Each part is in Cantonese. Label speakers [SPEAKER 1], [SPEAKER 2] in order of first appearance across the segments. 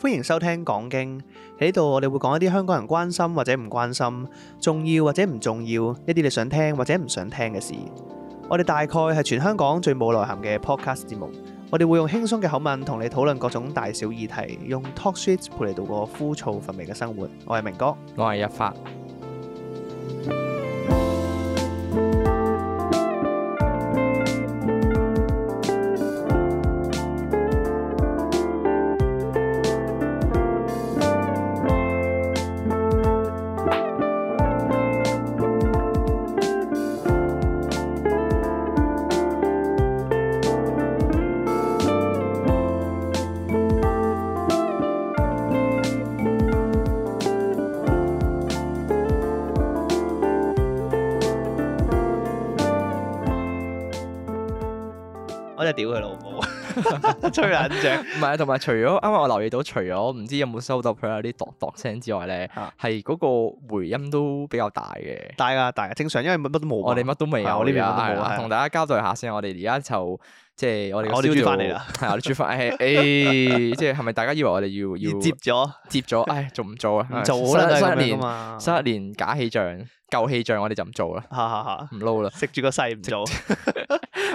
[SPEAKER 1] 歡迎收聽講經喺度，我哋會講一啲香港人關心或者唔關心，重要或者唔重要，一啲你想聽或者唔想聽嘅事。我哋大概係全香港最冇內涵嘅 podcast 節目。我哋會用輕鬆嘅口吻同你討論各種大小議題，用 talk shit 陪你度過枯燥乏味嘅生活。我係明哥，
[SPEAKER 2] 我係一發，
[SPEAKER 1] 我真係屌佢老 母，吹冷脹。
[SPEAKER 2] 唔係啊，同埋除咗啱啱我留意到，除咗唔知有冇收到佢有啲度度聲之外咧
[SPEAKER 1] 啊，
[SPEAKER 2] 係嗰、個回音都比較大嘅。
[SPEAKER 1] 大啊大啊，正常，因為乜乜都冇嘛。
[SPEAKER 2] 我哋乜都未
[SPEAKER 1] 係
[SPEAKER 2] 有，
[SPEAKER 1] 我呢邊乜都冇
[SPEAKER 2] 係
[SPEAKER 1] 係啊
[SPEAKER 2] 啦同大家交代下先，我哋而家就即係我哋
[SPEAKER 1] 我哋
[SPEAKER 2] 煮
[SPEAKER 1] 煮返嚟啦，
[SPEAKER 2] 係啊，我哋煮 翻誒誒，即係係咪大家以為我哋要要
[SPEAKER 1] 要接咗，
[SPEAKER 2] 接 咗？唉，做唔做啊？
[SPEAKER 1] 唔做啦，都係
[SPEAKER 2] 新新
[SPEAKER 1] 咁樣
[SPEAKER 2] 一
[SPEAKER 1] 㗎
[SPEAKER 2] 年
[SPEAKER 1] 嘛。
[SPEAKER 2] 新一年假氣象、舊氣象，我哋就唔做啦，
[SPEAKER 1] 哈哈哈，
[SPEAKER 2] 唔撈啦。
[SPEAKER 1] 食住個勢唔做，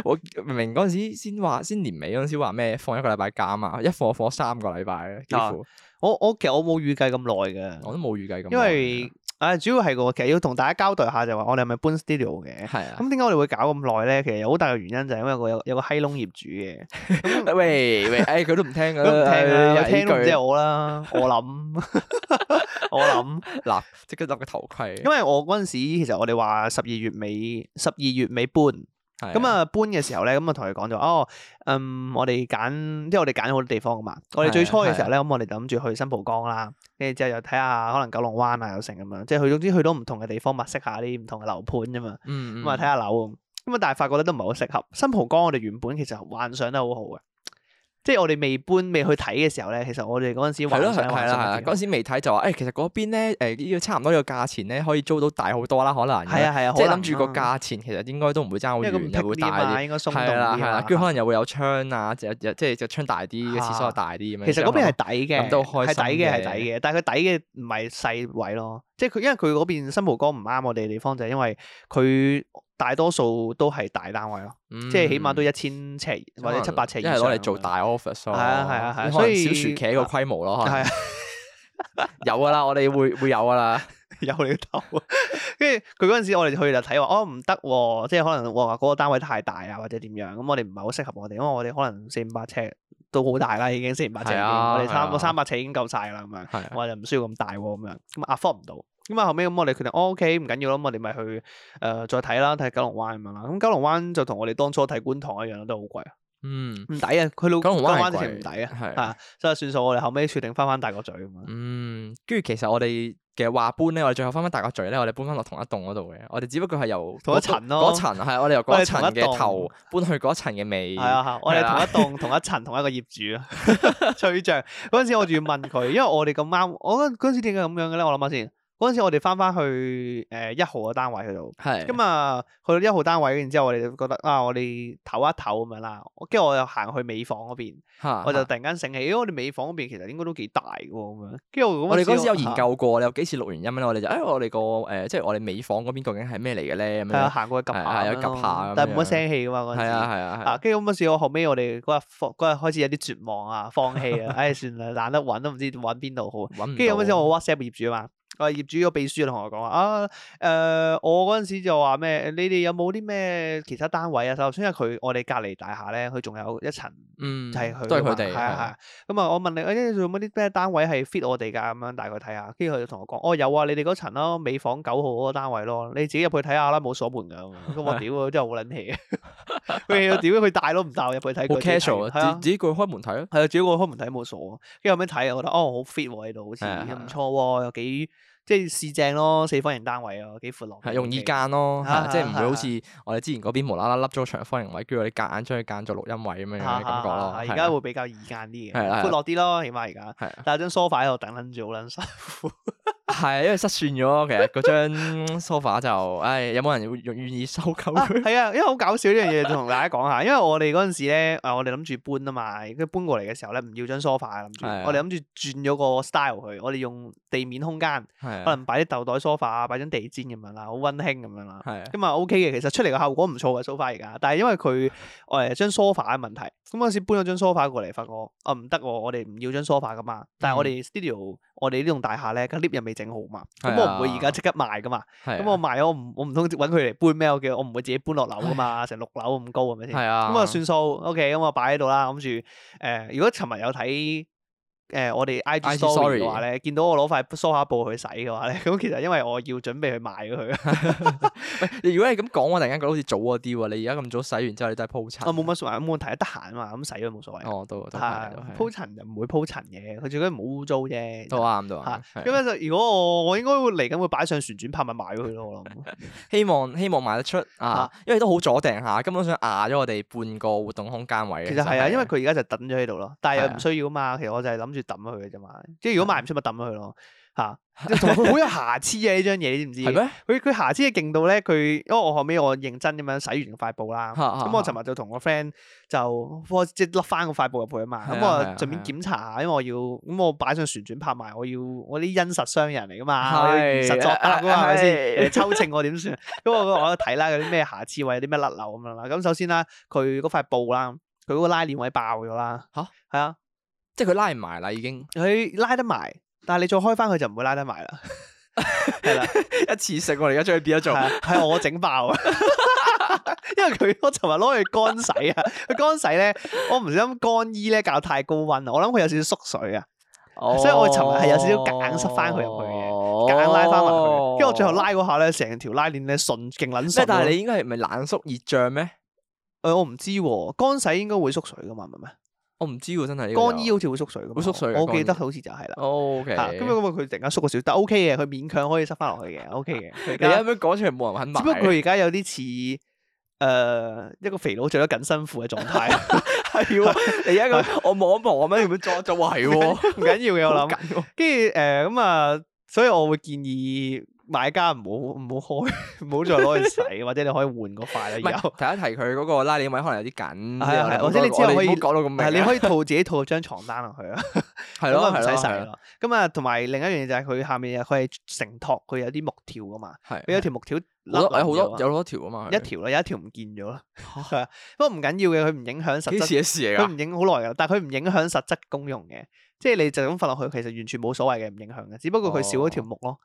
[SPEAKER 2] 我明明嗰陣時先話，先年尾嗰陣時話咩放一個禮拜假啊嘛，一放我放咗三個禮拜，幾乎
[SPEAKER 1] 我我其實我冇預計咁耐嘅，
[SPEAKER 2] 我都冇預計咁耐。
[SPEAKER 1] 因為唉主要係個其實要同大家交代下就話我哋係咪搬 studio 嘅。
[SPEAKER 2] 係啊，
[SPEAKER 1] 咁點解我哋會搞咁耐咧？其實有好大嘅原因就係因為個有有個閪窿業主嘅，
[SPEAKER 2] 喂喂，誒佢都唔聽
[SPEAKER 1] 佢
[SPEAKER 2] 噶，
[SPEAKER 1] 唔聽
[SPEAKER 2] 唉
[SPEAKER 1] 啊，
[SPEAKER 2] 有
[SPEAKER 1] 聽都唔
[SPEAKER 2] 依
[SPEAKER 1] 知
[SPEAKER 2] 句
[SPEAKER 1] 係我啦，我諗 我諗，
[SPEAKER 2] 嗱，即刻笠個頭盔，
[SPEAKER 1] 因為我嗰陣時其實我哋話十二月尾十二月尾搬。
[SPEAKER 2] 係
[SPEAKER 1] 咁啊搬嘅時候咧，咁啊同佢講咗，哦，嗯，我哋揀，即係我哋揀好多地方噶嘛。我哋最
[SPEAKER 2] 啊
[SPEAKER 1] 初嘅時候咧，咁我哋諗住去新蒲崗啦，跟住之後又睇下可能九龍灣啊，又成咁樣，即係去總之去到唔同嘅地方，物色下啲唔同嘅樓盤啫嘛。
[SPEAKER 2] 嗯
[SPEAKER 1] 咁啊睇下樓咁，咁啊但係發覺咧都唔係好適合。新蒲崗我哋原本其實幻想得好好嘅，即係我哋未搬未去睇嘅時候咧，其實我哋嗰陣時
[SPEAKER 2] 係
[SPEAKER 1] 幻
[SPEAKER 2] 咯，
[SPEAKER 1] 想
[SPEAKER 2] 係係
[SPEAKER 1] 幻
[SPEAKER 2] 啦，
[SPEAKER 1] 想
[SPEAKER 2] 係啦。
[SPEAKER 1] 得幾
[SPEAKER 2] 嗰陣時未睇就話，誒，其實嗰邊咧，誒，呢個差唔多呢個價錢咧，可以租到大好多啦，可能
[SPEAKER 1] 好係啊係啊，
[SPEAKER 2] 即係
[SPEAKER 1] 可能
[SPEAKER 2] 諗住個
[SPEAKER 1] 啊，
[SPEAKER 2] 價錢其實應該都唔會爭好
[SPEAKER 1] 因為
[SPEAKER 2] 遠，
[SPEAKER 1] 咁
[SPEAKER 2] 又會
[SPEAKER 1] 僻啲啊
[SPEAKER 2] 大啲
[SPEAKER 1] 嘛，，應該鬆動
[SPEAKER 2] 係
[SPEAKER 1] 啲
[SPEAKER 2] 啦係啦，
[SPEAKER 1] 啊
[SPEAKER 2] 跟住可能又會有窗啊，即係即係隻窗大啲，個廁所
[SPEAKER 1] 啊
[SPEAKER 2] 又大啲咁樣。
[SPEAKER 1] 其實嗰邊係抵嘅，
[SPEAKER 2] 諗到開心
[SPEAKER 1] 係抵嘅，係
[SPEAKER 2] 嘅
[SPEAKER 1] 抵嘅。但係佢抵嘅唔係細位咯，即係佢因為佢嗰邊新蒲崗唔啱我哋嘅地方，就係因為佢大多數都係大單位咯，
[SPEAKER 2] 係
[SPEAKER 1] 即係起碼都一千尺或者七百尺以
[SPEAKER 2] 嗯一
[SPEAKER 1] 上
[SPEAKER 2] 係
[SPEAKER 1] 咁樣。
[SPEAKER 2] 攞嚟做大 office 咯，
[SPEAKER 1] 係啊係啊係啊
[SPEAKER 2] 咁可能
[SPEAKER 1] 所以
[SPEAKER 2] 小薯茄個規模咯，可
[SPEAKER 1] 係
[SPEAKER 2] 能
[SPEAKER 1] 啊，
[SPEAKER 2] 有噶啦，我哋會會有噶啦，
[SPEAKER 1] 有你個頭啊。跟住佢嗰陣時，我哋去就睇話，哦唔得喎，即係可能哇嗰個單位太大啊，或者點樣咁，我哋唔係好適合我哋，因為我哋可能四五百尺都好大啦，已經四五百尺已經，
[SPEAKER 2] 係啊
[SPEAKER 1] 我哋差唔
[SPEAKER 2] 係
[SPEAKER 1] 多
[SPEAKER 2] 啊
[SPEAKER 1] 三百尺已經夠晒啦咁樣。
[SPEAKER 2] 係啊
[SPEAKER 1] 我就唔需要咁大喎，咁樣咁啊 afford 唔到。咁啊後尾咁我哋決定，哦 OK 唔緊要啦，咁我哋咪去誒、呃再睇啦，睇九龍灣咁樣啦。咁九龍灣就同我哋當初睇觀塘一樣啦，都好貴，
[SPEAKER 2] 嗯，
[SPEAKER 1] 唔抵啊！佢老
[SPEAKER 2] 九龍灣係
[SPEAKER 1] 直
[SPEAKER 2] 貴
[SPEAKER 1] 情唔抵啊，
[SPEAKER 2] 係
[SPEAKER 1] 係啊，所以算數我哋後尾決定翻翻大角咀咁樣。
[SPEAKER 2] 嗯，跟住其實我哋嘅話搬咧，我哋最後翻翻大角咀咧，我哋搬翻落同一棟嗰度嘅，我哋只不過係由
[SPEAKER 1] 同一
[SPEAKER 2] 嗰
[SPEAKER 1] 層咯
[SPEAKER 2] 嗰層係我哋由
[SPEAKER 1] 我
[SPEAKER 2] 嗰
[SPEAKER 1] 哋同
[SPEAKER 2] 層
[SPEAKER 1] 一棟
[SPEAKER 2] 嘅頭搬去嗰層嘅尾，
[SPEAKER 1] 係啊，我哋 同一棟、同一層、同一個業主 啊，吹脹嗰陣時，我仲要問佢，因為我哋咁啱，我嗰嗰陣時點解咁樣嘅咧？我諗下先，嗰陣時我哋翻翻去誒一號嘅單位嗰度，
[SPEAKER 2] 係
[SPEAKER 1] 咁啊，去到一號單位，然之後我哋就覺得啊，我哋唞一唞咁樣啦。我跟住我又行去美房嗰邊，
[SPEAKER 2] 啊
[SPEAKER 1] 我就突然間醒起，咦，我哋美房嗰邊其實應該都幾大嘅喎咁樣。跟住
[SPEAKER 2] 我哋嗰
[SPEAKER 1] 時
[SPEAKER 2] 時有研，究過，你有幾次錄完音咧，我哋就誒我哋個誒即係我哋美房嗰邊究竟係咩嚟嘅咧咁
[SPEAKER 1] 係啊，
[SPEAKER 2] 樣，
[SPEAKER 1] 行過去 𥄫
[SPEAKER 2] 係
[SPEAKER 1] 下
[SPEAKER 2] 啊
[SPEAKER 1] 咁
[SPEAKER 2] 有
[SPEAKER 1] 樣
[SPEAKER 2] 𥄫
[SPEAKER 1] 咯，
[SPEAKER 2] 下咁
[SPEAKER 1] 但係冇乜
[SPEAKER 2] 樣
[SPEAKER 1] 聲氣嘅嘛嗰陣
[SPEAKER 2] 係
[SPEAKER 1] 時。
[SPEAKER 2] 啊係啊係
[SPEAKER 1] 啊，。跟住咁嗰時，我後尾我哋嗰日放嗰日開始有啲絕望啊，放棄啊，唉，算啦，懶得揾都唔知揾邊度好。啊
[SPEAKER 2] 跟
[SPEAKER 1] 跟住咁嗰時，我 WhatsApp 業主啊嘛，我係業主個秘書同我講話啊，誒、我嗰陣時就話咩，你哋有冇啲咩其他單位啊？首先係佢我哋隔離大廈咧，佢仲有一層
[SPEAKER 2] 嗯
[SPEAKER 1] 就係佢
[SPEAKER 2] 都係
[SPEAKER 1] 㗎嘛
[SPEAKER 2] 佢哋
[SPEAKER 1] 係啊係。咁啊，我問你，誒、你仲有冇啲咩單位係 fit 我哋㗎？咁樣大概睇下，跟住佢就同我講，哦有啊，你哋嗰層咯，美房九號嗰個單位咯，你自己入去睇下啦，冇鎖門㗎。咁我屌，佢真係好撚 hea，佢 hea 到屌佢帶都唔帶我入去睇，
[SPEAKER 2] 好
[SPEAKER 1] 佢自己睇
[SPEAKER 2] casual
[SPEAKER 1] 係
[SPEAKER 2] 啊，
[SPEAKER 1] 啊
[SPEAKER 2] 自。自己過去開門睇咯。
[SPEAKER 1] 係啊，主要我開門睇冇鎖，跟住後尾睇啊，覺得哦好 fit 喎喺度，好似
[SPEAKER 2] 係啊係
[SPEAKER 1] 唔
[SPEAKER 2] 啊
[SPEAKER 1] 錯喎，又幾即係市正咯，四方形單位啊，幾闊落，
[SPEAKER 2] 係容易間咯，係啊
[SPEAKER 1] 啊
[SPEAKER 2] 即係唔
[SPEAKER 1] 係
[SPEAKER 2] 會
[SPEAKER 1] 啊
[SPEAKER 2] 好似我哋之前嗰邊無啦啦笠咗長方形位，跟住我哋夾硬將佢間做錄音位咁樣
[SPEAKER 1] 嚇
[SPEAKER 2] 嘅感覺咯。
[SPEAKER 1] 而
[SPEAKER 2] 係
[SPEAKER 1] 家
[SPEAKER 2] 啊
[SPEAKER 1] 會比較易間啲嘅，
[SPEAKER 2] 係啊係啊
[SPEAKER 1] 闊落啲咯，起碼而家。
[SPEAKER 2] 係啊，
[SPEAKER 1] 但係張梳化喺度等撚住好撚辛苦，
[SPEAKER 2] 係因為失算咗，其實嗰張 sofa 就，唉，有冇人會願願意收購
[SPEAKER 1] 啊，
[SPEAKER 2] 佢？
[SPEAKER 1] 係啊，因為好搞笑呢樣嘢，同大家講下。因為我哋嗰陣時咧，誒我哋諗住搬啊嘛，跟住搬過嚟嘅時候咧，唔要張 sofa 諗住，
[SPEAKER 2] 係啊
[SPEAKER 1] 我哋諗住轉咗個 style 去，我哋用地面空間，
[SPEAKER 2] 係
[SPEAKER 1] 可
[SPEAKER 2] 啊
[SPEAKER 1] 能擺啲豆袋 sofa 啊，擺張地氈咁樣啦，好温馨咁樣啦。
[SPEAKER 2] 係啊
[SPEAKER 1] 咁啊 OK 嘅，其實出嚟個效果唔錯嘅 sofa 而家，但係因為佢誒張 sofa 嘅問題，咁嗰陣時搬咗張 sofa 過嚟，發覺啊唔得喎，我哋唔要張 sofa 噶嘛，但係我哋 studio 我哋呢棟大廈咧個 lift 又未整好嘛，咁
[SPEAKER 2] 係
[SPEAKER 1] 我唔會
[SPEAKER 2] 啊
[SPEAKER 1] 而家即刻賣噶嘛，
[SPEAKER 2] 係啊
[SPEAKER 1] 咁我賣咗我唔我唔通揾佢嚟搬咩？我叫我唔會自己搬落樓噶嘛，成六樓咁高係咪先？
[SPEAKER 2] 係啊，
[SPEAKER 1] 咁啊算數，OK，咁我擺喺度啦，諗住誒，如果尋日有睇。誒、我哋 IG
[SPEAKER 2] IG
[SPEAKER 1] story 嘅
[SPEAKER 2] story
[SPEAKER 1] 話咧，見到我攞塊梳化布去洗嘅話咧，咁其實因為我要準備去賣咗 佢，啊
[SPEAKER 2] 喂，如果你咁講，我突然間覺得好似早咗啲喎。你而家咁早洗完之後，你真係鋪
[SPEAKER 1] 我
[SPEAKER 2] 塵。
[SPEAKER 1] 冇乜所謂，冇問題，得閒啊嘛，咁洗咗冇所謂。
[SPEAKER 2] 哦，都
[SPEAKER 1] 嗯
[SPEAKER 2] 都係
[SPEAKER 1] 係
[SPEAKER 2] 都係
[SPEAKER 1] 鋪塵就唔會鋪塵嘅，佢最緊要唔好污糟啫。
[SPEAKER 2] 都啱都
[SPEAKER 1] 嚇
[SPEAKER 2] 啱。係
[SPEAKER 1] 咁咧就如果我我應該會嚟緊會擺上旋轉拍賣賣咗佢咯，我諗。
[SPEAKER 2] 希望希望賣得出啊
[SPEAKER 1] 啊，
[SPEAKER 2] 因為都好阻定下，根本上壓咗我哋半個活動空間位嘅。
[SPEAKER 1] 其實係啊，因為佢而家就等咗喺度咯，但係
[SPEAKER 2] 係
[SPEAKER 1] 又
[SPEAKER 2] 啊
[SPEAKER 1] 唔需要啊嘛。其實我就係諗住抌咗佢嘅啫嘛。即係如果賣唔出咪抌咗佢咯。嚇， 即係同埋佢好有瑕疵啊！呢張嘢你知唔知？
[SPEAKER 2] 係咩？
[SPEAKER 1] 佢佢瑕疵嘅勁到咧，佢因為我後尾我認真咁樣洗完塊布啦，
[SPEAKER 2] 嚇嚇
[SPEAKER 1] 咁我
[SPEAKER 2] 嚇
[SPEAKER 1] 尋日就同個 friend 就我即係笠翻個塊布入去啊嘛，咁
[SPEAKER 2] 係啊
[SPEAKER 1] 我
[SPEAKER 2] 係啊
[SPEAKER 1] 順便
[SPEAKER 2] 係啊
[SPEAKER 1] 檢查下，因為我要咁我擺上旋轉拍賣，我要我啲殷實商人嚟噶嘛，我要
[SPEAKER 2] 係啊
[SPEAKER 1] 如實作答噶嘛，係咪先？
[SPEAKER 2] 係
[SPEAKER 1] 人哋抽秤我點算？咁我我睇啦，有啲咩瑕疵位，有啲咩甩漏咁樣啦。咁首先啦，佢嗰塊布啦，佢嗰個拉鏈位爆咗啦，
[SPEAKER 2] 嚇
[SPEAKER 1] 係啊，
[SPEAKER 2] 即係佢拉唔埋啦，已 經
[SPEAKER 1] 佢拉得埋，但係你再開翻佢就唔會拉得埋啦，係啦。
[SPEAKER 2] 一次性我哋而家將佢變咗做
[SPEAKER 1] 係啊係我整爆 啊！因為佢我尋日攞去乾洗啊，佢乾洗咧，我唔小心乾衣咧搞太高温啊，我諗佢有少少縮水啊，
[SPEAKER 2] 哦
[SPEAKER 1] 所以我尋日係有少少夾硬塞返佢入去嘅
[SPEAKER 2] 嘅
[SPEAKER 1] 夾硬拉翻埋佢，跟住我最後拉嗰下咧，成條拉鏈咧順勁撚順咯。？
[SPEAKER 2] 咩但係你應該係咪冷縮熱脹咩？
[SPEAKER 1] 誒我唔知喎，乾洗應該會縮水噶嘛，係咪？
[SPEAKER 2] 我唔知喎，真係呢個
[SPEAKER 1] 乾衣好似會縮水噶嘛，
[SPEAKER 2] 會縮水㗎
[SPEAKER 1] 我記得
[SPEAKER 2] 乾衣
[SPEAKER 1] 好似就係啦。
[SPEAKER 2] O K，
[SPEAKER 1] 嚇咁咁佢突然間縮咗少，但 OK 嘅，佢勉強可以塞翻落去嘅，OK 嘅。佢而
[SPEAKER 2] 你
[SPEAKER 1] 家
[SPEAKER 2] 咁樣講出嚟冇人肯買。
[SPEAKER 1] 只不過佢而家有啲似誒一個肥佬着咗緊身褲嘅狀態，
[SPEAKER 2] 係喎，你而家咁，我望一望咁樣咁樣裝裝，哇係喎，
[SPEAKER 1] 唔緊要嘅啊 我
[SPEAKER 2] 好
[SPEAKER 1] 諗。
[SPEAKER 2] 緊喎
[SPEAKER 1] 跟住誒咁啊，所以我會建議買家唔好 唔好開，唔好再攞去洗，或者你可以換個塊啦。
[SPEAKER 2] 唔
[SPEAKER 1] 以後
[SPEAKER 2] 係提一提佢嗰個拉鏈位可能有啲緊，
[SPEAKER 1] 係啊係啊
[SPEAKER 2] 我
[SPEAKER 1] 或者你之後可以
[SPEAKER 2] 我哋唔好講到咁明啊，
[SPEAKER 1] 係你可以套自己套張床單落去啊，
[SPEAKER 2] 係
[SPEAKER 1] 咁
[SPEAKER 2] 咯，
[SPEAKER 1] 啊唔
[SPEAKER 2] 係咯
[SPEAKER 1] 使洗。
[SPEAKER 2] 係咯
[SPEAKER 1] 咯。咁啊，同埋另一樣嘢就係佢下面啊佢係承托，佢有啲木條噶嘛，
[SPEAKER 2] 係
[SPEAKER 1] 佢有條木條
[SPEAKER 2] 好多有好
[SPEAKER 1] 甩爛咗
[SPEAKER 2] 多
[SPEAKER 1] 啊
[SPEAKER 2] 有好多條啊嘛，
[SPEAKER 1] 一
[SPEAKER 2] 佢
[SPEAKER 1] 條啦，有一條唔見咗啦。係啊，不過唔緊要嘅，佢唔影響實
[SPEAKER 2] 幾
[SPEAKER 1] 質
[SPEAKER 2] 時嘅事嚟啊
[SPEAKER 1] 佢
[SPEAKER 2] 㗎？
[SPEAKER 1] 唔影好耐噶，但係佢唔影響實質功用嘅，即係你就咁瞓落去，其實完全冇所謂嘅，唔影響嘅，只不過佢
[SPEAKER 2] 哦
[SPEAKER 1] 少咗條木咯。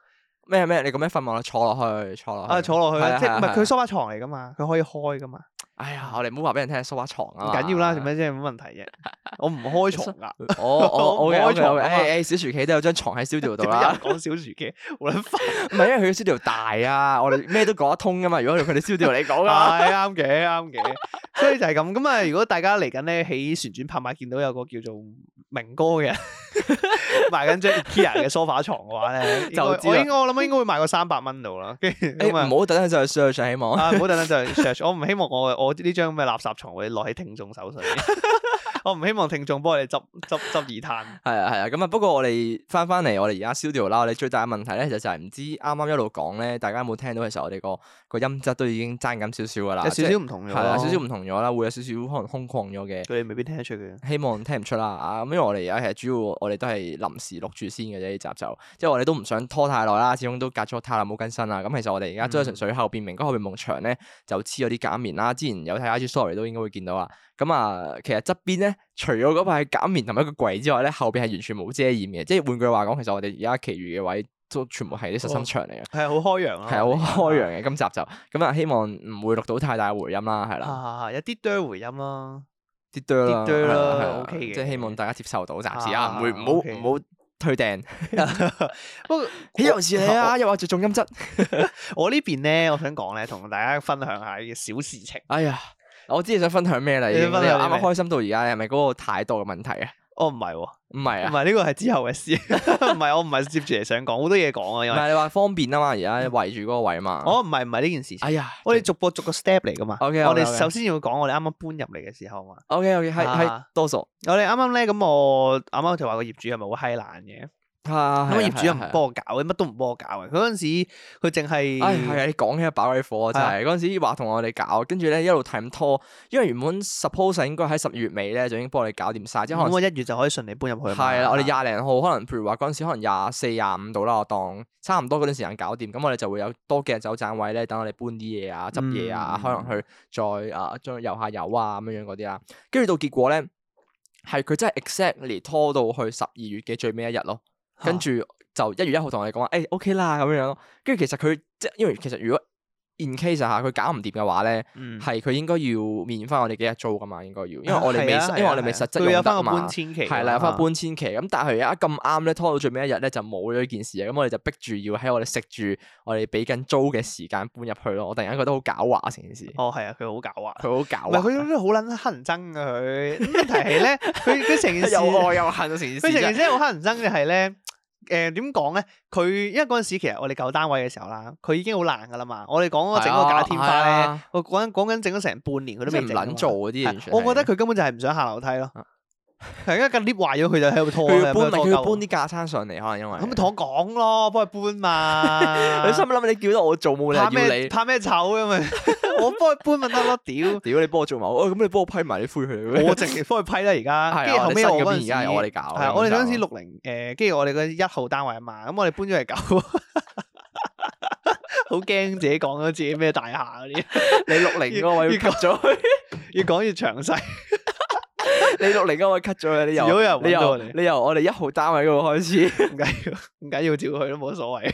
[SPEAKER 2] 咩咩？你咁樣瞓望啦，坐落去，坐落去。
[SPEAKER 1] 啊，坐落去
[SPEAKER 2] 係
[SPEAKER 1] 啦，
[SPEAKER 2] 啊
[SPEAKER 1] 即係唔係佢？
[SPEAKER 2] 係啊係啊
[SPEAKER 1] 梳化床嚟噶嘛，佢可以開噶嘛，
[SPEAKER 2] 哎呀，我哋唔好話俾人聽，梳下床
[SPEAKER 1] 唔
[SPEAKER 2] 啊嘛。
[SPEAKER 1] 緊要啦，點樣啫，冇問題嘅。 我唔開床啊噶，
[SPEAKER 2] 哦？我我我嘅
[SPEAKER 1] 我
[SPEAKER 2] 我
[SPEAKER 1] 開床啊
[SPEAKER 2] 嘅，
[SPEAKER 1] 嘛
[SPEAKER 2] 誒誒，哎小廚企都有張床喺 studio 度
[SPEAKER 1] 點
[SPEAKER 2] 啊啦
[SPEAKER 1] 解。講小廚嘅？好 撚煩。
[SPEAKER 2] 唔係因為佢嘅 studio 大 啊，我哋咩都講得通噶嘛。如果用佢哋 studio 嚟講啊，
[SPEAKER 1] 係啱嘅，啱嘅。所以就係咁。咁啊，如果大家嚟緊咧喺旋轉拍賣見到有個叫做明哥 嘅賣緊張 IKEA 嘅梳化床嘅話 咧，
[SPEAKER 2] 就
[SPEAKER 1] 應該
[SPEAKER 2] 知啦
[SPEAKER 1] 我應該我諗應該會賣個三百蚊度 啦。跟住
[SPEAKER 2] 誒
[SPEAKER 1] 咁啊。
[SPEAKER 2] 哎唔好等佢就去 search 啊希望。
[SPEAKER 1] 啊，唔好等等就 search，我唔希望我我呢張咁嘅垃圾床會落喺聽眾手上面， 我唔希望聽眾幫我哋執執執耳炭。
[SPEAKER 2] 係啊係啊，咁啊不過我哋翻翻嚟我哋而家 studio 啦，我哋最大嘅問題咧就就係唔知啱啱一路講咧，大家有冇聽到其實我哋個個音質都已經爭緊少少噶啦，
[SPEAKER 1] 啊有少少唔同咗
[SPEAKER 2] 係
[SPEAKER 1] 咯，
[SPEAKER 2] 啦，少少唔同咗啦，會有少少可能空曠咗嘅。
[SPEAKER 1] 佢哋未必聽得出嘅。
[SPEAKER 2] 希望聽唔出啦啊！咁因為我哋而家其實主要我哋都係臨時錄住先嘅啫，呢集就即係我哋都唔想拖太耐啦，始終都隔咗太耐冇更新啦。咁其實我哋而家都係純粹後邊明哥後邊夢場咧就黐咗啲減棉啦。之前有睇 IG story 都應該會見到啊。咁啊，其實側邊咧除咗嗰塊減棉同埋一個櫃之外咧，後邊係完全冇遮掩嘅。即係換句話講，其實我哋而家其餘嘅位都全部係啲實心牆嚟嘅。
[SPEAKER 1] 係好開揚啊！
[SPEAKER 2] 係好
[SPEAKER 1] 我
[SPEAKER 2] 開
[SPEAKER 1] 哋
[SPEAKER 2] 揚嘅，今集就咁啊！希望唔會錄到太大回音啦，係啦。
[SPEAKER 1] 啊，有啲哆回音啦。
[SPEAKER 2] 啲哆啦，
[SPEAKER 1] 啲哆啦
[SPEAKER 2] 係啦係啦
[SPEAKER 1] OK 嘅
[SPEAKER 2] 即係希望大家接受到，暫時
[SPEAKER 1] 啊
[SPEAKER 2] 啊，唔會唔好
[SPEAKER 1] OK
[SPEAKER 2] 唔好退訂。
[SPEAKER 1] 不過
[SPEAKER 2] 豈有此理啊！又話着重音質，
[SPEAKER 1] 我我呢邊咧，我想講咧，同大家分享下呢個小事情。
[SPEAKER 2] 哎呀！我知你想分享咩啦，已
[SPEAKER 1] 你
[SPEAKER 2] 經
[SPEAKER 1] 想
[SPEAKER 2] 你
[SPEAKER 1] 分
[SPEAKER 2] 由
[SPEAKER 1] 享
[SPEAKER 2] 啱啱
[SPEAKER 1] 啲咩
[SPEAKER 2] 開心到而家，係咪嗰個態度嘅問題啊？
[SPEAKER 1] 哦，唔係喎， 唔
[SPEAKER 2] 唔係啊，
[SPEAKER 1] 係呢個係之後嘅事，唔係我唔係接住嚟想講，好多嘢講啊，因
[SPEAKER 2] 唔
[SPEAKER 1] 為
[SPEAKER 2] 係你話方便啊嘛，而家圍住嗰個位嘛。
[SPEAKER 1] 我唔係唔係呢件事情。
[SPEAKER 2] 哎呀，
[SPEAKER 1] 嗯哦我哋逐步逐個 step 嚟噶嘛。
[SPEAKER 2] OK，
[SPEAKER 1] 我哋
[SPEAKER 2] OK，OK
[SPEAKER 1] 首先要講我哋啱啱搬入嚟嘅時候嘛。
[SPEAKER 2] OK OK，係係
[SPEAKER 1] 啊
[SPEAKER 2] 多數
[SPEAKER 1] 我哋啱啱咧，咁我啱啱就話個業主係咪好閪懶嘅？
[SPEAKER 2] 啊，
[SPEAKER 1] 咁啊
[SPEAKER 2] 係啊
[SPEAKER 1] 業主又唔
[SPEAKER 2] 係啊
[SPEAKER 1] 幫我搞嘅，乜都唔幫我搞嘅。佢嗰陣時佢淨係
[SPEAKER 2] 唉，係啊！你講起把鬼火啊，真
[SPEAKER 1] 係啊
[SPEAKER 2] 係嗰陣時話同我哋搞，跟住咧一路睇咁拖，因為原本 suppose 係應該喺十月尾咧就已經幫我哋搞掂晒，即係可
[SPEAKER 1] 咁
[SPEAKER 2] 能
[SPEAKER 1] 我一月就可以順利搬入去啊嘛。
[SPEAKER 2] 係啦，我哋廿零號可能譬如話嗰陣時可能廿四廿五度啦，我當差唔多嗰段時間搞掂，咁我哋就會有多幾日走盞位咧，等我哋搬啲嘢啊、執嘢
[SPEAKER 1] 嗯
[SPEAKER 2] 啊，可能去再啊將遊下遊啊咁樣樣嗰啲啦，跟住到結果咧係佢真係 exactly 拖到去十二月嘅最尾一日咯。跟住就一月一號同我哋講話，誒、OK 哎啦咁樣樣咯。跟住其實佢即係因為其實如果 in case 啊佢搞唔掂嘅話咧，
[SPEAKER 1] 嗯
[SPEAKER 2] 係佢、應該要免翻我哋幾日租噶嘛，應該要，因為
[SPEAKER 1] 啊
[SPEAKER 2] 我哋未，
[SPEAKER 1] 係啊
[SPEAKER 2] 因為
[SPEAKER 1] 係啊
[SPEAKER 2] 我哋未
[SPEAKER 1] 係啊
[SPEAKER 2] 實質
[SPEAKER 1] 佢有
[SPEAKER 2] 用
[SPEAKER 1] 翻
[SPEAKER 2] 得
[SPEAKER 1] 個搬
[SPEAKER 2] 嘛。
[SPEAKER 1] 遷期㗎啊嘛，
[SPEAKER 2] 係啦，有翻搬遷期咁，但係而家咁啱咧，拖到最尾一日咧就冇咗呢件事啊！咁我哋就逼住要喺我哋食住我哋俾緊租嘅時間搬入去咯。我突然間覺得好狡猾啊成件事，
[SPEAKER 1] 哦，係啊，佢好狡猾。
[SPEAKER 2] 佢好
[SPEAKER 1] 唔
[SPEAKER 2] 狡
[SPEAKER 1] 係
[SPEAKER 2] 猾，
[SPEAKER 1] 佢都好撚乞人憎噶佢，咁問題係 咧，佢佢成件事，
[SPEAKER 2] 又
[SPEAKER 1] 佢
[SPEAKER 2] 愛又恨啊成件事
[SPEAKER 1] 成件
[SPEAKER 2] 真係。
[SPEAKER 1] 事好乞人憎嘅係咧，誒點講咧？佢因為嗰陣時其實我哋舊單位嘅時候啦，佢已經好爛噶啦嘛。我哋講嗰整個假天花
[SPEAKER 2] 啊係
[SPEAKER 1] 咧，
[SPEAKER 2] 啊，
[SPEAKER 1] 我講緊講緊整咗成半年，佢都
[SPEAKER 2] 佢都
[SPEAKER 1] 未
[SPEAKER 2] 唔
[SPEAKER 1] 整啊嘛
[SPEAKER 2] 撚做。嗰啲嘢完
[SPEAKER 1] 係
[SPEAKER 2] 全係。
[SPEAKER 1] 我覺得佢根本就係唔想下樓梯咯
[SPEAKER 2] 啊，
[SPEAKER 1] 係因為架 lift 壞咗，佢啊就喺度拖
[SPEAKER 2] 佢
[SPEAKER 1] 啦，
[SPEAKER 2] 要搬，
[SPEAKER 1] 咁樣
[SPEAKER 2] 佢要搬
[SPEAKER 1] 拖鳩
[SPEAKER 2] 啲架撐上嚟，可能因為
[SPEAKER 1] 咁咪同我啊講咯，幫佢搬嘛。
[SPEAKER 2] 你啊心諗你叫得我做冇理
[SPEAKER 1] 怕
[SPEAKER 2] 由要
[SPEAKER 1] 咩
[SPEAKER 2] 你，
[SPEAKER 1] 怕咩醜咁咪？ 我幫佢搬咪得咯，屌！
[SPEAKER 2] 屌你幫我做埋，哦咁你幫 我批埋啲灰佢。
[SPEAKER 1] 我直接幫佢批啦，而家。
[SPEAKER 2] 係
[SPEAKER 1] 跟住後
[SPEAKER 2] 啊，我哋新
[SPEAKER 1] 尾我
[SPEAKER 2] 嗰
[SPEAKER 1] 嗰陣
[SPEAKER 2] 邊而
[SPEAKER 1] 時
[SPEAKER 2] 家係我哋搞嘅，
[SPEAKER 1] 係啊我哋嗰陣時
[SPEAKER 2] 咁就
[SPEAKER 1] 六零誒，跟住我哋嗰一號單位啊嘛，咁我哋搬咗嚟九， 好驚自己講咗自己咩大廈嗰啲，
[SPEAKER 2] 你六零嗰位
[SPEAKER 1] 越
[SPEAKER 2] cut 咗佢，
[SPEAKER 1] 越講越詳細。
[SPEAKER 2] 你六零嗰位 cut 咗佢，你
[SPEAKER 1] 如果有
[SPEAKER 2] 由
[SPEAKER 1] 人
[SPEAKER 2] 你
[SPEAKER 1] 揾到我哋
[SPEAKER 2] 由你由我哋一號單位嗰度開始
[SPEAKER 1] 唔緊要，唔緊要，照佢都冇所謂。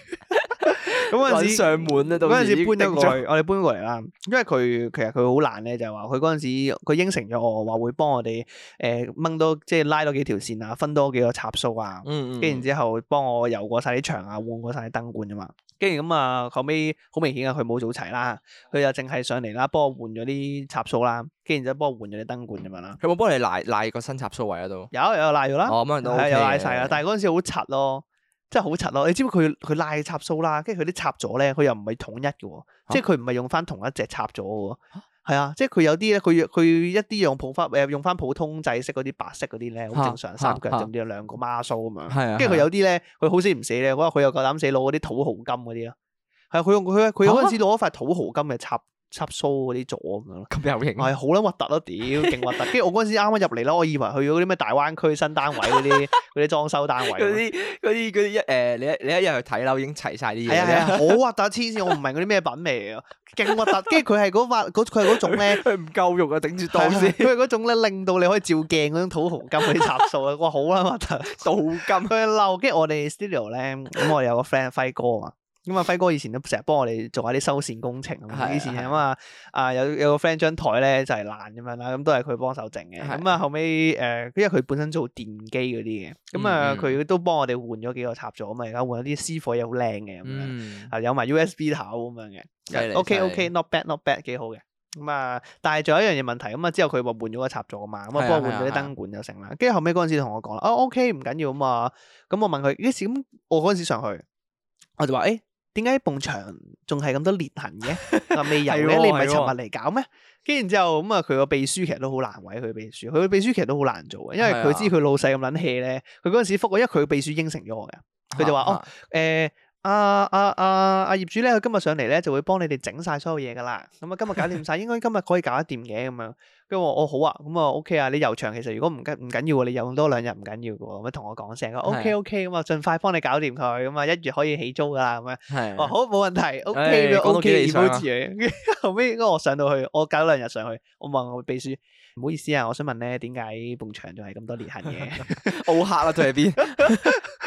[SPEAKER 1] 咁 嗰陣
[SPEAKER 2] 揾
[SPEAKER 1] 時。
[SPEAKER 2] 上門啦，到
[SPEAKER 1] 嗰陣時
[SPEAKER 2] 已經
[SPEAKER 1] 搬咗
[SPEAKER 2] 定
[SPEAKER 1] 過去，我哋搬過嚟啦。因為佢其實佢好懶咧，就係話佢嗰陣時佢應承咗我話會幫我哋誒掹多即係拉多幾條線啊，分多幾個插數啊。
[SPEAKER 2] 嗯，嗯
[SPEAKER 1] 跟住然之後幫我游過晒啲牆啊，換過晒啲燈管啫嘛。跟住咁啊，後尾好明顯啊，佢冇做齊啦，佢就淨係上嚟啦，幫我換咗啲插數啦，跟住然之後幫我換咗啲燈管咁樣啦。
[SPEAKER 2] 佢有冇幫你賴賴個新插蘇位嗰度？
[SPEAKER 1] 有有拉咗啦，
[SPEAKER 2] 哦，咁樣都
[SPEAKER 1] 啊係有拉
[SPEAKER 2] 賴
[SPEAKER 1] 晒啦，但係嗰陣時好柒咯。真係好柒咯！你知唔知佢佢拉插蘇啦，跟住佢啲插座咧，佢又唔係統一嘅喎，即係佢唔係用翻同一隻插座嘅喎，係啊，即係佢有啲咧，佢佢一啲用普翻誒用翻普通制式嗰啲白色嗰啲咧，好正常
[SPEAKER 2] 嚇
[SPEAKER 1] 三腳
[SPEAKER 2] 嚇
[SPEAKER 1] 咁啲有兩個孖蘇咁樣。
[SPEAKER 2] 係啊，
[SPEAKER 1] 跟住佢有啲咧，佢好死唔死咧，嗰日佢又夠膽死攞嗰啲土豪金嗰啲咯。係啊佢用佢佢嗰陣時攞一塊土豪金嘅插插蘇嗰啲座咁樣咯。
[SPEAKER 2] 咁有型，
[SPEAKER 1] 係好啊撚核突咯，屌，勁核突！跟住我嗰陣時啱啱入嚟啦，我以為去咗嗰啲咩大灣區新單位嗰啲嗰啲裝修單位
[SPEAKER 2] 嗰
[SPEAKER 1] 咁樣。
[SPEAKER 2] 啲嗰啲嗰啲一誒，你一你一日去睇樓已經齊晒啲嘢
[SPEAKER 1] 係啊係啊，
[SPEAKER 2] 啦，
[SPEAKER 1] 好核突！黐線，我唔明嗰啲咩品味啊，勁核突！跟住佢係嗰塊嗰佢係嗰種咧。
[SPEAKER 2] 佢唔夠肉啊，頂住
[SPEAKER 1] 係
[SPEAKER 2] 檔
[SPEAKER 1] 係。
[SPEAKER 2] 先
[SPEAKER 1] 佢係嗰種咧，令到你可以照鏡嗰種土豪金嗰啲插數啊！哇，好撚核突！
[SPEAKER 2] 鍍金
[SPEAKER 1] 佢嬲，跟住我哋 studio 咧，咁我哋有個 friend 輝哥啊，咁啊輝哥以前都成日幫我哋做下啲修線工程啊嘛，
[SPEAKER 2] 係
[SPEAKER 1] 以前
[SPEAKER 2] 係
[SPEAKER 1] 咁啊啊有有個 friend 張台咧就係爛咁樣啦，咁都係佢幫手整嘅，
[SPEAKER 2] 係
[SPEAKER 1] 咁啊後尾誒、呃因為佢本身做電機嗰啲嘅，咁啊
[SPEAKER 2] 嗯嗯
[SPEAKER 1] 佢都幫我哋換咗幾個插座啊嘛，而家換咗啲 C 貨又好靚嘅咁樣，
[SPEAKER 2] 嗯，
[SPEAKER 1] 啊有埋 USB 頭咁樣
[SPEAKER 2] 犀利
[SPEAKER 1] 嘅，OK
[SPEAKER 2] 犀利
[SPEAKER 1] OK not bad not bad 幾好嘅。咁啊，但係仲有一樣嘢問題，咁啊之後佢話換咗個插座啊嘛，咁
[SPEAKER 2] 係
[SPEAKER 1] 啊
[SPEAKER 2] 啊
[SPEAKER 1] 幫我換咗啲
[SPEAKER 2] 係啊
[SPEAKER 1] 燈管就成啦。跟住後尾嗰陣時同我講啦，哦 OK 唔緊要啊嘛，咁我問佢幾時咁，我嗰陣時上去，我就話誒點解埲牆仲係咁多裂痕嘅？ 嗱未有
[SPEAKER 2] 係
[SPEAKER 1] 嘅，
[SPEAKER 2] 喎
[SPEAKER 1] 你唔係
[SPEAKER 2] 係
[SPEAKER 1] 尋日嚟搞咩？跟住然之後咁啊，佢個秘書其實都好難為佢個秘書，佢個秘書其實都好難做嘅，因為
[SPEAKER 2] 係
[SPEAKER 1] 佢
[SPEAKER 2] 啊
[SPEAKER 1] 知佢老細咁撚氣咧，佢嗰陣時覆我，因為佢個秘書應承咗我嘅。佢就話哦誒阿阿阿阿業主咧，佢今日上嚟咧就會幫你哋整晒所有嘢噶啦。咁啊，今日搞掂晒，應該今日可以搞得掂嘅咁樣。跟住我話哦好啊，咁啊 OK 啊，你遊場其實如果唔緊唔緊要喎，你用多兩日唔緊要嘅喎，咁啊同我講聲，佢話
[SPEAKER 2] 係
[SPEAKER 1] OK OK 咁啊，盡快幫你搞掂佢，咁啊一月可以起租噶啦咁樣。
[SPEAKER 2] 係
[SPEAKER 1] 我話好冇問題
[SPEAKER 2] 唉
[SPEAKER 1] ，OK
[SPEAKER 2] 講到幾
[SPEAKER 1] OK
[SPEAKER 2] 理想啊
[SPEAKER 1] emoji 嚟。跟住後尾我上到去，我搞兩日上去，我問我秘書，唔好意思啊，我想問咧點解埲牆仲係咁多裂痕嘅？
[SPEAKER 2] 奧克啦，對邊？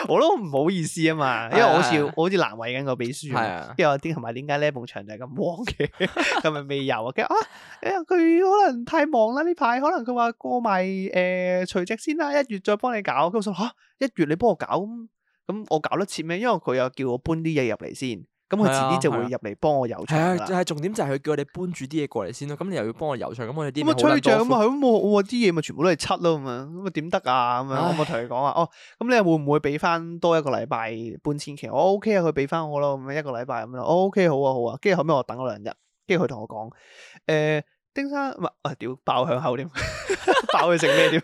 [SPEAKER 1] 我都唔好意思啊嘛，因為我好似
[SPEAKER 2] 係啊係啊
[SPEAKER 1] 我好似難為緊個秘書
[SPEAKER 2] 係
[SPEAKER 1] 啊嘛
[SPEAKER 2] 啊。
[SPEAKER 1] 跟住我啲同埋點解呢埲牆就係咁忙嘅， 咁咪未有啊？跟住啊，誒佢可能太忙啦呢排，可能佢話過埋誒除夕先啦，一月再幫你搞。跟住我心諗啊嚇，一月你幫我搞咁，咁我搞得切咩？因為佢又叫我搬啲嘢入嚟先，咁佢
[SPEAKER 2] 係
[SPEAKER 1] 遲
[SPEAKER 2] 啊
[SPEAKER 1] 啲就會
[SPEAKER 2] 係啊
[SPEAKER 1] 入嚟幫我油
[SPEAKER 2] 係
[SPEAKER 1] 牆
[SPEAKER 2] 啊，
[SPEAKER 1] 啦
[SPEAKER 2] 就。係重點就係佢叫我哋搬住啲嘢過嚟先咯。咁你又要幫我郵箱，咁我哋啲
[SPEAKER 1] 咁啊吹脹
[SPEAKER 2] 脹
[SPEAKER 1] 啊嘛，係咁我我話啲嘢咪全部都係七咯咁啊，咁啊點得啊咁啊，
[SPEAKER 2] 唉
[SPEAKER 1] 我咪同佢講話哦，咁你會唔會俾翻多一個禮拜搬遷期？我 OK 啊，佢俾翻我咯，咁樣一個禮拜咁樣咯，我 OK 好啊好啊，跟住後尾我等咗兩日，跟住佢同我講，誒、呃丁生唔係， 啊屌爆響口添，爆佢食咩添？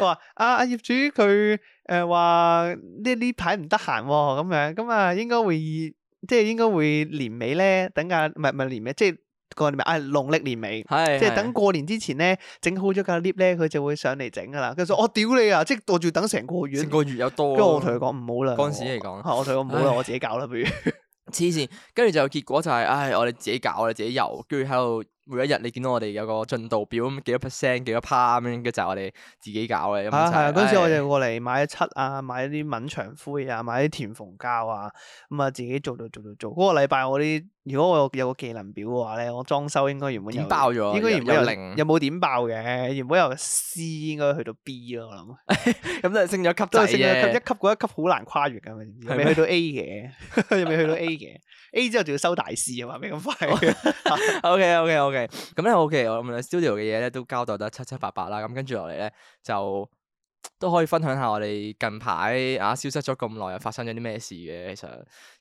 [SPEAKER 1] 我話啊啊業主佢誒話呢呢排唔得閒喎，咁樣咁啊，應該會即係應該會年尾咧，等下唔係唔係年尾，即係個年尾啊，農曆年尾。
[SPEAKER 2] 係
[SPEAKER 1] 即係等過年之前咧，整好咗架 lift 咧，佢就會上嚟整噶啦。佢就話：我屌你啊！即係我仲要等成個月。
[SPEAKER 2] 嗯成個月有多。啊
[SPEAKER 1] 跟住我同佢講唔好啦。
[SPEAKER 2] 嗰陣時嚟講
[SPEAKER 1] 係我同佢講唔好啦，
[SPEAKER 2] 唉
[SPEAKER 1] 我自己搞啦， 不如。
[SPEAKER 2] 黐線，跟住就結果就係、唉，我哋自己搞，我哋自己游，跟住喺度每一日你見到我哋有個進度表咁幾多 percent 幾多 part 咁樣，跟住就係我哋自己搞嘅。咁
[SPEAKER 1] 係啊
[SPEAKER 2] 就
[SPEAKER 1] 係啊，嗰陣時
[SPEAKER 2] 唉
[SPEAKER 1] 我哋過嚟買咗漆啊，買啲抿牆灰啊，買啲填縫膠啊，咁啊自己做做做做做。嗰個禮拜我啲，如果我有有個技能表嘅話咧，我裝修應該原本
[SPEAKER 2] 點
[SPEAKER 1] 有
[SPEAKER 2] 爆咗
[SPEAKER 1] 應該
[SPEAKER 2] 有
[SPEAKER 1] 原本
[SPEAKER 2] 有
[SPEAKER 1] 有
[SPEAKER 2] 零
[SPEAKER 1] 有冇點爆嘅？原本由 C 應該去到 B 咯，我諗
[SPEAKER 2] 咁都係升咗級
[SPEAKER 1] 都
[SPEAKER 2] 仔
[SPEAKER 1] 係升咗一級，一
[SPEAKER 2] 啫。
[SPEAKER 1] 級嗰一級好難跨越㗎嘛，你知唔知
[SPEAKER 2] 係
[SPEAKER 1] 未
[SPEAKER 2] 咩
[SPEAKER 1] 去到 A 嘅， 又未去到 A 嘅，A 之後仲要收大師啊嘛，未咁快。
[SPEAKER 2] 哦 OK OK OK，咁咧 OK，我哋 studio 嘅嘢咧都交代得七七八八啦。咁跟住落嚟咧就都可以分享下我哋近排啊消失咗咁耐又發生咗啲咩事嘅。其實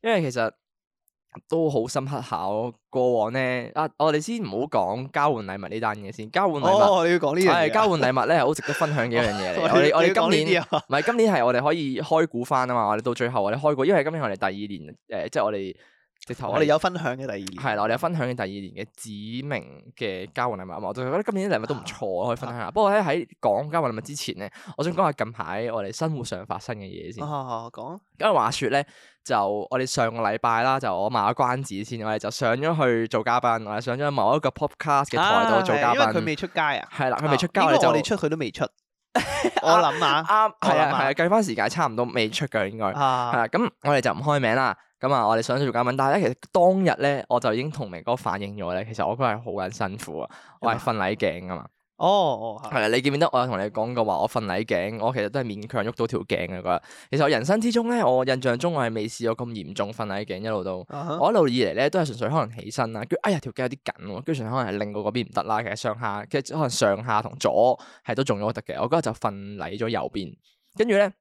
[SPEAKER 2] 因為其實都好深刻下我過往咧啊，我哋先唔好講交換禮物呢單嘢先，交換禮物。
[SPEAKER 1] 哦，你要講呢樣
[SPEAKER 2] 係
[SPEAKER 1] 嘢
[SPEAKER 2] 交
[SPEAKER 1] 啊。
[SPEAKER 2] 換禮物咧，係好值得分享嘅一樣嘢嚟。
[SPEAKER 1] 我
[SPEAKER 2] 我哋我
[SPEAKER 1] 你要講
[SPEAKER 2] 哋今
[SPEAKER 1] 呢
[SPEAKER 2] 年
[SPEAKER 1] 啲啊
[SPEAKER 2] 唔係今年係我哋可以開估翻啊嘛！我哋到最後我哋開估，因為今年我哋第二年誒、呃即係我哋直頭
[SPEAKER 1] 我哋有分享嘅第二年。
[SPEAKER 2] 係啦，我哋有分享嘅第二年嘅指明嘅交換禮物啊嘛，我就覺得今年啲禮物都唔錯，啊可以分享
[SPEAKER 1] 啊
[SPEAKER 2] 下。不過咧喺講交換禮物之前咧，我想講下近排我哋生活上發生嘅嘢先。
[SPEAKER 1] 啊，講
[SPEAKER 2] 因為話說咧，就我哋上個禮拜啦，就我賣咗關子先，我哋就上咗去做嘉賓，我哋上咗某一個 podcast 嘅台度做嘉
[SPEAKER 1] 啊係因為佢
[SPEAKER 2] 賓。
[SPEAKER 1] 未出街啊。
[SPEAKER 2] 係啦，佢未出街，
[SPEAKER 1] 啊應該
[SPEAKER 2] 就
[SPEAKER 1] 我哋出佢都未 出，我諗下
[SPEAKER 2] 啱，係
[SPEAKER 1] 我諗
[SPEAKER 2] 啊，
[SPEAKER 1] 下
[SPEAKER 2] 係啊，計翻時間差唔多未出嘅應該，係
[SPEAKER 1] 啊，
[SPEAKER 2] 啦，咁我哋就唔開名啦。咁啊，我哋想做嘉賓，但係咧，其實當日咧，我就已經同明哥反映咗咧，其實我嗰日好撚辛苦啊，我係瞓禮頸噶嘛。
[SPEAKER 1] 哦哦，係
[SPEAKER 2] 係啊，你記唔記得我有同你講過話，我瞓禮頸，我其實都係勉強喐到條頸嘅嗰日。其實我人生之中咧，我印象中我係未試過咁嚴重瞓禮頸，一路都。
[SPEAKER 1] 啊哈
[SPEAKER 2] 我一路以嚟咧都係純粹可能起身啦，跟住哎呀條頸有啲緊喎，跟住純粹可能係令到嗰邊唔得啦，其實上下其實可能上下同左係都中咗得嘅，我嗰日就瞓禮咗右邊，跟住咧。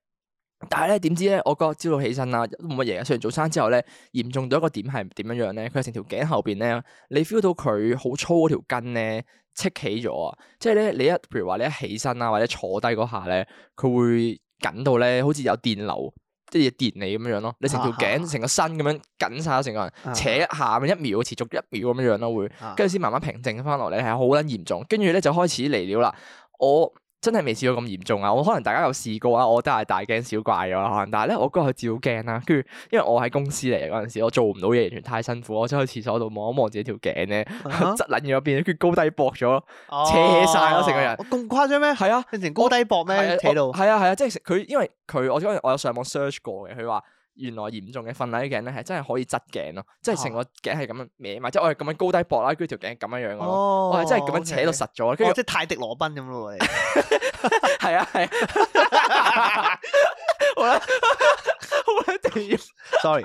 [SPEAKER 2] 但係咧，點知咧，我嗰日朝早起身啦，都冇乜嘢嘅。食完早餐之後咧，嚴重到一個點係點樣樣咧？佢係成條頸後邊咧，你 feel 到佢好粗嗰條筋咧，戚起咗啊！即係咧，你一譬如話你一起身啊，或者坐低嗰下咧，佢會緊到咧，好似有電流，即係電你咁樣樣咯。你成條
[SPEAKER 1] 啊
[SPEAKER 2] 頸、成個身咁樣緊晒，成個人。
[SPEAKER 1] 啊
[SPEAKER 2] 扯一下咪一秒，持續一秒咁樣樣咯，會
[SPEAKER 1] 啊
[SPEAKER 2] 跟住先慢慢平靜翻落嚟，係好撚嚴重。跟住咧就開始嚟料啦，我真係未試過咁嚴重啊！我可能大家有試過啊，我都係大驚小怪咗啦，可能。但係咧，我嗰日照驚啦，啊跟住因為我喺公司嚟嘅嗰陣時，我做唔到嘢，完全太辛苦，我走去廁所度望一望自己條頸 咧，
[SPEAKER 1] 啊哈
[SPEAKER 2] 側撚咗一邊，跟住高低膊咗，
[SPEAKER 1] 哦
[SPEAKER 2] 扯晒咯成個人
[SPEAKER 1] 哦咁誇張咩？
[SPEAKER 2] 係啊。
[SPEAKER 1] 變成高低膊
[SPEAKER 2] 係
[SPEAKER 1] 咩？
[SPEAKER 2] 啊
[SPEAKER 1] 扯到
[SPEAKER 2] 我係啊係啊，即係佢因為佢我嗰陣我有上網 search 過嘅，佢話原來嚴重嘅瞓禮頸咧係真係可以側頸咯，即
[SPEAKER 1] 啊
[SPEAKER 2] 係成個頸係咁樣歪埋，即係我係咁樣高低膊啦，跟住條頸係咁樣樣嘅咯，
[SPEAKER 1] 哦
[SPEAKER 2] 我係真係咁樣扯到，實咗，
[SPEAKER 1] OK 哦
[SPEAKER 2] 跟住
[SPEAKER 1] 即係泰迪羅賓咁咯，你
[SPEAKER 2] 係啊係啊， 好啦 好啦地獄，
[SPEAKER 1] sorry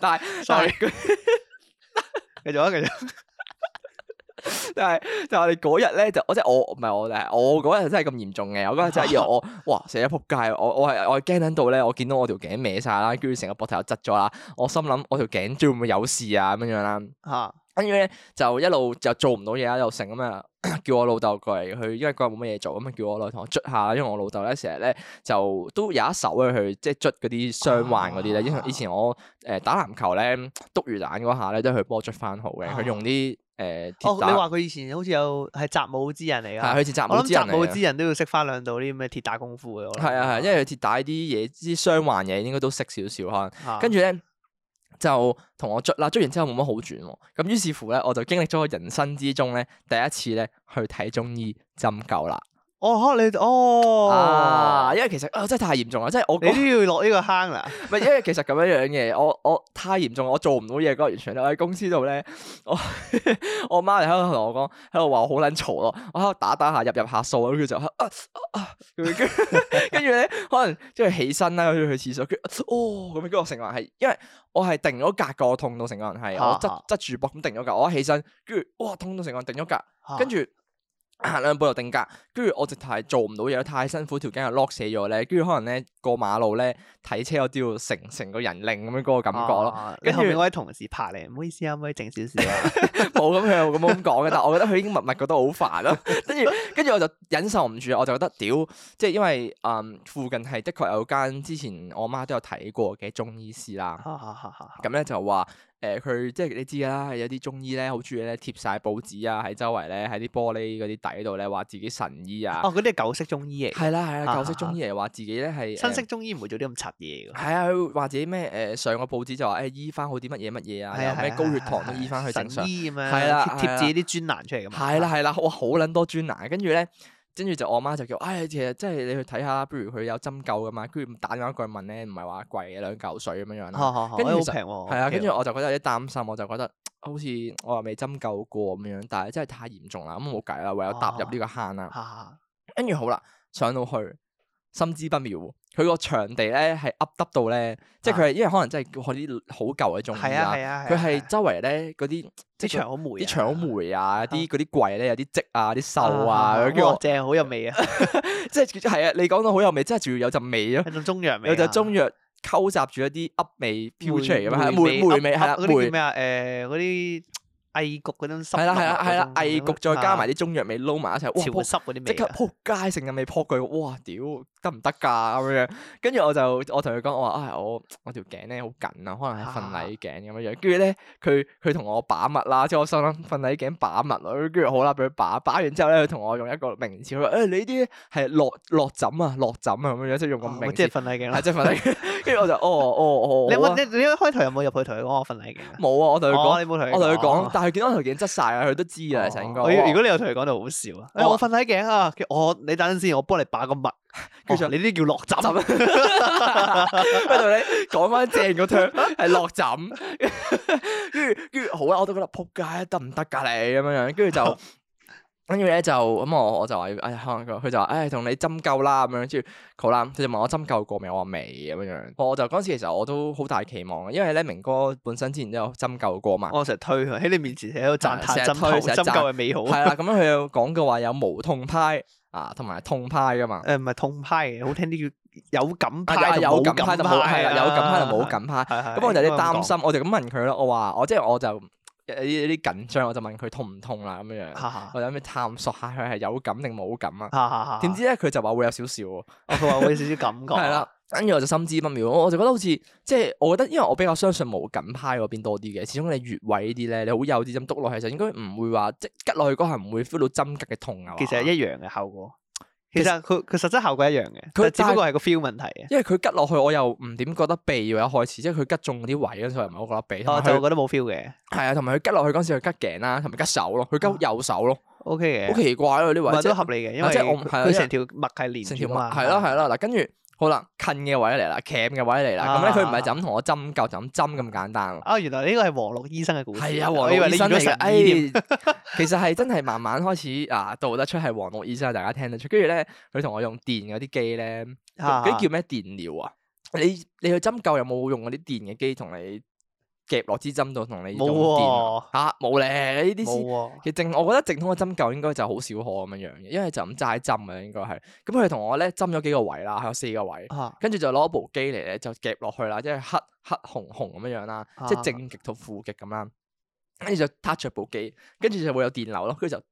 [SPEAKER 2] 但 係
[SPEAKER 1] Sorry
[SPEAKER 2] 但係
[SPEAKER 1] 繼續啊繼續
[SPEAKER 2] 但係但係我哋嗰日咧就我即係我唔係我但係我嗰日真係咁嚴重嘅，我嗰日真係以 為我哇死咗仆街，我我係我係驚緊到咧，我見到我條頸歪晒啦，跟住成個膊頭又側咗啦，我心諗我條頸最會唔會有事啊咁樣樣啦。
[SPEAKER 1] 吓
[SPEAKER 2] 跟住咧就一路就做唔到嘢啦，又成咁啊，叫我老豆過嚟，佢因為嗰日冇乜嘢做，咁啊叫我老豆同我捽下啦，因為我老豆咧成日咧就都有一手嘅佢，即係捽嗰啲傷患嗰啲咧，因為以前我誒、呃打籃球咧篤魚蛋嗰下咧都係佢幫我捽翻好嘅，佢用啲誒
[SPEAKER 1] 啊哦
[SPEAKER 2] 鐵
[SPEAKER 1] 你
[SPEAKER 2] 打，
[SPEAKER 1] 話佢以前好似有係習武之人嚟
[SPEAKER 2] 係
[SPEAKER 1] 噶，
[SPEAKER 2] 佢似雜
[SPEAKER 1] 啊我
[SPEAKER 2] 武
[SPEAKER 1] 諗
[SPEAKER 2] 之人
[SPEAKER 1] 習武
[SPEAKER 2] 嚟嘅
[SPEAKER 1] 之。人都要識翻兩道啲咩鐵打功夫嘅，我諗
[SPEAKER 2] 係啊係，因為佢鐵打啲嘢啲傷患嘢應該都識少少可能。
[SPEAKER 1] 嚇
[SPEAKER 2] 跟住咧就同我捽啦，捽完之後冇乜好轉喎。咁於是乎咧，我就經歷咗我人生之中咧第一次咧去睇中醫針灸啦。
[SPEAKER 1] 哦嚇你哦
[SPEAKER 2] 啊，因為其實啊真係太嚴重啦，即係我
[SPEAKER 1] 你都要落呢個坑 啦，
[SPEAKER 2] 唔係因為其實咁樣樣嘅，我我太嚴重，我做唔到嘢嗰日完全我喺公司度咧，我 我媽就喺度同我講，喺度話我好撚嘈咯，我喺度打打下入入下數，跟住就 啊啊啊咁樣跟跟住咧可能即係起身啦，跟住去廁所，跟住哦咁樣，跟住我成個人係因為我係定咗格個，我痛到成個人係
[SPEAKER 1] 啊啊
[SPEAKER 2] 我側側住膊咁定咗格，我一起身，跟住哇痛到成個人定咗格，跟住。 啊兩步就定格，跟住我直頭係做唔到嘢，太辛苦，條頸又 lock 死咗咧，跟住可能咧過馬路咧睇車我都要成成個人擰咁樣嗰個感覺咯，
[SPEAKER 1] 啊你
[SPEAKER 2] 跟住
[SPEAKER 1] 後面嗰位同事拍你，唔好意思啊，可唔可以靜少少啊？
[SPEAKER 2] 冇咁佢又咁樣講嘅，但係我覺得佢已經默默覺得好煩咯，跟住跟住我就忍受唔住，我就覺得屌，即係因為嗯附近係的確有間之前我媽都有睇過嘅中醫師啦。
[SPEAKER 1] 哈哈哈哈
[SPEAKER 2] 咁咧就話誒佢即係你知㗎啦，有啲中醫咧好中意咧貼晒報紙啊喺周圍咧喺啲玻璃嗰啲底度咧話自己神醫啊，
[SPEAKER 1] 哦，嗰啲係舊式中醫嚟嘅，
[SPEAKER 2] 係啦係啦，
[SPEAKER 1] 啊
[SPEAKER 2] 舊式中醫嚟話自己咧係
[SPEAKER 1] 新式
[SPEAKER 2] 誒
[SPEAKER 1] 中醫唔會做啲咁柒嘢㗎。
[SPEAKER 2] 係啊，佢話自己咩誒、呃上個報紙就話誒、哎醫翻好啲乜嘢乜嘢啊，
[SPEAKER 1] 係啊
[SPEAKER 2] 又咩
[SPEAKER 1] 係啊
[SPEAKER 2] 高血
[SPEAKER 1] 係啊
[SPEAKER 2] 糖
[SPEAKER 1] 係
[SPEAKER 2] 都
[SPEAKER 1] 啊
[SPEAKER 2] 醫翻去正常
[SPEAKER 1] 神，醫咁樣，
[SPEAKER 2] 係啦
[SPEAKER 1] 貼
[SPEAKER 2] 係啦
[SPEAKER 1] 貼自己啲專欄出嚟咁。啊
[SPEAKER 2] 係啦，係啦，哇好撚多專欄，跟住咧。跟住就我媽就叫，唉、其實即係你去睇下啦，不如佢有針灸噶嘛，跟住打電話過去問咧，唔係話貴嘅兩嚿水咁樣樣啦。
[SPEAKER 1] 哈哈哈，
[SPEAKER 2] 跟住
[SPEAKER 1] 哎好
[SPEAKER 2] 其實
[SPEAKER 1] 平喎。
[SPEAKER 2] 係啊，跟
[SPEAKER 1] OK
[SPEAKER 2] 住
[SPEAKER 1] 喎
[SPEAKER 2] 我就覺得有啲擔心，我就覺得好似我又未針灸過咁樣，但係真係太嚴重啦，咁冇計啦，唯有踏入
[SPEAKER 1] 哦
[SPEAKER 2] 呢個坑啦。
[SPEAKER 1] 哈哈
[SPEAKER 2] 跟住好啦，上到去心知不妙，佢個場地咧係噏耷到咧，即係佢係因為可能真係嗰啲好舊嘅中醫
[SPEAKER 1] 啊係啊
[SPEAKER 2] 啦，
[SPEAKER 1] 係啊，係啊
[SPEAKER 2] 佢係
[SPEAKER 1] 係啊
[SPEAKER 2] 周圍咧嗰啲即
[SPEAKER 1] 啲
[SPEAKER 2] 係
[SPEAKER 1] 牆好霉
[SPEAKER 2] 啲
[SPEAKER 1] 啊，
[SPEAKER 2] 牆好霉啊，啲嗰啲櫃咧有啲積啊，啲鏽啊，跟住
[SPEAKER 1] 哇
[SPEAKER 2] 我
[SPEAKER 1] 正好有味啊，
[SPEAKER 2] 即係係啊，你講到好有味，真係仲要有陣味咯，
[SPEAKER 1] 有種中藥味啊。
[SPEAKER 2] 有隻中藥溝雜住一啲噏味飄出嚟咁樣，
[SPEAKER 1] 梅
[SPEAKER 2] 梅梅味
[SPEAKER 1] 噏
[SPEAKER 2] 係啦，啊
[SPEAKER 1] 噏嗰啲
[SPEAKER 2] 梅
[SPEAKER 1] 叫。咩啊？誒嗰啲翳焗嗰啊種濕
[SPEAKER 2] 係啦係啦
[SPEAKER 1] 立立
[SPEAKER 2] 係啦
[SPEAKER 1] 嗰，種啊
[SPEAKER 2] 翳焗再加埋啲中藥味撈埋一齊，
[SPEAKER 1] 潮
[SPEAKER 2] 哇！
[SPEAKER 1] 濕嗰啲味啊。
[SPEAKER 2] 即刻撲街，成日味撲佢，哇屌得唔得㗎咁樣？跟住我就我同佢講，我話唉，我我條頸咧好緊啊，可能係
[SPEAKER 1] 啊
[SPEAKER 2] 婚禮頸咁樣樣。跟住咧，佢佢同我把脈啦，即係我心諗婚禮頸把脈啦，跟住好啦，俾佢把把完之後咧，佢同我用一個名詞，佢話誒你啲係落落枕啊，落枕啊咁樣樣，即係用個
[SPEAKER 1] 哦
[SPEAKER 2] 名
[SPEAKER 1] 即係
[SPEAKER 2] 詞，
[SPEAKER 1] 瞓禮鏡啦
[SPEAKER 2] 係。即係婚禮。跟住我就哦哦哦，
[SPEAKER 1] 你有
[SPEAKER 2] 好
[SPEAKER 1] 冇
[SPEAKER 2] 啊
[SPEAKER 1] 你你一開頭有冇入去同佢講我瞓禮鏡啊？
[SPEAKER 2] 冇啊，我同佢講
[SPEAKER 1] 哦，你冇同佢，
[SPEAKER 2] 我同佢講
[SPEAKER 1] 哦，
[SPEAKER 2] 但係佢見到我條頸側晒啊，佢都知啊，其實應該。
[SPEAKER 1] 哦我以為如果你有同佢講就好笑啊！哎
[SPEAKER 2] 我
[SPEAKER 1] 我瞓喺頸啊，佢我你等陣先，我幫你把個脈。
[SPEAKER 2] 跟住
[SPEAKER 1] 哦你呢啲叫落枕
[SPEAKER 2] 枕，我同你講翻正個 t 係落枕，跟住跟住好啦，我都覺得仆街得唔得㗎你咁樣樣，跟住 就。跟住咧就咁我我就話要，哎呀可能佢佢就話，唉同你針灸啦咁樣，跟住好啦，佢就問我針灸過未，我話未咁樣樣。我就嗰陣時其實我都好大期望嘅，因為咧明哥本身之前都有針灸過嘛，
[SPEAKER 1] 啊我成日推佢喺你面前喺度讚
[SPEAKER 2] 成
[SPEAKER 1] 歎
[SPEAKER 2] 日
[SPEAKER 1] 針
[SPEAKER 2] 推
[SPEAKER 1] 灸
[SPEAKER 2] 成日
[SPEAKER 1] 針灸
[SPEAKER 2] 讚
[SPEAKER 1] 嘅美好。啊
[SPEAKER 2] 係啦，咁樣佢有講過話有無痛派啊，同埋痛派噶嘛。
[SPEAKER 1] 誒唔係痛派嘅，好聽啲叫有感
[SPEAKER 2] 啊
[SPEAKER 1] 派
[SPEAKER 2] 有
[SPEAKER 1] 感
[SPEAKER 2] 感派就冇係啦，有感派就冇。感派。
[SPEAKER 1] 係係
[SPEAKER 2] 咁我就有啲擔。
[SPEAKER 1] 應該咁
[SPEAKER 2] 心，我就咁問佢咯。我話我即係我就有啲有啲緊張，我就問佢痛唔痛啊啦咁樣
[SPEAKER 1] 講
[SPEAKER 2] 樣。
[SPEAKER 1] 哈哈
[SPEAKER 2] 我有咩探索下佢係有感定冇感啊？
[SPEAKER 1] 哈哈哈！
[SPEAKER 2] 點知咧佢就話會有少少喎，
[SPEAKER 1] 哦佢話會有少少感覺。
[SPEAKER 2] 係啦。跟住我就心知不妙，我我就覺得好似即係我覺得，因為我比較相信無感派嗰邊多啲嘅。始終你穴位呢啲咧，你好幼稚咁篤落去，就應該唔會話即係拮落去嗰下唔會 feel 到針拮嘅痛啊。
[SPEAKER 1] 其實係一樣嘅效果。其實佢佢實質效果一樣嘅，但
[SPEAKER 2] 佢
[SPEAKER 1] 只不過係個 feel 問題嘅。
[SPEAKER 2] 因為佢拮落去，我又唔點覺得避喎。一開始即係佢拮中嗰啲位嗰陣，所以唔係好覺得避。同
[SPEAKER 1] 我哦
[SPEAKER 2] 埋
[SPEAKER 1] 就
[SPEAKER 2] 佢
[SPEAKER 1] 覺得冇 feel 嘅。
[SPEAKER 2] 係啊，同埋佢拮落去嗰陣時，佢拮頸啦，同埋拮手咯，佢
[SPEAKER 1] 啊
[SPEAKER 2] 拮右手咯，
[SPEAKER 1] O K
[SPEAKER 2] 好
[SPEAKER 1] 嘅，
[SPEAKER 2] 奇怪咯呢
[SPEAKER 1] 唔
[SPEAKER 2] 位，
[SPEAKER 1] 係
[SPEAKER 2] 即
[SPEAKER 1] 都
[SPEAKER 2] 係
[SPEAKER 1] 合理嘅，因
[SPEAKER 2] 啊
[SPEAKER 1] 為
[SPEAKER 2] 即係我唔係啊
[SPEAKER 1] 佢
[SPEAKER 2] 因為
[SPEAKER 1] 成條脈係連
[SPEAKER 2] 成條
[SPEAKER 1] 住
[SPEAKER 2] 物
[SPEAKER 1] 啊嘛。
[SPEAKER 2] 係咯係咯嗱，跟住好啦，近嘅位嚟啦，鉗嘅位嚟啦，咁咧佢唔係就咁同我針灸就咁針咁簡單喎。
[SPEAKER 1] 啊，原來呢個係黃綠醫生嘅故事。
[SPEAKER 2] 係啊，黃
[SPEAKER 1] 我以為
[SPEAKER 2] 綠
[SPEAKER 1] 你
[SPEAKER 2] 醫生
[SPEAKER 1] 遇咗
[SPEAKER 2] 嚟嘅，
[SPEAKER 1] 神醫添
[SPEAKER 2] 哎，其實係真係慢慢開始啊，道得出係黃綠醫生，大家聽得出。跟住咧，佢同我用電嗰啲機咧，
[SPEAKER 1] 啊
[SPEAKER 2] 嗰哎啲叫咩電療啊？你你去針灸有冇用嗰啲電嘅機同你夾落支針度同你用
[SPEAKER 1] 冇
[SPEAKER 2] 電
[SPEAKER 1] 喎，
[SPEAKER 2] 啊？冇咧，呢啲先
[SPEAKER 1] 冇喎。
[SPEAKER 2] 其實正，我覺得正統嘅針灸應該就好少可咁樣樣嘅，因為就咁齋針啊，應該係。咁佢同我咧針咗幾個位啦，有四個位，
[SPEAKER 1] 啊，
[SPEAKER 2] 跟住就攞部機嚟咧就夾落去啦，即係黑黑紅紅咁樣樣啦，即
[SPEAKER 1] 啊
[SPEAKER 2] 係正極同負極咁啦。跟住就 touch 著部機，跟住就會有電流咯，跟住就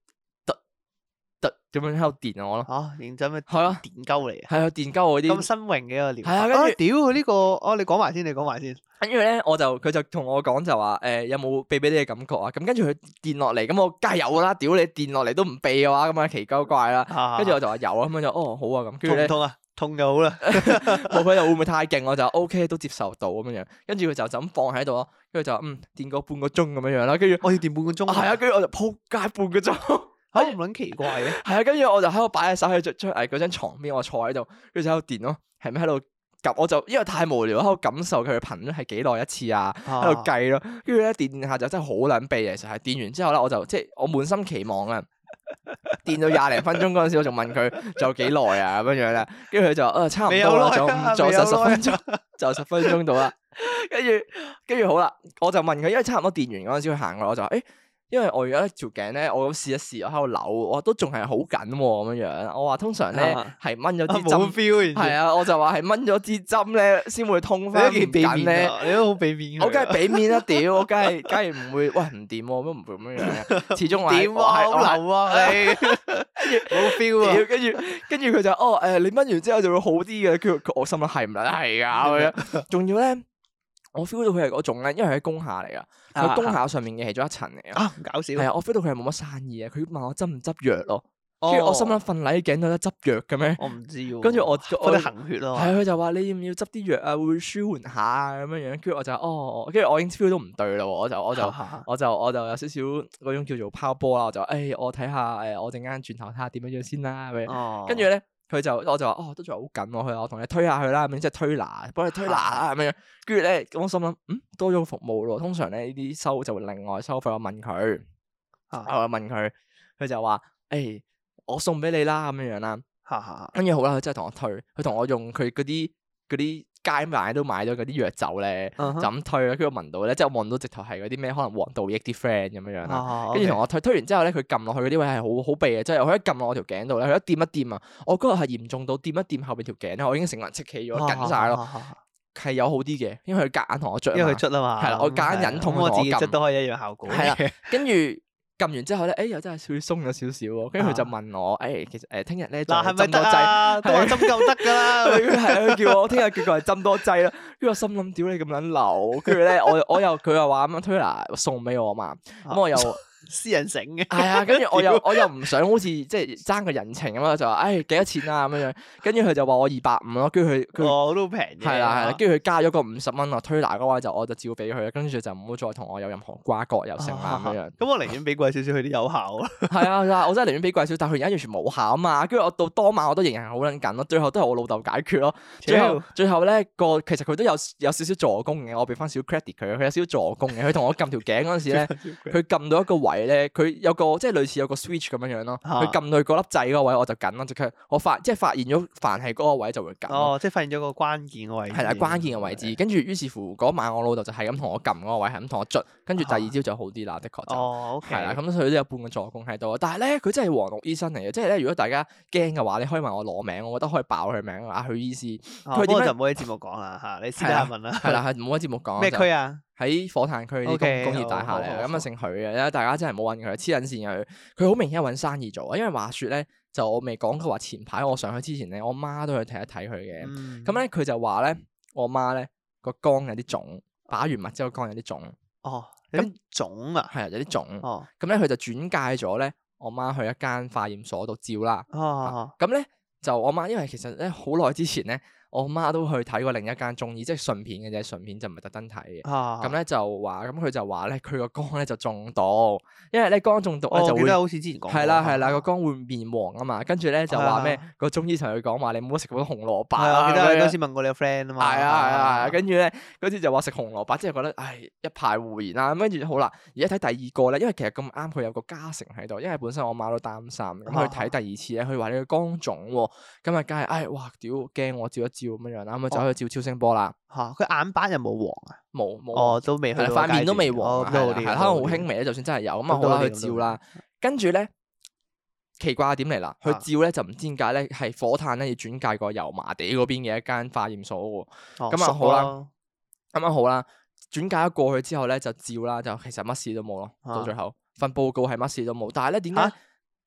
[SPEAKER 2] 得得咁樣喺度電我咯，
[SPEAKER 1] 嚇認真咩？
[SPEAKER 2] 係啊，
[SPEAKER 1] 電鳩嚟嘅，
[SPEAKER 2] 係啊，電鳩我
[SPEAKER 1] 咁
[SPEAKER 2] 啲。
[SPEAKER 1] 新穎嘅一個療法。
[SPEAKER 2] 係啊跟住
[SPEAKER 1] 屌佢呢個，哦，你講埋先，你講 埋先。
[SPEAKER 2] 跟住咧，我就佢就同我講就話誒、有冇避俾你嘅感覺啊？咁跟住佢電落嚟，咁我梗係有啦，屌你電落嚟都唔避嘅話，咁啊奇鳩怪啦。跟
[SPEAKER 1] 跟
[SPEAKER 2] 住我就話有啊，咁樣就哦好啊咁，跟住
[SPEAKER 1] 痛唔
[SPEAKER 2] 咧
[SPEAKER 1] 痛啊？痛就好啦。
[SPEAKER 2] 冇佢就會唔會太勁，我就 O、k 都接受到咁樣樣，跟住佢就就咁放喺度咯，跟住就嗯電過半個鐘咁樣樣啦，跟住
[SPEAKER 1] 我要電半個鐘。
[SPEAKER 2] 係啊，，跟住我就撲街半個鐘，係
[SPEAKER 1] 嚇咁撚奇怪嘅。
[SPEAKER 2] 啊，跟住我就喺度擺隻手喺張張誒嗰張床邊，我坐喺度，跟住就喺度電咯，係咪喺度撳？我就因為太無聊，喺度感受佢嘅頻率係幾耐一次啊，喺度
[SPEAKER 1] 啊
[SPEAKER 2] 計咯，跟住咧電下就真係好撚痹，其實係電完之後咧，我就即係我滿心期望啊， 電到廿零分鐘嗰陣時，我仲問佢仲有幾耐啊咁樣樣啦，跟住佢就啊差唔
[SPEAKER 1] 未有
[SPEAKER 2] 多啦，
[SPEAKER 1] 耐
[SPEAKER 2] 仲
[SPEAKER 1] 啊
[SPEAKER 2] 有仲有
[SPEAKER 1] 未有
[SPEAKER 2] 十十
[SPEAKER 1] 耐啊
[SPEAKER 2] 分鐘， 仲有十分鐘到啦，跟住跟住好啦，我就問佢，因為差唔多電完嗰陣時，佢行過嚟，我就話誒哎因為我而家條頸咧，我咁試一試，我喺度扭，我都仲係好緊喎咁樣樣。我話通常咧
[SPEAKER 1] 啊
[SPEAKER 2] 係掹咗
[SPEAKER 1] 啊
[SPEAKER 2] 支
[SPEAKER 1] 冇
[SPEAKER 2] 針，
[SPEAKER 1] feel，
[SPEAKER 2] 係啊，我就話係掹咗支針咧先會痛翻
[SPEAKER 1] 完
[SPEAKER 2] 唔
[SPEAKER 1] 全，你都幾俾
[SPEAKER 2] 緊
[SPEAKER 1] 面
[SPEAKER 2] 咧。
[SPEAKER 1] 啊，你都好俾面佢啊。
[SPEAKER 2] 我梗係俾面啦，屌！我梗係梗係唔會，喂唔掂喎，咁唔會咁樣 樣嘅。始終我係
[SPEAKER 1] 點
[SPEAKER 2] 我係
[SPEAKER 1] 啊，
[SPEAKER 2] 我係
[SPEAKER 1] 好流 啊你，冇 feel 啊
[SPEAKER 2] 屌，。跟住跟住佢就哦誒、你掹完之後就會好啲嘅。跟住佢我心諗係唔撚係㗎咁 樣。仲要咧，我 feel 到佢係嗰種咧，因為佢喺工廈嚟噶，佢
[SPEAKER 1] 啊
[SPEAKER 2] 工廈上面嘅其中一層嚟㗎。
[SPEAKER 1] 啊，唔搞笑。
[SPEAKER 2] 係啊，我 feel 到佢係冇乜生意啊。佢問我執唔執藥咯，
[SPEAKER 1] 哦
[SPEAKER 2] 跟住我心諗瞓禮頸度得執藥嘅咩？
[SPEAKER 1] 我唔知啊喎。
[SPEAKER 2] 跟住我
[SPEAKER 1] 我
[SPEAKER 2] 我
[SPEAKER 1] 哋行血咯。
[SPEAKER 2] 係佢啊就話你要唔要執啲藥啊，會舒緩下啊咁樣樣。跟住我就哦，跟住我已經 feel 到唔對啦喎，我就我就。
[SPEAKER 1] 啊
[SPEAKER 2] 我就我就有少少嗰種叫做拋波啦，我就誒、哎我睇下誒，我陣間轉頭睇下點樣樣先啦咁樣。
[SPEAKER 1] 哦，
[SPEAKER 2] 跟住咧，佢就我就話哦，都仲係好緊喎，佢話我同你推下佢啦，咁樣即係推拿，幫你推拿
[SPEAKER 1] 啊
[SPEAKER 2] 啦咁樣。跟住咧，咁我心諗嗯多咗個服務咯。通常咧呢啲收就會另外收費，我問佢，
[SPEAKER 1] 啊
[SPEAKER 2] 我問佢，佢就話誒、哎我送俾你啦咁樣樣啦。
[SPEAKER 1] 哈哈，
[SPEAKER 2] 跟住好啦，佢真係同我推，佢同我用佢嗰啲嗰啲街買都買咗嗰啲藥酒咧。
[SPEAKER 1] 就
[SPEAKER 2] 就咁推啦，跟住我聞到咧，即係我望到直頭係嗰啲咩可能黃道益啲 friend 咁樣樣啦。
[SPEAKER 1] 啊
[SPEAKER 2] 跟住同我推推完之後咧，佢撳落去嗰啲位係好好避嘅，即係佢一撳落我條頸度咧，佢一掂一掂啊，我嗰日係嚴重到掂一掂後邊條頸咧，我已經成個人戚起咗，緊晒
[SPEAKER 1] 啊
[SPEAKER 2] 咯，，係有好啲嘅，因為佢夾硬同我着
[SPEAKER 1] 因為
[SPEAKER 2] 嘛
[SPEAKER 1] 佢。捽啊嘛，
[SPEAKER 2] 係啦我夾硬忍痛
[SPEAKER 1] 咁我
[SPEAKER 2] 同
[SPEAKER 1] 自
[SPEAKER 2] 我
[SPEAKER 1] 己
[SPEAKER 2] 撳
[SPEAKER 1] 捽都可以一樣效果。
[SPEAKER 2] 係啦，跟住撳完之後咧，誒又真係少少鬆咗少少喎，跟住佢就問我，誒其實誒聽日咧就
[SPEAKER 1] 嗱係咪
[SPEAKER 2] 針多
[SPEAKER 1] 得
[SPEAKER 2] 劑。
[SPEAKER 1] 啊？ 都話
[SPEAKER 2] 係
[SPEAKER 1] 針灸得㗎啦。
[SPEAKER 2] 佢係佢叫我聽日叫佢係針多劑啦，跟住我心諗屌你咁撚流，跟住咧我我又佢又話咁樣推拿送俾我嘛，咁
[SPEAKER 1] 啊
[SPEAKER 2] 我又。
[SPEAKER 1] 私人整 嘅。
[SPEAKER 2] 係啊，跟住我又
[SPEAKER 1] 屌
[SPEAKER 2] 我又唔想好似即係爭個人情咁啊，就話唉幾多錢啊咁樣樣，跟住佢就話我二百五咯，跟住佢佢
[SPEAKER 1] 哦，都平嘅。
[SPEAKER 2] 係啦係啦，跟住佢加咗個五十蚊啊，推拿嗰位就我就照俾佢啦，跟住就唔好再同我有任何瓜葛又成啦咁樣。
[SPEAKER 1] 咁我寧願俾貴少少，佢啲有效啊。
[SPEAKER 2] 係啊，係啊我真係寧願俾貴少，但係佢而家完全冇效啊嘛，跟住我到當晚我都仍然係好撚緊咯，最後都係我老豆解決咯。 最後最後咧個其實佢都有有少少助攻嘅，我俾翻少 credit 佢，佢有少少助攻嘅，佢同我撳條頸嗰 陣時咧。佢撳到一個位咧，佢有個即係類似有個 switch 咁樣樣咯。
[SPEAKER 1] 啊
[SPEAKER 2] 佢撳到佢嗰粒掣嗰個位，我就緊啦，即刻我發即係發現咗，凡係嗰個位就會緊咯。
[SPEAKER 1] 哦，即係發現咗個關鍵嘅位置。
[SPEAKER 2] 係啦，關鍵嘅位置。跟住於是乎嗰晚我老豆就係咁同我撳嗰個位，係咁同我捽。跟住第二朝就好啲啦，的確就
[SPEAKER 1] 啊哦，OK。
[SPEAKER 2] 係啦。咁所以都有半個助攻喺度。但係咧，佢真係黃綠醫生嚟嘅，即係咧，如果大家驚嘅話，你可以問我攞名，我覺得可以爆佢名啊，許醫師。
[SPEAKER 1] 哦
[SPEAKER 2] 佢
[SPEAKER 1] 不過
[SPEAKER 2] 點樣
[SPEAKER 1] 就唔好喺節目講啦 嚇，你私底下問啦。
[SPEAKER 2] 係啦，係唔好喺節目講啊。
[SPEAKER 1] 咩
[SPEAKER 2] 就
[SPEAKER 1] 區啊？
[SPEAKER 2] 喺火炭區啲工
[SPEAKER 1] OK，
[SPEAKER 2] 工業大
[SPEAKER 1] 好
[SPEAKER 2] 廈嚟
[SPEAKER 1] 好
[SPEAKER 2] 嘅，
[SPEAKER 1] 好
[SPEAKER 2] 咁啊姓許嘅，因為大家真係冇揾佢，黐撚線嘅佢，佢好明顯係揾生意做啊！因為話説咧，就我未講佢話前排我上去之前咧，我媽都去睇一睇佢嘅，
[SPEAKER 1] 嗯
[SPEAKER 2] 咁咧佢就話咧，我媽咧個肝有啲腫，把完脈之後肝有啲腫，
[SPEAKER 1] 哦，有啲腫啊。
[SPEAKER 2] 係啊有啲腫，
[SPEAKER 1] 哦，
[SPEAKER 2] 咁咧佢就轉介咗咧我媽去一間化驗所度照啦，
[SPEAKER 1] 哦，
[SPEAKER 2] 咁咧就我媽因為其實咧好耐之前咧，我媽都去睇過另一間中醫，即係順便嘅啫，順便就唔係特登睇嘅。
[SPEAKER 1] 啊，
[SPEAKER 2] 咁咧就話，咁佢就話咧，佢個肝咧就中毒，因為咧肝中毒咧
[SPEAKER 1] 哦我
[SPEAKER 2] 就
[SPEAKER 1] 記
[SPEAKER 2] 會
[SPEAKER 1] 得好似之前講過。啊
[SPEAKER 2] 係啦係啦，個肝會面黃啊嘛，跟住咧就話咩
[SPEAKER 1] 係啊
[SPEAKER 2] 個中醫同佢講話，你唔好食咁多紅蘿蔔
[SPEAKER 1] 係啊，我記得
[SPEAKER 2] 咁
[SPEAKER 1] 你
[SPEAKER 2] 樣
[SPEAKER 1] 嗰時問過你個 friend 啊嘛。
[SPEAKER 2] 係啊係啊係啊，跟住咧嗰次就話食紅蘿蔔，之後覺得唉一派胡言啊啦。咁跟住好啦，而家睇第二個咧，因為其實咁啱佢有個加成喺度，因為本身我媽都擔心，咁
[SPEAKER 1] 啊
[SPEAKER 2] 佢睇第二次咧，佢話你個肝腫喎，咁啊梗係唉哇屌驚我照一照咁樣樣啦，咁啊
[SPEAKER 1] 哦
[SPEAKER 2] 走去照超聲波啦，
[SPEAKER 1] 嚇，佢眼板有冇黃啊？
[SPEAKER 2] 冇冇
[SPEAKER 1] 哦，都未去
[SPEAKER 2] 係
[SPEAKER 1] 到個階
[SPEAKER 2] 啦，
[SPEAKER 1] 段。
[SPEAKER 2] 塊面都未黃
[SPEAKER 1] 哦
[SPEAKER 2] 啊，
[SPEAKER 1] 都
[SPEAKER 2] 係
[SPEAKER 1] 好
[SPEAKER 2] 啦
[SPEAKER 1] 啲
[SPEAKER 2] 係啦，可能好輕微咧，就算真係有，咁啊
[SPEAKER 1] 咁都
[SPEAKER 2] 好
[SPEAKER 1] 好
[SPEAKER 2] 啦，
[SPEAKER 1] 啲
[SPEAKER 2] 去照啦。跟住咧，奇怪嘅點嚟啦，佢
[SPEAKER 1] 啊
[SPEAKER 2] 照咧就唔知點解咧，係火炭咧要轉介過油麻地嗰邊嘅一間化驗所喎。
[SPEAKER 1] 哦
[SPEAKER 2] 咁啊
[SPEAKER 1] 熟
[SPEAKER 2] 好啦
[SPEAKER 1] 咯
[SPEAKER 2] 啱啱好啦，轉介咗過去之後咧就照啦，就其實乜事都冇咯。
[SPEAKER 1] 啊
[SPEAKER 2] 到最後份報告係乜事都冇，但係咧點解
[SPEAKER 1] 嚇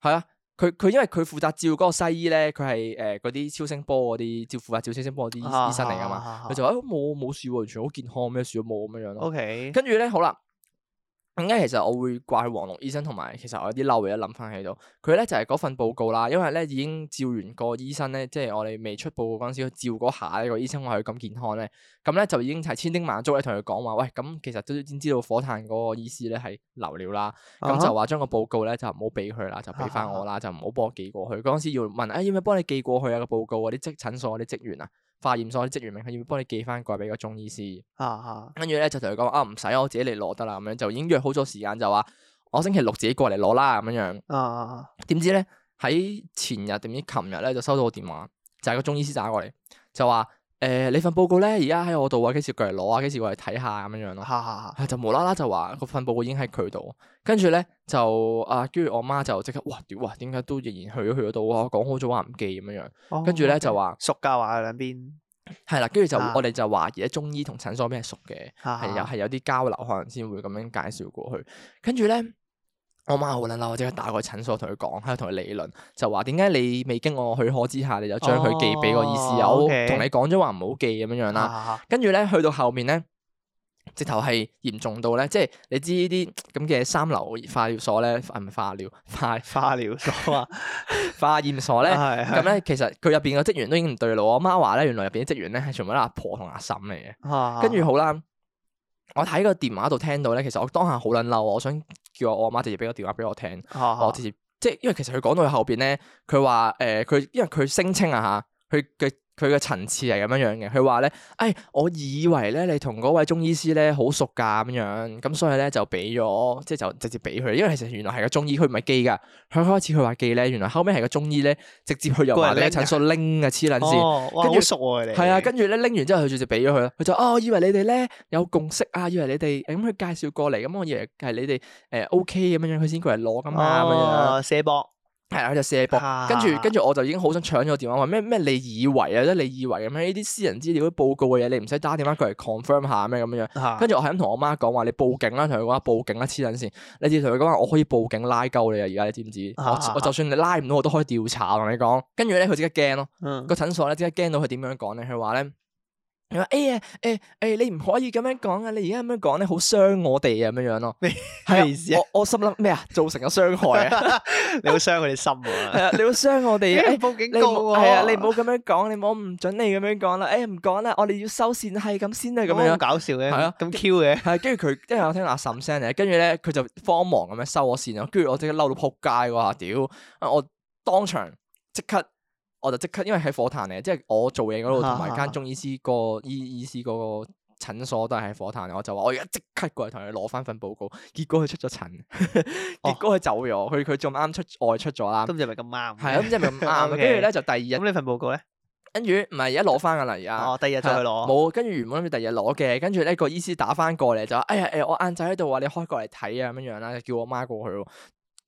[SPEAKER 2] 係啊？佢佢因為佢負責照嗰個西醫咧，佢係誒嗰啲超聲波嗰啲照負責照超聲波嗰啲
[SPEAKER 1] 啊
[SPEAKER 2] 醫醫生嚟噶嘛，
[SPEAKER 1] 嘛
[SPEAKER 2] 佢就話誒冇冇事喎，完全好健康，咩事都冇咁樣樣咯。
[SPEAKER 1] O K，
[SPEAKER 2] 跟住咧，好啦，點解其實我會怪黃龍醫生同埋，其實我有啲嬲嘅，一諗翻起到佢咧就係、嗰份報告啦，因為咧已經照完個醫生咧，即係我哋未出報告嗰陣時，佢照嗰下咧個醫生話佢咁健康咧，咁咧就已經係千叮萬囑咧同佢講話，喂，咁其實都已經知道火炭嗰個醫師咧係流料啦，咁就話將個報告咧就唔好俾佢啦，就俾翻我啦，就唔好幫我寄過去。嗰陣時要問，誒要唔要幫你寄過去啊個報告啊啲職診所嗰啲職員啊，化驗所嗰啲職員名，佢要唔要幫你寄翻過去俾個中醫師？
[SPEAKER 1] 啊啊
[SPEAKER 2] 跟住咧就同佢講啊，唔使我自己嚟攞得啦，咁樣就已經約好咗時間，就話我星期六自己過嚟攞啦，咁樣樣。
[SPEAKER 1] 啊啊
[SPEAKER 2] 點知咧喺前日定唔知琴日咧就收到個電話，就係、個中醫師打過嚟，就話誒、誒你份報告咧而家喺我度啊，幾時過嚟攞啊，幾時過嚟睇下咁樣樣咯。
[SPEAKER 1] 哈哈哈，
[SPEAKER 2] 啊就無啦啦就話個份報告已經喺佢度，跟住咧就啊，跟住我媽就即刻哇屌哇，點解都仍然去咗去嗰度啊？講好咗話唔記咁樣樣，
[SPEAKER 1] 哦
[SPEAKER 2] 跟住咧就
[SPEAKER 1] OK
[SPEAKER 2] 話
[SPEAKER 1] 熟㗎話兩邊，
[SPEAKER 2] 係啦，跟住就
[SPEAKER 1] 啊
[SPEAKER 2] 我哋就話而家中醫同診所邊係熟嘅，
[SPEAKER 1] 哈
[SPEAKER 2] 係有
[SPEAKER 1] 哈
[SPEAKER 2] 係有啲交流，可能先會咁樣介紹過去。跟住咧，我媽好撚嬲，我即刻打過去診所同佢講，喺度同佢理論，就話點解你未經我許可之下，你就將佢寄俾個醫師啊？
[SPEAKER 1] 哦
[SPEAKER 2] 我
[SPEAKER 1] ，OK 啊
[SPEAKER 2] 同你講咗話唔好寄咁樣樣啦。
[SPEAKER 1] 哈哈
[SPEAKER 2] 跟住咧去到後面咧，直頭係嚴重到咧，即係你知呢啲咁嘅三流化療所咧，啊唔係化療化
[SPEAKER 1] 化療啊所啊，
[SPEAKER 2] 化驗所咧，
[SPEAKER 1] 係
[SPEAKER 2] 咁咧其實佢入邊嘅職員都已經唔對路。我媽話咧，原來入邊啲職員咧係全部都係阿婆同阿嬸嚟嘅。
[SPEAKER 1] 係
[SPEAKER 2] 跟住好啦，我喺個電話度聽到咧，其實我當下好撚嬲，啊我想叫我阿媽直接俾個電話俾我聽，
[SPEAKER 1] 哈哈
[SPEAKER 2] 我直接即係因為其實佢講到後邊咧，佢話誒佢因為佢聲稱啊嚇，佢嘅。佢嘅層次係咁樣樣嘅，佢話咧，誒、我以為咧你同嗰位中醫師咧好熟㗎咁樣，咁所以咧就俾咗，即係就直接俾佢，因為其實原來係個中醫，佢唔係寄㗎，佢一開始佢話寄咧，原來後尾係個中醫咧直接去入
[SPEAKER 1] 過嚟
[SPEAKER 2] 埋你嘅
[SPEAKER 1] 拎㗎
[SPEAKER 2] 診所拎嘅黐撚線。
[SPEAKER 1] 哦，哇，
[SPEAKER 2] 跟
[SPEAKER 1] 好
[SPEAKER 2] 住
[SPEAKER 1] 熟喎你哋，
[SPEAKER 2] 係啊，跟住咧拎完之後，佢就直俾咗佢啦。佢就啊，我以為你哋咧有共識啊，以為你哋咁佢介紹過嚟，咁我以為係你哋誒 OK 咁樣樣，佢先過嚟攞噶嘛咁樣樣。
[SPEAKER 1] 哦，射博，
[SPEAKER 2] 係啊，佢就卸膊。跟住跟
[SPEAKER 1] 住，
[SPEAKER 2] 住我就已經好想搶咗個電話，話咩咩你以為啊，即係你以為咁樣呢啲私人資料報告嘅嘢，你唔使打電話過嚟 confirm 下咩咁樣樣。
[SPEAKER 1] 哈
[SPEAKER 2] 跟住我係咁同我媽講話，你報警啦，同佢講話報警啦，黐撚線。你直接同佢講話，我可以報警拉鳩你啊！而家你知唔知？
[SPEAKER 1] 啊
[SPEAKER 2] 我我就算你拉唔到，我都可以調查。我同你講，跟住咧佢即刻驚咯。
[SPEAKER 1] 嗯
[SPEAKER 2] 個診所咧，即刻驚到佢點樣講咧？佢話咧，佢話哎呀，誒誒，你唔可以咁樣講啊！你而家咁樣講咧，好傷我哋啊咁樣樣咯。係啊
[SPEAKER 1] 咩意思啊？
[SPEAKER 2] 我我心諗咩啊？造成咗傷害 啊！
[SPEAKER 1] 你好傷佢哋心
[SPEAKER 2] 係
[SPEAKER 1] 啊！
[SPEAKER 2] 啊，你好傷我哋 啊！
[SPEAKER 1] 哎
[SPEAKER 2] 哎
[SPEAKER 1] 報警
[SPEAKER 2] 你唔
[SPEAKER 1] 告
[SPEAKER 2] 好
[SPEAKER 1] 喎，
[SPEAKER 2] 係啊！你唔好咁樣講，你唔好唔准你咁樣講啦。哎誒唔講啦，我哋要收線係咁先啦咁樣
[SPEAKER 1] 咁
[SPEAKER 2] 樣。
[SPEAKER 1] 搞笑嘅，
[SPEAKER 2] 係啊
[SPEAKER 1] 咁 Q 嘅，
[SPEAKER 2] 係，跟住佢，因為我聽到阿嬸聲嚟，跟住咧佢就慌忙咁樣收我線咯，跟住我即刻嬲到撲街喎，屌！啊我當場即刻，我就即刻，因為喺火炭嚟，即係我做嘢嗰度同埋間中醫師個醫醫師嗰個診所都係喺火炭嚟，我就話我而家即刻過嚟同佢攞翻份報告，結果佢出咗 診，
[SPEAKER 1] 哦
[SPEAKER 2] 結果佢走咗，佢佢仲啱出外出咗啦
[SPEAKER 1] 都，唔知係咪咁啱。
[SPEAKER 2] 係啊，咁即係咪咁啱？
[SPEAKER 1] OK
[SPEAKER 2] 跟住咧就第二日，
[SPEAKER 1] 咁你份報告咧？
[SPEAKER 2] 跟住唔係而家攞翻噶啦，而家。
[SPEAKER 1] 哦，第二日再去攞。
[SPEAKER 2] 冇，跟住原本諗住第二日攞嘅，跟住咧個醫師打翻過嚟就話：哎呀，誒、我晏晝喺度話你開過嚟睇啊咁樣樣啦，就叫我媽過去喎。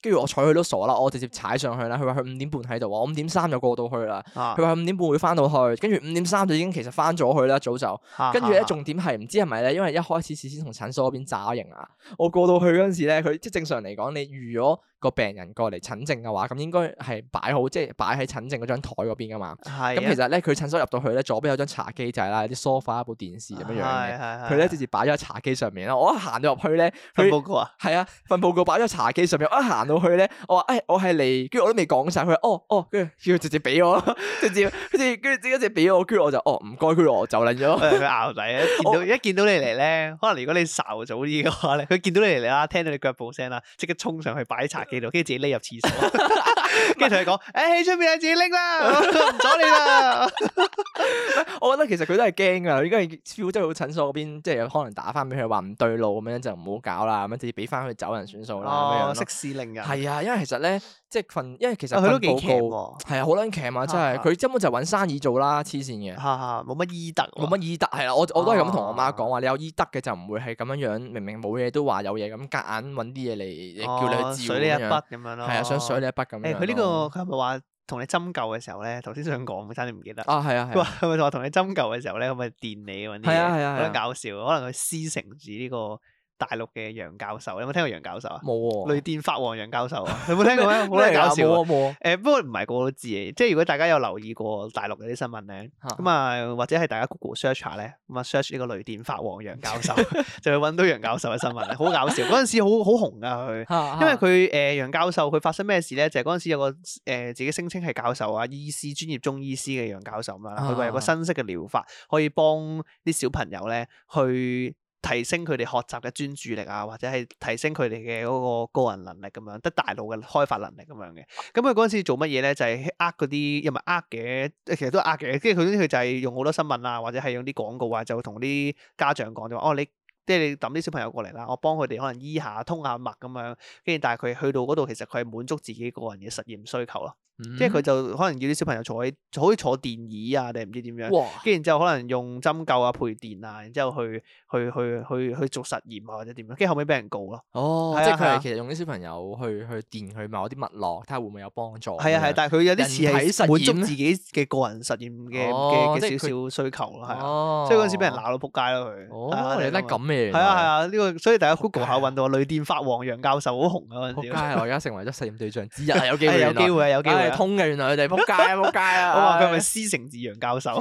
[SPEAKER 2] 跟住我睬佢都傻啦，我直接踩上去啦。佢話佢五點半喺度啊，我五點三就過到去啦。
[SPEAKER 1] 啊
[SPEAKER 2] 佢話佢五點半會翻到去，跟住五點三就已經其實翻咗去啦，早就。
[SPEAKER 1] 啊
[SPEAKER 2] 跟住咧，，重點係唔知係咪咧，因為一開始事先同診所嗰邊炸型啊，我過到去嗰陣時咧，佢即係正常嚟講，你預咗個病人過嚟診症嘅話，咁應該係擺好，即係擺喺診症嗰張台嗰邊噶嘛。
[SPEAKER 1] 係啊
[SPEAKER 2] 咁其實咧，佢診所入到去咧，左邊有張茶幾仔啦，有啲 sofa、一部電視咁樣樣嘅。
[SPEAKER 1] 嘅
[SPEAKER 2] 佢咧直接擺咗喺茶幾上面啦。我一行到入去咧，
[SPEAKER 1] 份
[SPEAKER 2] 佢
[SPEAKER 1] 報告啊，
[SPEAKER 2] 係啊份報告擺咗喺茶幾上面。我一行到去咧，我話誒、哎我係嚟，跟住我都未講晒，佢話哦哦，跟住佢直接俾我，直接跟住跟住即刻直接俾我，跟住我就哦唔該，跟住 我就撚咗。
[SPEAKER 1] 佢咬底啊！見到
[SPEAKER 2] 我
[SPEAKER 1] 一見到你嚟咧，可能如果你稍早啲嘅話咧，佢見到你嚟啊啦，聽到你腳步聲啦，即刻衝上去擺茶幾度，跟住自己匿入廁 所，跟住同佢講：，誒喺出面啊，自己拎啦，唔阻你啦。
[SPEAKER 2] 我覺得其實佢都係驚㗎，應該係 feel 即係診所嗰邊，即係可能打翻俾佢話唔對路咁樣就唔好搞啦，咁樣直接俾翻佢走人算數啦咁樣
[SPEAKER 1] 哦
[SPEAKER 2] 咯，
[SPEAKER 1] 息事令人，
[SPEAKER 2] 係啊，因為其實咧，即係份，因為其實
[SPEAKER 1] 啊佢都
[SPEAKER 2] 份
[SPEAKER 1] 幾
[SPEAKER 2] 報
[SPEAKER 1] 強
[SPEAKER 2] 告
[SPEAKER 1] 喎，
[SPEAKER 2] 係啊，好撚騎啊，真係
[SPEAKER 1] 啊
[SPEAKER 2] 佢根本就揾生意做啦，黐線嘅
[SPEAKER 1] 嚇。嚇冇乜醫德喎，
[SPEAKER 2] 冇乜醫德係啦，我我都係咁同我媽講話，你有醫德嘅就唔會係咁樣樣，明明冇嘢都話有嘢咁，夾硬揾啲嘢嚟叫
[SPEAKER 1] 哦
[SPEAKER 2] 你去照
[SPEAKER 1] 水呢一
[SPEAKER 2] 咁樣
[SPEAKER 1] 筆，咁樣咯。
[SPEAKER 2] 係啊，想水你一筆咁樣
[SPEAKER 1] 誒，
[SPEAKER 2] 咯。
[SPEAKER 1] 佢呢個佢係咪話同你針灸嘅時候咧？頭先想講，差啲唔記得。
[SPEAKER 2] 啊係啊
[SPEAKER 1] 佢
[SPEAKER 2] 係 啊
[SPEAKER 1] 話佢咪話同你針灸嘅時候咧，佢咪電你揾啲
[SPEAKER 2] 係
[SPEAKER 1] 嘢，
[SPEAKER 2] 啊係啊
[SPEAKER 1] 好
[SPEAKER 2] 係
[SPEAKER 1] 撚
[SPEAKER 2] 啊
[SPEAKER 1] 搞笑。可能佢師承住呢個大陸嘅楊教授，有冇聽過楊教授啊？
[SPEAKER 2] 冇
[SPEAKER 1] 雷
[SPEAKER 2] 喎，
[SPEAKER 1] 電法王楊教授 啊，你有冇聽過咧？好
[SPEAKER 2] 咩
[SPEAKER 1] 撚
[SPEAKER 2] 嚟㗎
[SPEAKER 1] 搞笑啊。
[SPEAKER 2] 冇啊冇啊
[SPEAKER 1] 誒，不過唔係個個都知嘅，即係如果大家有留意過大陸嗰啲新聞咧，
[SPEAKER 2] 嚇
[SPEAKER 1] 咁啊或者係大家 Google search 下咧，咁啊 search 呢個雷電法王楊教授， 就會揾到楊教授嘅新聞，好搞笑。嗰陣時好好紅㗎佢。
[SPEAKER 2] 嚇
[SPEAKER 1] 因為
[SPEAKER 2] 嚇
[SPEAKER 1] 佢誒、呃、楊教授佢發生咩事咧？就係嗰陣時有個誒、呃自己聲稱係教授啊、醫師專業中醫師嘅楊教授咁樣啦，佢話有個
[SPEAKER 2] 啊
[SPEAKER 1] 新式嘅療法可以幫啲小朋友咧去提升佢哋學習嘅專注力啊，或者係提升佢哋嘅嗰個個人能力咁樣，得大腦嘅開發能力咁樣嘅。咁佢嗰陣時做乜嘢咧？就係呃嗰啲又唔係呃嘅，其實都係呃嘅。跟住佢總之佢就係用好多新聞啊，或者係用啲廣告啊，就同啲家長講就話：哦，你即係你抌啲小朋友過嚟啦，我幫佢哋可能醫下、通下脈咁樣。跟住但係佢去到嗰度，其實佢係滿足自己個人嘅實驗需求咯。
[SPEAKER 2] 嗯
[SPEAKER 1] 即係佢就可能要啲小朋友坐喺，好似坐電椅啊定唔知點樣。
[SPEAKER 2] 哇，
[SPEAKER 1] 跟住然之後可能用針灸啊、配電啊，然之後去去去去去做實驗啊或者點樣，跟住後尾俾人告咯。
[SPEAKER 2] 哦，
[SPEAKER 1] 係啊
[SPEAKER 2] 即係佢
[SPEAKER 1] 係啊
[SPEAKER 2] 係其實用啲小朋友去去電佢某啲脈絡，睇下會唔會有幫助咁樣。
[SPEAKER 1] 係啊係，但係佢有啲
[SPEAKER 2] 哦人
[SPEAKER 1] 似
[SPEAKER 2] 體實
[SPEAKER 1] 係滿
[SPEAKER 2] 驗
[SPEAKER 1] 足自己嘅個人實驗嘅
[SPEAKER 2] 哦
[SPEAKER 1] 嘅
[SPEAKER 2] 即係
[SPEAKER 1] 嘅少少需求咯，係啊。
[SPEAKER 2] 哦，
[SPEAKER 1] 所以嗰陣時俾人鬧到仆街咯佢。係啊
[SPEAKER 2] 哦，你得。
[SPEAKER 1] 就係
[SPEAKER 2] 咁嘅，
[SPEAKER 1] 係啊係啊，呢個所以大家
[SPEAKER 2] 仆街
[SPEAKER 1] Google 下
[SPEAKER 2] 啊
[SPEAKER 1] 揾到啊雷電法王楊教授好紅啊嗰
[SPEAKER 2] 仆
[SPEAKER 1] 陣
[SPEAKER 2] 街
[SPEAKER 1] 時。
[SPEAKER 2] 啊！我而家成為咗實驗對象之一啊，有機
[SPEAKER 1] 係
[SPEAKER 2] 會，
[SPEAKER 1] 有機
[SPEAKER 2] 會，
[SPEAKER 1] 會啊有機會
[SPEAKER 2] 唉
[SPEAKER 1] 啊。
[SPEAKER 2] 通嘅原來佢哋仆街啊，仆街啊！
[SPEAKER 1] 我話佢係咪師承自楊教授？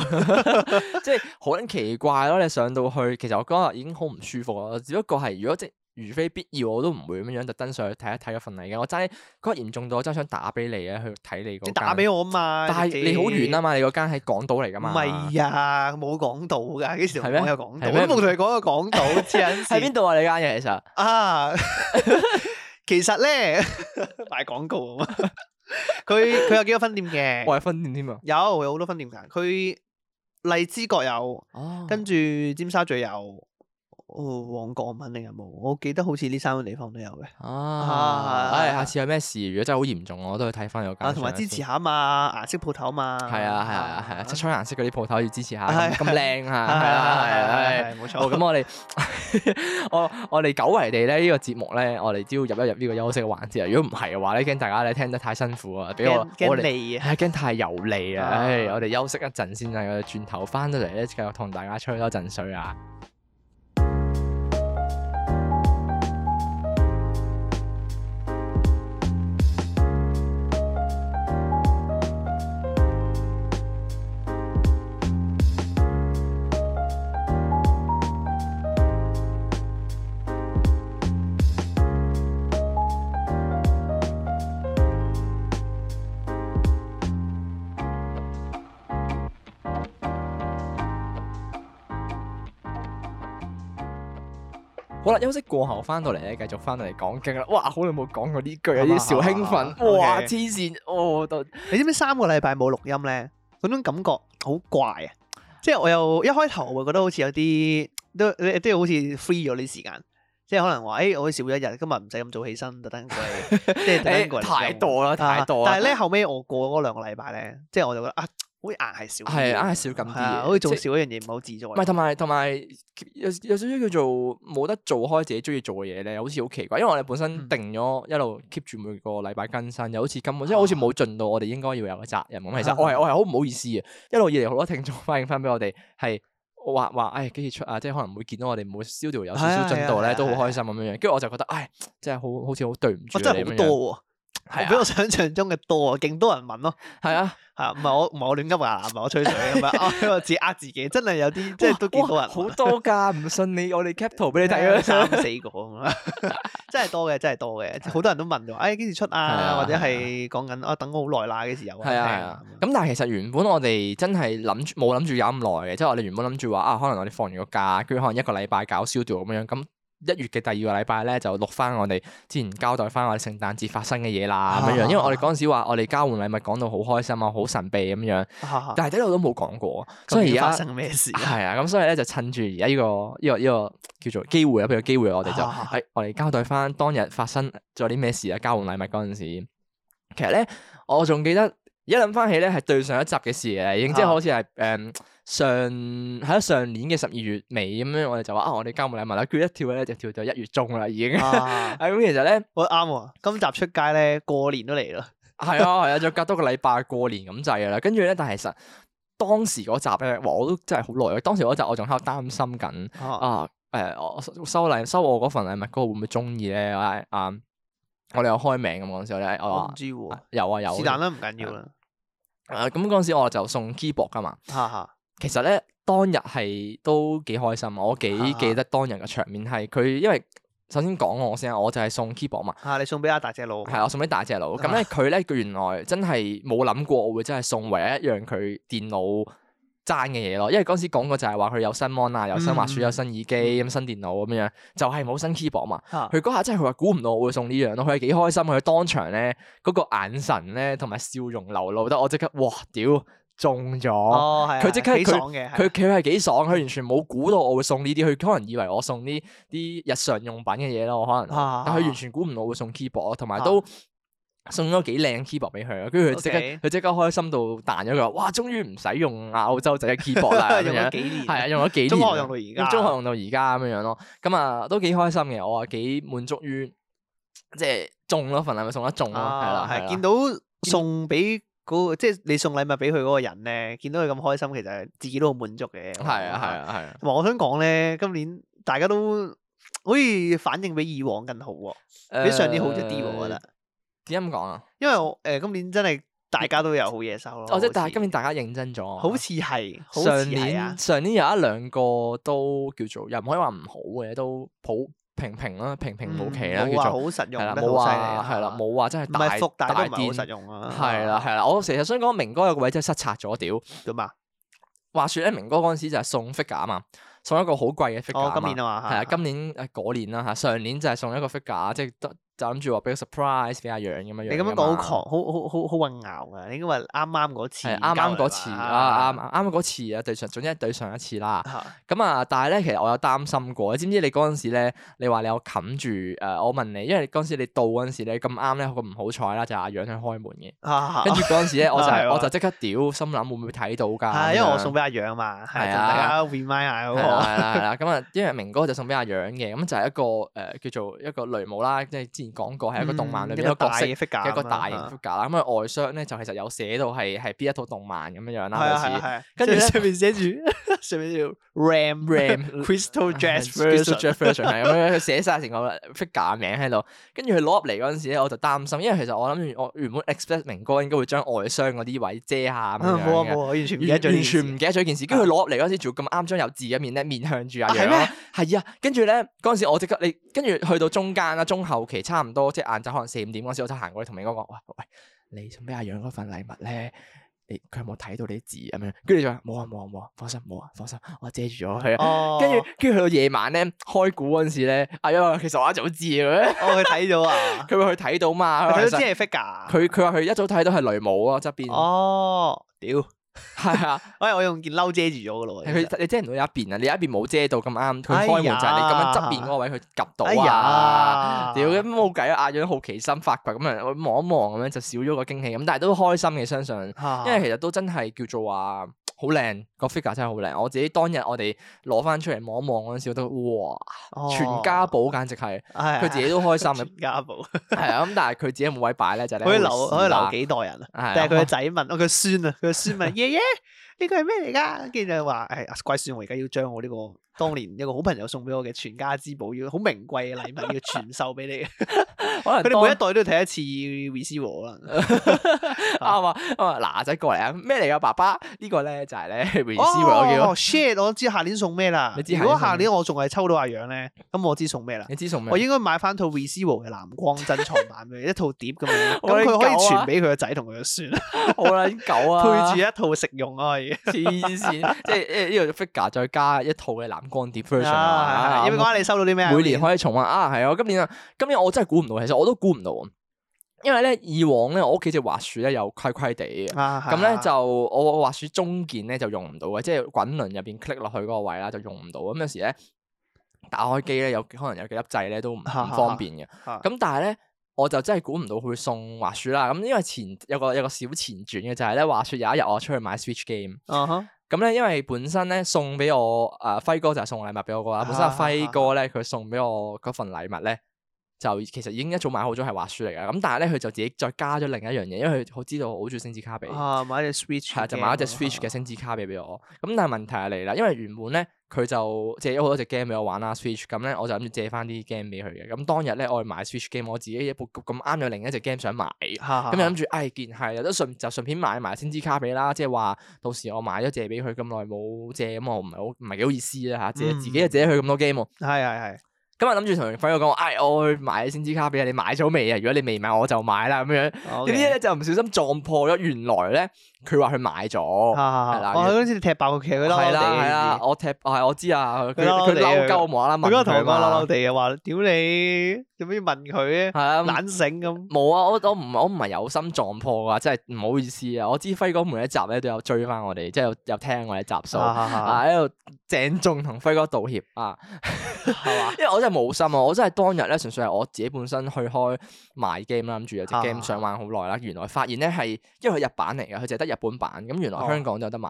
[SPEAKER 2] 即係好撚奇怪咯！你上到去，其實我嗰日已經好唔舒服啦，只不過係如果即如非必要，我都唔會咁樣樣特登上去睇一睇嗰份嚟嘅。我真係嗰日嚴重到我真係想打俾你啊，去睇你
[SPEAKER 1] 你
[SPEAKER 2] 嗰間。
[SPEAKER 1] 打俾我啊嘛。
[SPEAKER 2] 但係你好遠啊嘛，你嗰間喺港島嚟噶
[SPEAKER 1] 唔
[SPEAKER 2] 嘛？
[SPEAKER 1] 係啊，冇講到㗎，幾時同
[SPEAKER 2] 係咩
[SPEAKER 1] 我有講到？
[SPEAKER 2] 係
[SPEAKER 1] 我
[SPEAKER 2] 咩
[SPEAKER 1] 都冇同你講過講到，黐緊
[SPEAKER 2] 喺邊
[SPEAKER 1] 線
[SPEAKER 2] 度啊？你間嘢其實
[SPEAKER 1] 啊！ 其實咧 賣廣告啊嘛，佢佢有幾個分店嘅，
[SPEAKER 2] 我係分店添啊。
[SPEAKER 1] 有有好多分店㗎。佢荔枝角有，
[SPEAKER 2] 哦，
[SPEAKER 1] 跟住尖沙咀有，哦旺角我唔肯定有冇，我記得好似呢三個地方都有嘅。
[SPEAKER 2] 啊
[SPEAKER 1] 啊，
[SPEAKER 2] 唉，下次有咩事，如果真係好嚴重，我都去睇翻有間。
[SPEAKER 1] 啊，同埋支持下啊嘛，顏色鋪頭嘛。
[SPEAKER 2] 係啊係啊係啊，七彩顏色嗰啲鋪頭要支持下，
[SPEAKER 1] 係
[SPEAKER 2] 咁靚啊，係啊係啊係啊
[SPEAKER 1] 係係係，冇
[SPEAKER 2] 好，
[SPEAKER 1] 錯。
[SPEAKER 2] 咁我哋我我哋久違地咧呢個節目咧，我哋都要入一入呢個休息嘅環節啊！如果唔係嘅話咧，驚大家咧聽得太辛苦啊，俾我
[SPEAKER 1] 驚驚
[SPEAKER 2] 我哋
[SPEAKER 1] 你啊！
[SPEAKER 2] 係驚太油膩啊！
[SPEAKER 1] 啊
[SPEAKER 2] 唉，我哋休息一陣先啊，我哋轉頭翻到嚟咧，繼續同大家吹多陣水啊！好啦，休息過後翻到嚟咧，繼續翻到嚟講經啦！哇，好耐冇講過呢句啊，有啲小興奮，
[SPEAKER 1] 好啊好啊
[SPEAKER 2] 哇，
[SPEAKER 1] OK
[SPEAKER 2] 黐線，哦，到
[SPEAKER 1] 你知唔知三個禮拜冇錄音咧，嗰種感覺好怪啊！即係我又一開頭會覺得好似有啲都都好似 free 咗啲時間，即係可能話誒、哎我少咗一日，今日唔使咁早起身，特登過 嚟，即係特登過嚟錄
[SPEAKER 2] 誒
[SPEAKER 1] 音。
[SPEAKER 2] 太多啦太多啦
[SPEAKER 1] 啊但係咧後尾我過嗰兩個禮拜咧，即係我就覺得啊，好似硬係少啲嘢，
[SPEAKER 2] 係硬係少咁啲
[SPEAKER 1] 係啊
[SPEAKER 2] 嘢
[SPEAKER 1] 好似做
[SPEAKER 2] 即係
[SPEAKER 1] 少一樣嘢唔係好自在。
[SPEAKER 2] 唔係，同埋同埋有有少少叫做冇得做開自己中意做嘅嘢咧，好似好奇怪。因為我哋本身
[SPEAKER 1] 嗯
[SPEAKER 2] 定咗一路 keep 住每個禮拜更新，又好似根本即係好似冇盡到我哋應該要有嘅責任咁。其實
[SPEAKER 1] 啊
[SPEAKER 2] 我係我係好唔好意思嘅，一路以嚟好多聽眾反映翻俾我哋係。話話唉幾時出啊？即係可能會見到我哋每燒條有少
[SPEAKER 1] 係
[SPEAKER 2] 少
[SPEAKER 1] 啊
[SPEAKER 2] 進度
[SPEAKER 1] 係
[SPEAKER 2] 咧，
[SPEAKER 1] 啊
[SPEAKER 2] 都好
[SPEAKER 1] 係啊
[SPEAKER 2] 開心咁樣樣。跟住我就覺得唉，真係好好似好對唔住
[SPEAKER 1] 我真
[SPEAKER 2] 你
[SPEAKER 1] 係
[SPEAKER 2] 咁
[SPEAKER 1] 好
[SPEAKER 2] 樣
[SPEAKER 1] 多
[SPEAKER 2] 係
[SPEAKER 1] 喎，
[SPEAKER 2] 啊
[SPEAKER 1] 比我想象中嘅多啊，勁多人問咯。
[SPEAKER 2] 係啊，
[SPEAKER 1] 嚇，唔係我唔係我亂噏啊，唔係我吹水咁 樣，啊我自己呃自己，真係有啲即係都幾
[SPEAKER 2] 哇
[SPEAKER 1] 多人問。
[SPEAKER 2] 好多㗎，唔信你，我哋 cap 圖俾你睇啊！
[SPEAKER 1] 三四個咁啦， 真係多嘅，真係多嘅，好多人都問咗，哎幾時出
[SPEAKER 2] 啊
[SPEAKER 1] 啊？或者係講緊啊等我好耐啦，幾時有啊？
[SPEAKER 2] 係啊係啊，咁但係其實原本我哋真係諗住冇諗住有咁耐嘅，即係我哋原本諗住話啊，可能我哋放完個假，跟住可能一個禮拜搞燒掉咁樣，咁一月嘅第二個禮拜咧就錄翻我哋之前交代翻我哋聖誕節發生嘅嘢啦咁樣樣，因為我哋嗰陣時話我哋交換禮物講到好開心啊，好神秘咁樣，
[SPEAKER 1] 咁
[SPEAKER 2] 但係一路都冇講過，所以
[SPEAKER 1] 發
[SPEAKER 2] 而家。
[SPEAKER 1] 生咩事 啊？
[SPEAKER 2] 係啊，咁所以咧就趁住而家呢個呢、個呢、個叫做機會啊，俾個機會我哋就係、哎
[SPEAKER 1] 啊
[SPEAKER 2] 我哋交代翻當日發生咗啲咩事啊，交換禮物嗰陣時，其實咧我仲記得而家諗翻起咧係對上一集嘅事嘅，已經即係
[SPEAKER 1] 啊
[SPEAKER 2] 好似係誒上喺咯上年嘅十二月尾咁樣，我哋就話啊我哋交換禮物啦，跟住一跳咧就跳到一月中啦已經，係 咁、
[SPEAKER 1] 啊，
[SPEAKER 2] 其實咧。
[SPEAKER 1] 我啱喎，今集出街咧，過年都嚟啦，
[SPEAKER 2] 係啊係啊，再隔多個禮拜過年咁滯噶啦。跟住咧，但係其實當時嗰集咧，哇我都真係好耐啊。當時嗰集我仲喺度擔心緊
[SPEAKER 1] 啊
[SPEAKER 2] 啊，誒、我我收禮收我嗰份禮物嗰個會唔會中意咧？啊啊，我哋有開名咁嗰陣時候咧，我
[SPEAKER 1] 我唔
[SPEAKER 2] 話
[SPEAKER 1] 知喎
[SPEAKER 2] 啊，有啊有啊。
[SPEAKER 1] 是但啦，唔緊要啦，
[SPEAKER 2] 誒咁嗰陣時我就送 keyboard 噶嘛。
[SPEAKER 1] 哈哈，
[SPEAKER 2] 其實咧當日係都幾開心啊，我幾記得當日嘅場面係佢，因為首先講我先啊，我就係送 keyboard 嘛。
[SPEAKER 1] 嚇啊你送俾阿大隻佬，
[SPEAKER 2] 係啊我送俾大隻佬。
[SPEAKER 1] 啊
[SPEAKER 2] 咁咧佢咧佢原來真係冇諗過我會真係送唯一一樣佢電腦爭嘅嘢咯。因為嗰陣時講過就係話佢有新 mon 啊，有新滑鼠，
[SPEAKER 1] 嗯
[SPEAKER 2] 有新耳機，咁新電腦咁樣，就係冇新 keyboard 嘛。
[SPEAKER 1] 嚇
[SPEAKER 2] 佢嗰下真係佢話估唔到我會送呢樣咯，佢係幾開心，佢當場咧嗰個眼神咧同埋笑容流露得我即刻哇屌中咗！
[SPEAKER 1] 哦係啊，
[SPEAKER 2] 佢即刻
[SPEAKER 1] 幾爽嘅，
[SPEAKER 2] 佢佢係幾爽，佢完全冇估到我會送呢啲，佢可能以為我送呢啲日常用品嘅嘢咯，我可能，
[SPEAKER 1] 啊
[SPEAKER 2] 但佢完全估唔到我會送 keyboard，咯同埋都送咗幾靚 keyboard 俾佢，跟住佢即刻
[SPEAKER 1] OK
[SPEAKER 2] 佢即刻開心到彈咗佢話：哇，終於唔使用亞洲仔嘅 keyboard 啦咁
[SPEAKER 1] 用咗
[SPEAKER 2] 樣。
[SPEAKER 1] 幾年，
[SPEAKER 2] 係啊，用咗幾年。
[SPEAKER 1] 中學用到而家，
[SPEAKER 2] 中學用到而家咁樣樣咯，咁啊都幾開心嘅，我啊幾滿足於即係中咯份禮物送得中咯，係啦
[SPEAKER 1] 啊，
[SPEAKER 2] 係
[SPEAKER 1] 係
[SPEAKER 2] 啦
[SPEAKER 1] 見。到送俾嗰個即係你送禮物俾佢嗰個人咧，見到佢咁開心，其實自己都好滿足嘅。
[SPEAKER 2] 係啊，係。啊，係啊，
[SPEAKER 1] 同埋我想講咧，今年大家都好似反應比以往更好喎，比上年好咗啲喎，我覺得。
[SPEAKER 2] 誒啊呃點解咁講啊？
[SPEAKER 1] 因為我誒今年真係大家都有好嘢收咯。
[SPEAKER 2] 哦，即係
[SPEAKER 1] 好似
[SPEAKER 2] 但係今年大家認真咗啊，
[SPEAKER 1] 好似係，好似
[SPEAKER 2] 上
[SPEAKER 1] 係啊
[SPEAKER 2] 年。上年有一兩個都叫做又唔可以話唔好嘅，都普平平啦，平平無奇啦，
[SPEAKER 1] 嗯冇
[SPEAKER 2] 叫
[SPEAKER 1] 話
[SPEAKER 2] 做
[SPEAKER 1] 好實用
[SPEAKER 2] 係啦，
[SPEAKER 1] 得
[SPEAKER 2] 冇
[SPEAKER 1] 好犀利
[SPEAKER 2] 話
[SPEAKER 1] 啊
[SPEAKER 2] 係啦，冇話真
[SPEAKER 1] 唔
[SPEAKER 2] 係
[SPEAKER 1] 係
[SPEAKER 2] 大
[SPEAKER 1] 服，但係都唔係好實
[SPEAKER 2] 癲。
[SPEAKER 1] 用啊。
[SPEAKER 2] 係啦，係啦，我成日想講明哥有個位真係失策咗屌。
[SPEAKER 1] 點啊？
[SPEAKER 2] 話說咧，明哥嗰陣時就係送 figure 啊嘛，送一個好貴嘅 figure
[SPEAKER 1] 哦，
[SPEAKER 2] 啊
[SPEAKER 1] 今
[SPEAKER 2] 嘛
[SPEAKER 1] 年。啊嘛，
[SPEAKER 2] 係啊，今年誒嗰年啦嚇，上年就係送一個 figure，即係啊得就諗住話俾個 surprise 俾阿楊咁樣樣。
[SPEAKER 1] 你咁樣講好狂，好好好好混淆啊！你應該話啱啱嗰次，
[SPEAKER 2] 係啱啱嗰次啊， 啱啱啱嗰次啊，對上總之係對上一次啦。
[SPEAKER 1] 啱。
[SPEAKER 2] 咁啊，但係咧，其實我有擔心過，你知唔知你嗰陣時咧，你話你有冚住誒、呃我問你，因為嗰陣時你到嗰陣時咧，咁啱咧，咁唔好彩啦，就係阿楊去開門嘅，
[SPEAKER 1] 啊
[SPEAKER 2] 跟住嗰陣時咧，我就
[SPEAKER 1] 係喎啊
[SPEAKER 2] 我就即刻屌，心諗會唔會睇到㗎？
[SPEAKER 1] 係因為
[SPEAKER 2] 咁
[SPEAKER 1] 我
[SPEAKER 2] 樣
[SPEAKER 1] 送俾阿楊嘛，係
[SPEAKER 2] 係
[SPEAKER 1] 同
[SPEAKER 2] 啊
[SPEAKER 1] 大家 remind 下
[SPEAKER 2] 係啦
[SPEAKER 1] 嗰
[SPEAKER 2] 係啦係啦，咁啊，因為明哥就送俾阿楊嘅，咁就係一個誒、呃叫做一個雷姆啦，即係之前講過
[SPEAKER 1] 個
[SPEAKER 2] 係啊一個動漫裏
[SPEAKER 1] 嗯
[SPEAKER 2] 面
[SPEAKER 1] 一個
[SPEAKER 2] 一個角
[SPEAKER 1] 大
[SPEAKER 2] 色
[SPEAKER 1] 嘅 figure
[SPEAKER 2] 嘅一個
[SPEAKER 1] 咁樣
[SPEAKER 2] 大型
[SPEAKER 1] 啊
[SPEAKER 2] figure 啦，咁啊外箱咧就其實有寫到係係邊一套動漫咁樣樣
[SPEAKER 1] 係
[SPEAKER 2] 啦，
[SPEAKER 1] 啊
[SPEAKER 2] 類
[SPEAKER 1] 係啊
[SPEAKER 2] 似
[SPEAKER 1] 係啊，
[SPEAKER 2] 跟
[SPEAKER 1] 跟
[SPEAKER 2] 住
[SPEAKER 1] 住
[SPEAKER 2] 咧
[SPEAKER 1] 上面寫住 上面叫 Ram
[SPEAKER 2] RAM
[SPEAKER 1] Crystal Jazz
[SPEAKER 2] Crystal
[SPEAKER 1] Version
[SPEAKER 2] Jet Version 係咁樣，佢寫晒成個 figure 名喺度，跟住佢攞入嚟嗰陣時咧，我就擔心，因為其實我諗住我原本 expect 明哥應該會將外箱嗰啲位遮下
[SPEAKER 1] 啊
[SPEAKER 2] 咁樣
[SPEAKER 1] 冇啊
[SPEAKER 2] 嘅
[SPEAKER 1] 冇啊，完全唔記
[SPEAKER 2] 完
[SPEAKER 1] 得咗呢件
[SPEAKER 2] 完全
[SPEAKER 1] 事。
[SPEAKER 2] 唔記得咗件事，跟住佢攞入嚟嗰陣時，仲要咁啱將有字嘅面咧面向住阿
[SPEAKER 1] 啊係
[SPEAKER 2] 楊
[SPEAKER 1] 咩
[SPEAKER 2] 啦，係啊，跟住咧嗰陣時我即刻你跟住去到中間啦，啊中後期差唔多即係晏晝可能四五點嗰陣時，我就行過去同明哥講：喂喂，你送俾阿楊嗰份禮物咧，你佢有冇睇到你啲字咁樣？跟住就話冇啊冇啊冇啊，放心冇啊放心，我遮住咗佢啊。
[SPEAKER 1] 哦，
[SPEAKER 2] 跟住跟住去到夜晚咧開估嗰陣時咧，阿楊話其實我一早知嘅，
[SPEAKER 1] 哦佢睇咗 啊，
[SPEAKER 2] 佢話佢睇到嘛，
[SPEAKER 1] 佢
[SPEAKER 2] 佢話
[SPEAKER 1] 睇
[SPEAKER 2] 其
[SPEAKER 1] 到
[SPEAKER 2] 實
[SPEAKER 1] 知係 figure。啊
[SPEAKER 2] 佢佢話佢一早睇到係雷姆啊側邊，
[SPEAKER 1] 哦，屌！
[SPEAKER 2] 係啊。
[SPEAKER 1] 喂，我用件褸遮住咗噶咯喎。其實
[SPEAKER 2] 佢你遮唔到有一邊啊，你有一邊冇遮到咁啱，佢
[SPEAKER 1] 哎
[SPEAKER 2] 開門就係你咁樣側
[SPEAKER 1] 呀
[SPEAKER 2] 邊嗰個位，佢及
[SPEAKER 1] 哎
[SPEAKER 2] 到啊！
[SPEAKER 1] 呀，
[SPEAKER 2] 屌咁冇計啊！亞樣好奇心發掘咁樣，我望一望咁樣就少咗個驚喜咁，但係都開心嘅，相信，
[SPEAKER 1] 啊
[SPEAKER 2] 因為其實都真係叫做話好靚個 figure 真係好靚，我自己當日我哋攞翻出嚟望一望嗰陣時，我都哇！全家寶簡直係
[SPEAKER 1] 佢
[SPEAKER 2] 佢自己都開心嘅，
[SPEAKER 1] 哦啊全家寶，可
[SPEAKER 2] 係啊咁，但係佢自啊己冇位擺咧，就
[SPEAKER 1] 以留可以留幾代人啊。但係佢
[SPEAKER 2] 係
[SPEAKER 1] 個
[SPEAKER 2] 啊
[SPEAKER 1] 仔問，哦佢孫啊，佢個孫問 爺爺呢個係咩嚟㗎？跟住就話誒，啊乖孫，我而家要將我呢個當年一個好朋友送俾我嘅全家之寶，要好名貴嘅禮物，要傳授俾 你。
[SPEAKER 2] 可能
[SPEAKER 1] 佢哋每一啊代
[SPEAKER 2] 當
[SPEAKER 1] 都要睇一次 receive 可能。
[SPEAKER 2] 啱啊啱啊嗱仔過嚟啊咩嚟啊爸爸呢個咧就係咧 receiver 叫
[SPEAKER 1] 哦。shit！我知下年送咩啦
[SPEAKER 2] 你。知下年
[SPEAKER 1] 如果
[SPEAKER 2] 送
[SPEAKER 1] 下
[SPEAKER 2] 咩
[SPEAKER 1] 年我仲係抽到阿楊咧，咁我知送咩啦。
[SPEAKER 2] 你知送咩？
[SPEAKER 1] 我應該買翻套 receive 嘅藍光珍藏版俾佢，一套碟咁樣，
[SPEAKER 2] 我
[SPEAKER 1] 咁佢可以
[SPEAKER 2] 狗啊
[SPEAKER 1] 傳俾佢個仔同佢個孫，
[SPEAKER 2] 好撚狗 啊！
[SPEAKER 1] 配住一套食用啊可以。
[SPEAKER 2] 住黐線，即係呢呢度 figure 再加一套嘅藍光碟 version
[SPEAKER 1] 啊，
[SPEAKER 2] 啊！
[SPEAKER 1] 有冇講
[SPEAKER 2] 咁
[SPEAKER 1] 下你收到啲咩啊？
[SPEAKER 2] 每年可以重溫啊！係啊，今年啊，今年我真係估唔到，其實我都估唔到啊，因為咧以往咧我屋企只滑雪咧又虧虧地嘅。
[SPEAKER 1] 啊，
[SPEAKER 2] 咁咧
[SPEAKER 1] 係
[SPEAKER 2] 就我滑雪中件咧就用唔到嘅，即係滾輪入邊 click 落去嗰個位啦，就用唔到。咁有時咧打開機咧有可能有幾粒掣咧都唔唔方便嘅。
[SPEAKER 1] 啊
[SPEAKER 2] 咁但係咧，我就真係估唔到佢會送滑雪啦。咁因為前有個有個小前傳嘅就係咧，滑雪有一日我出去買 Switch game，
[SPEAKER 1] 啊哈
[SPEAKER 2] 咁咧因為本身咧送俾我誒輝哥就係送禮物俾我個啦。本身阿輝哥咧佢送俾我嗰份禮物咧。就其實已經一早買好咗係滑雪嚟㗎，咁但係咧佢就自己再加咗另一樣嘢，因為佢好知道我好中意星之卡比，
[SPEAKER 1] 啊買隻 Switch
[SPEAKER 2] 係啊就買咗隻 Switch 嘅星之卡比俾我。咁但係問題係嚟啦，因為原本咧佢就借咗好多隻 game 俾我玩啦，Switch 咁咧我就諗住借翻啲 game 俾佢嘅。咁當日咧我去買 Switch game，我自己一部咁啱有另一隻 game 想買，
[SPEAKER 1] 咁
[SPEAKER 2] 咁就諗住唉見係都順就順便買埋先知卡比啦，即係話到時我買咗借俾佢咁耐冇借，咁我唔係好唔係幾好意思啦嚇，借自己又借咗佢咁多 game 喎。
[SPEAKER 1] 係係係
[SPEAKER 2] 咁啊諗住同輝哥講，唉我去買先知卡比啊，你買咗未啊？如果你未買我就買啦咁樣。
[SPEAKER 1] ，OK，
[SPEAKER 2] 點知咧就唔小心撞破咗，原來咧佢話佢買
[SPEAKER 1] 啊
[SPEAKER 2] 咗。係啦
[SPEAKER 1] 我嗰陣時踢爆個劇，佢
[SPEAKER 2] 哦係
[SPEAKER 1] 嬲嬲
[SPEAKER 2] 啦
[SPEAKER 1] 地
[SPEAKER 2] 係啦，
[SPEAKER 1] 嘅。
[SPEAKER 2] 我踢係我知啊，佢
[SPEAKER 1] 佢嬲嬲
[SPEAKER 2] 佢
[SPEAKER 1] 地啊
[SPEAKER 2] 嬲鳩我無啦啦
[SPEAKER 1] 佢
[SPEAKER 2] 問
[SPEAKER 1] 嗰個同我
[SPEAKER 2] 佢
[SPEAKER 1] 講嬲嬲
[SPEAKER 2] 嘛，
[SPEAKER 1] 地嘅話，屌你，做咩要問佢
[SPEAKER 2] 係
[SPEAKER 1] 啊？
[SPEAKER 2] 啊，
[SPEAKER 1] 懶醒咁。
[SPEAKER 2] 冇啊！我我唔我唔係有心撞破啊，真係唔好意思啊！我知輝哥每一集咧都有追翻我哋，即係有有聽我哋集數
[SPEAKER 1] 啊啊啊
[SPEAKER 2] 啊，喺度鄭重同輝哥道歉啊，
[SPEAKER 1] 係嘛？
[SPEAKER 2] 因為我真係冇心啊！我真係當日咧純粹係我自己本身去開賣 game 啦，諗住有隻
[SPEAKER 1] 啊
[SPEAKER 2] game 想玩好耐啦，原來發現咧係因為佢日版嚟嘅，佢淨係得日本版，咁原來
[SPEAKER 1] 哦
[SPEAKER 2] 香港都有得買，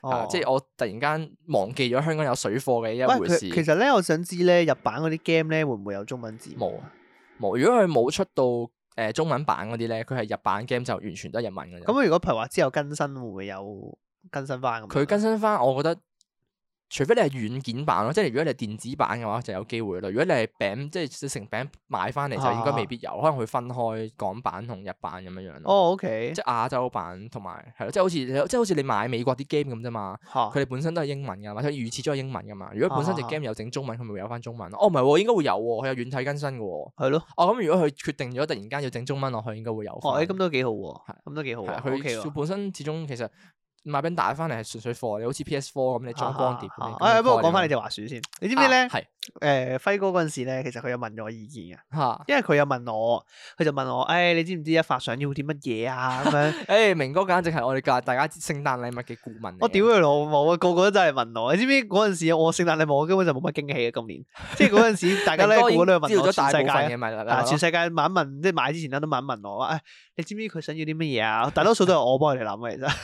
[SPEAKER 2] 啊
[SPEAKER 1] 哦
[SPEAKER 2] 即係我突然間忘記咗香港有水貨嘅一
[SPEAKER 1] 喂，
[SPEAKER 2] 回
[SPEAKER 1] 佢
[SPEAKER 2] 事。
[SPEAKER 1] 其實咧，我想知咧，日版嗰啲 game 咧，會唔會有中文字？
[SPEAKER 2] 冇啊冇，如果佢冇出到誒、呃中文版嗰啲咧，佢係日版 game 就完全都係日文嘅啫。
[SPEAKER 1] 咁如果譬如話之後更新，會唔會有更新翻咁樣？
[SPEAKER 2] 佢更新翻，我覺得除非你係軟件版咯，即係如果你係電子版嘅話就有機會咯。如果你係餅，即係成餅買翻
[SPEAKER 1] 啊
[SPEAKER 2] 嚟就應該未必有，可能會分開港版同日版咁樣樣咯。
[SPEAKER 1] 哦，OK，
[SPEAKER 2] 即係亞洲版同埋係咯，即係好似你即係好似你買美國啲 game 咁啫嘛，
[SPEAKER 1] 嚇
[SPEAKER 2] 佢哋本身都係英文噶嘛，佢預設咗係英文噶嘛。如果本身隻
[SPEAKER 1] 啊
[SPEAKER 2] game 有整中文，佢咪會有翻中文咯。哦，唔係喎，應該會有喎，佢有軟體更新嘅喎。
[SPEAKER 1] 係咯。
[SPEAKER 2] 哦，咁如果佢決定咗突然間要整中文落去，應該會有返。
[SPEAKER 1] 哦，誒咁都幾好喎
[SPEAKER 2] 係，
[SPEAKER 1] 咁都幾好
[SPEAKER 2] 係
[SPEAKER 1] 喎
[SPEAKER 2] 啊
[SPEAKER 1] ，OK
[SPEAKER 2] 佢
[SPEAKER 1] 喎。
[SPEAKER 2] 本身始終其實買餅帶翻嚟係純粹貨，你好似 PS Four
[SPEAKER 1] 啊
[SPEAKER 2] 咁，你裝光碟咁樣。啊
[SPEAKER 1] 誒，啊不過講翻你隻滑鼠先，你知
[SPEAKER 2] 知
[SPEAKER 1] 唔知咧？
[SPEAKER 2] 係
[SPEAKER 1] 誒輝哥嗰陣時咧，其實佢有問我意見嘅，
[SPEAKER 2] 嚇，
[SPEAKER 1] 因為佢有問我，佢就問我，誒、你知唔知一發相要啲乜嘢啊？咁 樣，
[SPEAKER 2] 誒明哥簡直係我哋教大家聖誕禮物嘅顧問嚟嘅。
[SPEAKER 1] 我屌佢老母啊！個個都真係問我，你知唔知嗰陣時我聖誕禮物我根本就冇乜驚喜啊！今年，即係嗰陣時大家
[SPEAKER 2] 大
[SPEAKER 1] 咧個個都有
[SPEAKER 2] 知
[SPEAKER 1] 問
[SPEAKER 2] 道
[SPEAKER 1] 我
[SPEAKER 2] 咗大
[SPEAKER 1] 全世
[SPEAKER 2] 部分
[SPEAKER 1] 界
[SPEAKER 2] 嘅。咪啦
[SPEAKER 1] 啊！
[SPEAKER 2] 啦
[SPEAKER 1] 全世界問一問，即係買之前咧都問一問我話，誒、你知唔知佢想要啲乜嘢啊？大多數都係我幫佢哋諗嘅，其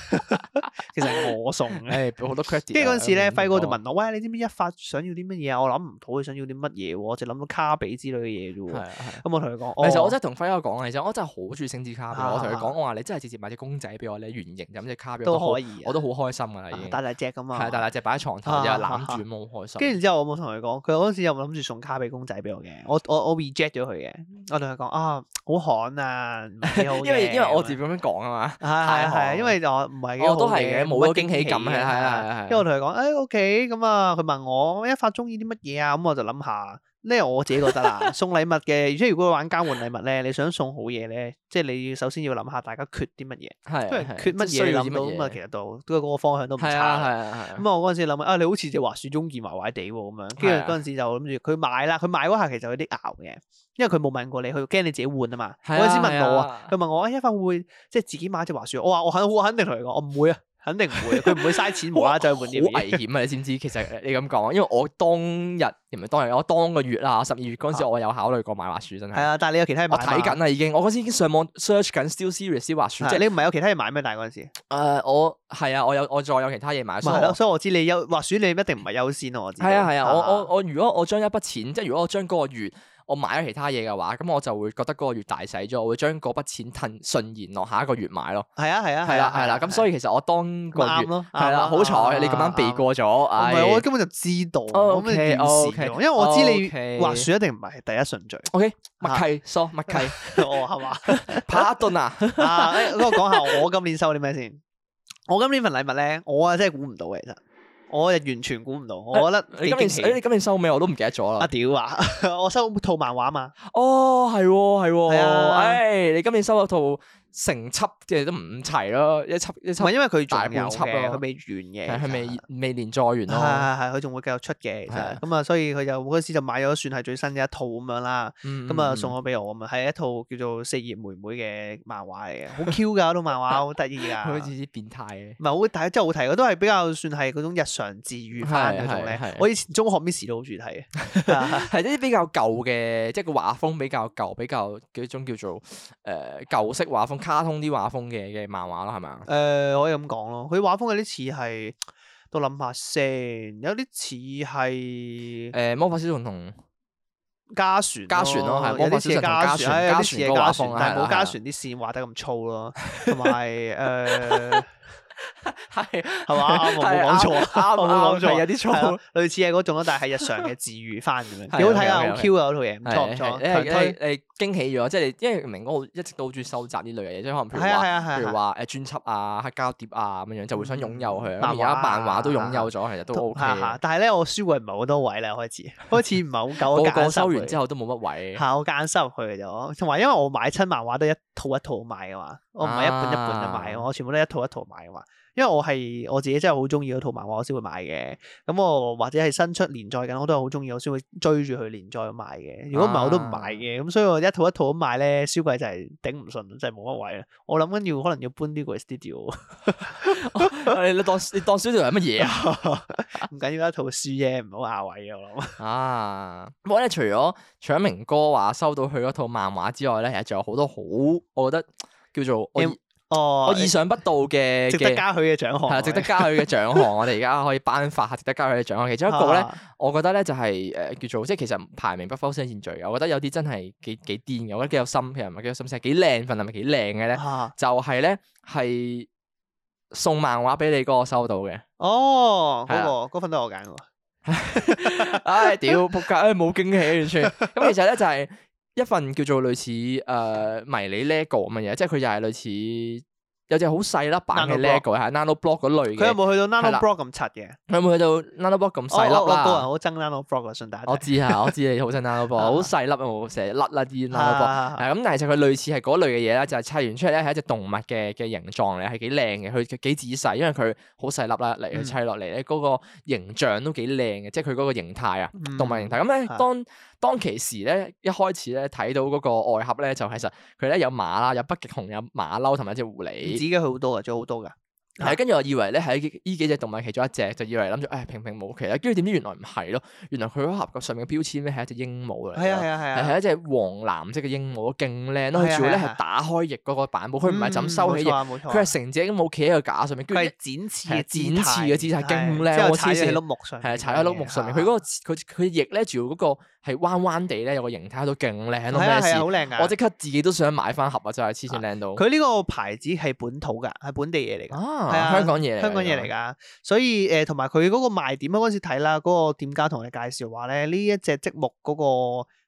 [SPEAKER 1] 實 其實係我送嘅。
[SPEAKER 2] 誒俾好多 credit 啊。
[SPEAKER 1] 跟住嗰陣時咧，
[SPEAKER 2] 咁
[SPEAKER 1] 輝哥就
[SPEAKER 2] 明
[SPEAKER 1] 問我：喂，你知唔知一發想要啲乜嘢啊？我諗唔到佢想要啲乜嘢喎，我就諗到卡比之類嘅嘢啫
[SPEAKER 2] 係
[SPEAKER 1] 喎。
[SPEAKER 2] 啊係啊。
[SPEAKER 1] 咁我同佢講，
[SPEAKER 2] 其實
[SPEAKER 1] 哦
[SPEAKER 2] 我真係同輝哥講嘅，其實我真係好中意星之卡俾我。我同佢
[SPEAKER 1] 啊
[SPEAKER 2] 講，我話你真係直接買隻公仔俾我咧，原形咁隻卡俾我
[SPEAKER 1] 都
[SPEAKER 2] 好
[SPEAKER 1] 可以啊，
[SPEAKER 2] 我都好開心㗎啦已
[SPEAKER 1] 啊
[SPEAKER 2] 經。
[SPEAKER 1] 大大隻咁啊，
[SPEAKER 2] 係，但係隻擺喺床頭，
[SPEAKER 1] 啊
[SPEAKER 2] 又
[SPEAKER 1] 啊
[SPEAKER 2] 攬
[SPEAKER 1] 啊
[SPEAKER 2] 住咁，我好開心。
[SPEAKER 1] 跟住之後，我冇同佢講，佢嗰陣時有諗住送卡比公仔俾我嘅，我我我 reject 咗佢嘅，我同佢講啊，好旱啊，唔係幾好嘅
[SPEAKER 2] 因為因為我自己咁樣講啊嘛。
[SPEAKER 1] 係係係係，因為我唔係幾好
[SPEAKER 2] 哦都係嘅冇
[SPEAKER 1] 乜
[SPEAKER 2] 咗驚喜感
[SPEAKER 1] 嘅
[SPEAKER 2] 係係係
[SPEAKER 1] 因
[SPEAKER 2] 係
[SPEAKER 1] 為我同佢講，誒 OK 咁啊，佢問我一發中意啲乜嘢啊，咁我就諗下，呢個我自己覺得 啦，送禮物嘅，而且如果玩交換禮物咧，你想送好嘢咧，即係你要首先要諗下大家缺啲乜嘢，
[SPEAKER 2] 係
[SPEAKER 1] 因為
[SPEAKER 2] 係
[SPEAKER 1] 缺乜
[SPEAKER 2] 即係
[SPEAKER 1] 嘢
[SPEAKER 2] 需要啲
[SPEAKER 1] 諗到
[SPEAKER 2] 乜
[SPEAKER 1] 咁啊，
[SPEAKER 2] 嘢
[SPEAKER 1] 其實都都嗰個方向都唔
[SPEAKER 2] 係
[SPEAKER 1] 差
[SPEAKER 2] 啊
[SPEAKER 1] 啦。
[SPEAKER 2] 係啊係啊。
[SPEAKER 1] 咁啊，我嗰陣時諗啊，你好似隻滑雪中件壞壞地喎咁樣，
[SPEAKER 2] 係
[SPEAKER 1] 跟
[SPEAKER 2] 啊
[SPEAKER 1] 住嗰陣時就諗住佢買啦，佢買嗰下其實有啲拗嘅，因為佢冇問過你，佢驚你自己換啊嘛。
[SPEAKER 2] 係啊
[SPEAKER 1] 嗰陣時問我
[SPEAKER 2] 係
[SPEAKER 1] 啊
[SPEAKER 2] 啊，
[SPEAKER 1] 佢問我啊，一份會即係自己買隻滑雪，我話我肯好肯定同佢講，我唔會啊，肯定唔會 啊，佢唔會嘥錢無啦啦再換啲
[SPEAKER 2] 好危
[SPEAKER 1] 嘢。
[SPEAKER 2] 險啊！你知唔知？其實你咁講，因為我當日唔係當日，我當個月啦，十二月嗰陣時，我有考慮過買滑鼠，真
[SPEAKER 1] 係
[SPEAKER 2] 啊係。
[SPEAKER 1] 啊，但係你有其他嘢買
[SPEAKER 2] 我
[SPEAKER 1] 嘛
[SPEAKER 2] 睇緊，啦，已經，我嗰時已經上網 search 緊 Still Series 啲滑鼠，即
[SPEAKER 1] 係
[SPEAKER 2] 係
[SPEAKER 1] 你唔係有其他嘢買咩？但係嗰陣時，
[SPEAKER 2] 誒，我係啊，我有我再有其他嘢買，
[SPEAKER 1] 咪
[SPEAKER 2] 所以
[SPEAKER 1] 係
[SPEAKER 2] 我
[SPEAKER 1] 咯，所以我知你優滑雪你一定唔係優先咯，我知道。
[SPEAKER 2] 係啊係啊，我我我如果我將一筆錢，即係如果我將嗰個月我買咗其他嘢嘅話，咁我就會覺得嗰個月大使咗，我會將嗰筆錢褪順延落下一個月買咯。
[SPEAKER 1] 係啊係啊
[SPEAKER 2] 係啦係啦，咁所
[SPEAKER 1] 以
[SPEAKER 2] 以其實我當個
[SPEAKER 1] 啱
[SPEAKER 2] 月
[SPEAKER 1] 咯，
[SPEAKER 2] 係啦，
[SPEAKER 1] 啱咯
[SPEAKER 2] 好彩你咁啱避。過咗，
[SPEAKER 1] 啱啱啱唔
[SPEAKER 2] 唉
[SPEAKER 1] 係，我根本就知道，我咁預
[SPEAKER 2] OK，
[SPEAKER 1] 示
[SPEAKER 2] OK，
[SPEAKER 1] 咗因為我知你
[SPEAKER 2] OK
[SPEAKER 1] 滑雪一定唔係第一順序。
[SPEAKER 2] OK 默
[SPEAKER 1] 啊
[SPEAKER 2] 契疏默契，
[SPEAKER 1] 我係嘛？
[SPEAKER 2] 帕克 頓啊！
[SPEAKER 1] 啊，誒咁我講下我今年收啲咩先。我今年份禮物咧，我啊真係估唔到嘅，其實我就完全估唔到，我覺得
[SPEAKER 2] 啊你
[SPEAKER 1] 幾
[SPEAKER 2] 今年
[SPEAKER 1] 驚
[SPEAKER 2] 誒
[SPEAKER 1] 喜。
[SPEAKER 2] 你今年收尾我都唔記得咗
[SPEAKER 1] 啊
[SPEAKER 2] 啦。
[SPEAKER 1] 屌啊！ 我收套漫畫嘛，
[SPEAKER 2] 哦，係喎，係喎，
[SPEAKER 1] 係啊
[SPEAKER 2] 唉，你今年收咗套成輯嘅都唔齊咯，一輯一
[SPEAKER 1] 唔係
[SPEAKER 2] 輯，
[SPEAKER 1] 因為佢仲
[SPEAKER 2] 大
[SPEAKER 1] 有
[SPEAKER 2] 半輯
[SPEAKER 1] 嘅，
[SPEAKER 2] 咯
[SPEAKER 1] 佢未
[SPEAKER 2] 係
[SPEAKER 1] 完嘅，
[SPEAKER 2] 係
[SPEAKER 1] 其實
[SPEAKER 2] 未未連載完
[SPEAKER 1] 係
[SPEAKER 2] 咯。
[SPEAKER 1] 係係，佢仲會繼續出嘅，其
[SPEAKER 2] 係啊
[SPEAKER 1] 實咁啊，所以佢就嗰陣時就買咗算係最新嘅一套咁樣啦，咁
[SPEAKER 2] 咁
[SPEAKER 1] 啊送咗俾我咁啊，係一套叫做《四葉妹妹》嘅漫畫嚟嘅，好 Q 㗎嗰套漫畫，好得意㗎。
[SPEAKER 2] 佢好似啲變態嘅。
[SPEAKER 1] 唔係好睇，真係好睇嘅，都係比較算係嗰種日常治愈翻嗰種
[SPEAKER 2] 係係
[SPEAKER 1] 咧
[SPEAKER 2] 係。
[SPEAKER 1] 我以前中學 Miss 都好中意睇 嘅，啊
[SPEAKER 2] 係啲比較舊嘅，即係個畫風比較舊，比較嗰種叫做誒、呃、舊式畫風、卡通啲畫風嘅嘅漫畫啦，係咪啊？
[SPEAKER 1] 誒、可以咁講咯。佢畫風有啲似係，都諗下先，有啲似係
[SPEAKER 2] 誒呃魔法小童同
[SPEAKER 1] 家船
[SPEAKER 2] 家船咯係
[SPEAKER 1] 有
[SPEAKER 2] 魔法
[SPEAKER 1] 啲似
[SPEAKER 2] 小神同
[SPEAKER 1] 家
[SPEAKER 2] 家
[SPEAKER 1] 船，
[SPEAKER 2] 船
[SPEAKER 1] 係有
[SPEAKER 2] 家
[SPEAKER 1] 啲似
[SPEAKER 2] 船
[SPEAKER 1] 係
[SPEAKER 2] 嗰個
[SPEAKER 1] 家
[SPEAKER 2] 畫啊
[SPEAKER 1] 船
[SPEAKER 2] 風，啦
[SPEAKER 1] 但係冇家
[SPEAKER 2] 係啦係啦
[SPEAKER 1] 船啲線畫得咁粗咯，同埋誒
[SPEAKER 2] 係
[SPEAKER 1] 係嘛？啱我冇講錯，
[SPEAKER 2] 啱
[SPEAKER 1] 我冇講
[SPEAKER 2] 啱係
[SPEAKER 1] 錯，
[SPEAKER 2] 有啲
[SPEAKER 1] 係啊
[SPEAKER 2] 錯
[SPEAKER 1] 啦。類似係嗰種咯，但係日常嘅治愈翻咁樣，
[SPEAKER 2] 係
[SPEAKER 1] 幾好睇
[SPEAKER 2] OK，OK，OK
[SPEAKER 1] 啊！好 Q 啊嗰套嘢，唔
[SPEAKER 2] 係
[SPEAKER 1] 錯唔
[SPEAKER 2] 係
[SPEAKER 1] 錯，
[SPEAKER 2] 你係
[SPEAKER 1] 強推。
[SPEAKER 2] 你係你驚喜咗，即係你因為明哥好一直都好中意收集呢類嘅嘢，即係可能譬如
[SPEAKER 1] 係啊
[SPEAKER 2] 話，
[SPEAKER 1] 係啊
[SPEAKER 2] 譬
[SPEAKER 1] 係
[SPEAKER 2] 如
[SPEAKER 1] 啊
[SPEAKER 2] 話誒專輯啊、黑膠碟啊咁樣樣，就會想擁有佢。
[SPEAKER 1] 嗯
[SPEAKER 2] 咁而家
[SPEAKER 1] 漫
[SPEAKER 2] 漫
[SPEAKER 1] 畫
[SPEAKER 2] 畫都擁
[SPEAKER 1] 啊
[SPEAKER 2] 有咗，其實都 OK
[SPEAKER 1] 嚇
[SPEAKER 2] 嘅
[SPEAKER 1] 嚇。但係咧，我書櫃唔係好多位啦，開 始開始唔係好夠，
[SPEAKER 2] 個
[SPEAKER 1] 我
[SPEAKER 2] 個
[SPEAKER 1] 揀
[SPEAKER 2] 收
[SPEAKER 1] 收
[SPEAKER 2] 完之後都冇乜 位。
[SPEAKER 1] 係我間收入去嘅啫，我同埋因為我買親漫畫都一套一套買嘅嘛，我唔係一本一本咁買嘅，
[SPEAKER 2] 啊
[SPEAKER 1] 我全部都一套一套買嘅嘛。因為我係我自己真係好中意嗰套漫畫，我先會買嘅。咁我或者係新出連載緊，我都係好中意，我先會追住佢連載咁買嘅。如果唔係，我都唔買
[SPEAKER 2] 啊
[SPEAKER 1] 嘅。咁所以我一套一套咁買咧，書櫃就係頂唔順，真係冇乜位啦。我諗緊要可能要搬呢個 studio，
[SPEAKER 2] 你當你當小條係乜嘢啊？
[SPEAKER 1] 唔緊要一套書啫，唔好壓位嘅我諗。
[SPEAKER 2] 啊，不過咧，除咗除咗明哥話收到佢嗰套漫畫之外咧，其實仲有好多好，我覺得叫做我
[SPEAKER 1] M-
[SPEAKER 2] 意
[SPEAKER 1] 哦，
[SPEAKER 2] 我意想不到嘅
[SPEAKER 1] 值得
[SPEAKER 2] 嘅。
[SPEAKER 1] 加佢嘅獎項
[SPEAKER 2] 係啊，值得加佢嘅獎 項，我哋而家可以頒發下值得加佢嘅獎項。其中一個
[SPEAKER 1] 啊
[SPEAKER 2] 咧，我覺得咧就係誒叫做即係其實排名不分先前序嘅。我覺得有啲真係幾幾癲嘅，我覺得幾有心，其實唔係幾有心思，係幾靚份係咪幾靚嘅咧？
[SPEAKER 1] 啊
[SPEAKER 2] 就係咧係送漫畫俾你嗰個收到嘅。
[SPEAKER 1] 哦，
[SPEAKER 2] 係啊
[SPEAKER 1] 嗰個嗰份都係我揀嘅喎。
[SPEAKER 2] 唉，屌，仆街，唉，冇驚喜完 全。咁其實咧就係一份叫做類似誒、呃迷你 LEGO 咁嘅嘢，即係佢又係類似有隻好細粒版嘅
[SPEAKER 1] Nano block
[SPEAKER 2] LEGO，係啊 nano block 嗰類
[SPEAKER 1] 佢有
[SPEAKER 2] 嘅。
[SPEAKER 1] 冇去到
[SPEAKER 2] 係
[SPEAKER 1] nano
[SPEAKER 2] 啦
[SPEAKER 1] block 咁柒嘅？哦
[SPEAKER 2] 佢有冇去到 nano block 咁細
[SPEAKER 1] 我我
[SPEAKER 2] 粒
[SPEAKER 1] 我個人
[SPEAKER 2] 啦？
[SPEAKER 1] 啊好憎 nano block 嘅，順帶一提
[SPEAKER 2] 我知啊，我知你好憎 nano block，
[SPEAKER 1] 啊
[SPEAKER 2] 好細粒啊，我成日甩甩啲 nano block。
[SPEAKER 1] 啊
[SPEAKER 2] 係咁，但係其實佢類似係嗰類嘅嘢啦，就係砌完出嚟咧係一隻動物嘅嘅形狀嚟，係幾靚嘅，佢佢幾仔細，因為佢好細粒啦，嚟
[SPEAKER 1] 嗯
[SPEAKER 2] 佢砌落嚟咧嗰個形象都幾靚嘅，即係佢嗰個形態啊。
[SPEAKER 1] 嗯
[SPEAKER 2] 動物形態。咁咧
[SPEAKER 1] 係，
[SPEAKER 2] 當當其時咧，一開始咧睇到嗰個外盒咧，就其實佢咧有馬啦，有北極熊，有馬騮同埋一隻
[SPEAKER 1] 唔
[SPEAKER 2] 狐
[SPEAKER 1] 啊止
[SPEAKER 2] 狸。
[SPEAKER 1] 嘅佢好多啊嘅，仲有好多嘅。
[SPEAKER 2] 係跟住我以為咧係呢幾隻動物其中一隻，就以為諗住誒平平無奇啦。啊跟住點知原來唔係咯，原來佢嗰盒個上面嘅標籤咧係一隻鸚鵡嚟㗎。
[SPEAKER 1] 係啊係啊
[SPEAKER 2] 係
[SPEAKER 1] 係啊。
[SPEAKER 2] 係一隻黃藍色嘅鸚鵡，勁靚咯！
[SPEAKER 1] 係啊
[SPEAKER 2] 佢仲要咧
[SPEAKER 1] 係啊
[SPEAKER 2] 係打開翼嗰個版本，佢唔係就咁收起
[SPEAKER 1] 嗯
[SPEAKER 2] 翼，
[SPEAKER 1] 冇錯啊冇錯啊
[SPEAKER 2] 佢係成隻鸚鵡企喺個架上面，跟住
[SPEAKER 1] 佢係
[SPEAKER 2] 一
[SPEAKER 1] 展翅
[SPEAKER 2] 係
[SPEAKER 1] 嘅
[SPEAKER 2] 啊展翅嘅姿態勁
[SPEAKER 1] 係
[SPEAKER 2] 靚
[SPEAKER 1] 之後
[SPEAKER 2] 喎
[SPEAKER 1] 踩咗
[SPEAKER 2] 黐
[SPEAKER 1] 喺
[SPEAKER 2] 線
[SPEAKER 1] 碌木上面
[SPEAKER 2] 係
[SPEAKER 1] 嘅，
[SPEAKER 2] 啊踩喺碌木上面，佢嗰個佢佢翼咧，仲要嗰個係彎彎地咧，有個形態喺度勁靚咯，
[SPEAKER 1] 係啊
[SPEAKER 2] 咩
[SPEAKER 1] 係啊
[SPEAKER 2] 事
[SPEAKER 1] 好？靚㗎。
[SPEAKER 2] 我即刻自己都想買翻盒啊！真係黐線靚到
[SPEAKER 1] 佢呢個牌子係本土㗎，係本地嘢嚟㗎。係啊
[SPEAKER 2] 啊！香港嘢嚟㗎，
[SPEAKER 1] 香港嘢嚟㗎，所以誒同埋佢嗰個賣點啊，嗰陣時睇啦，嗰、個店家同我哋介紹話咧，呢一隻積木嗰、個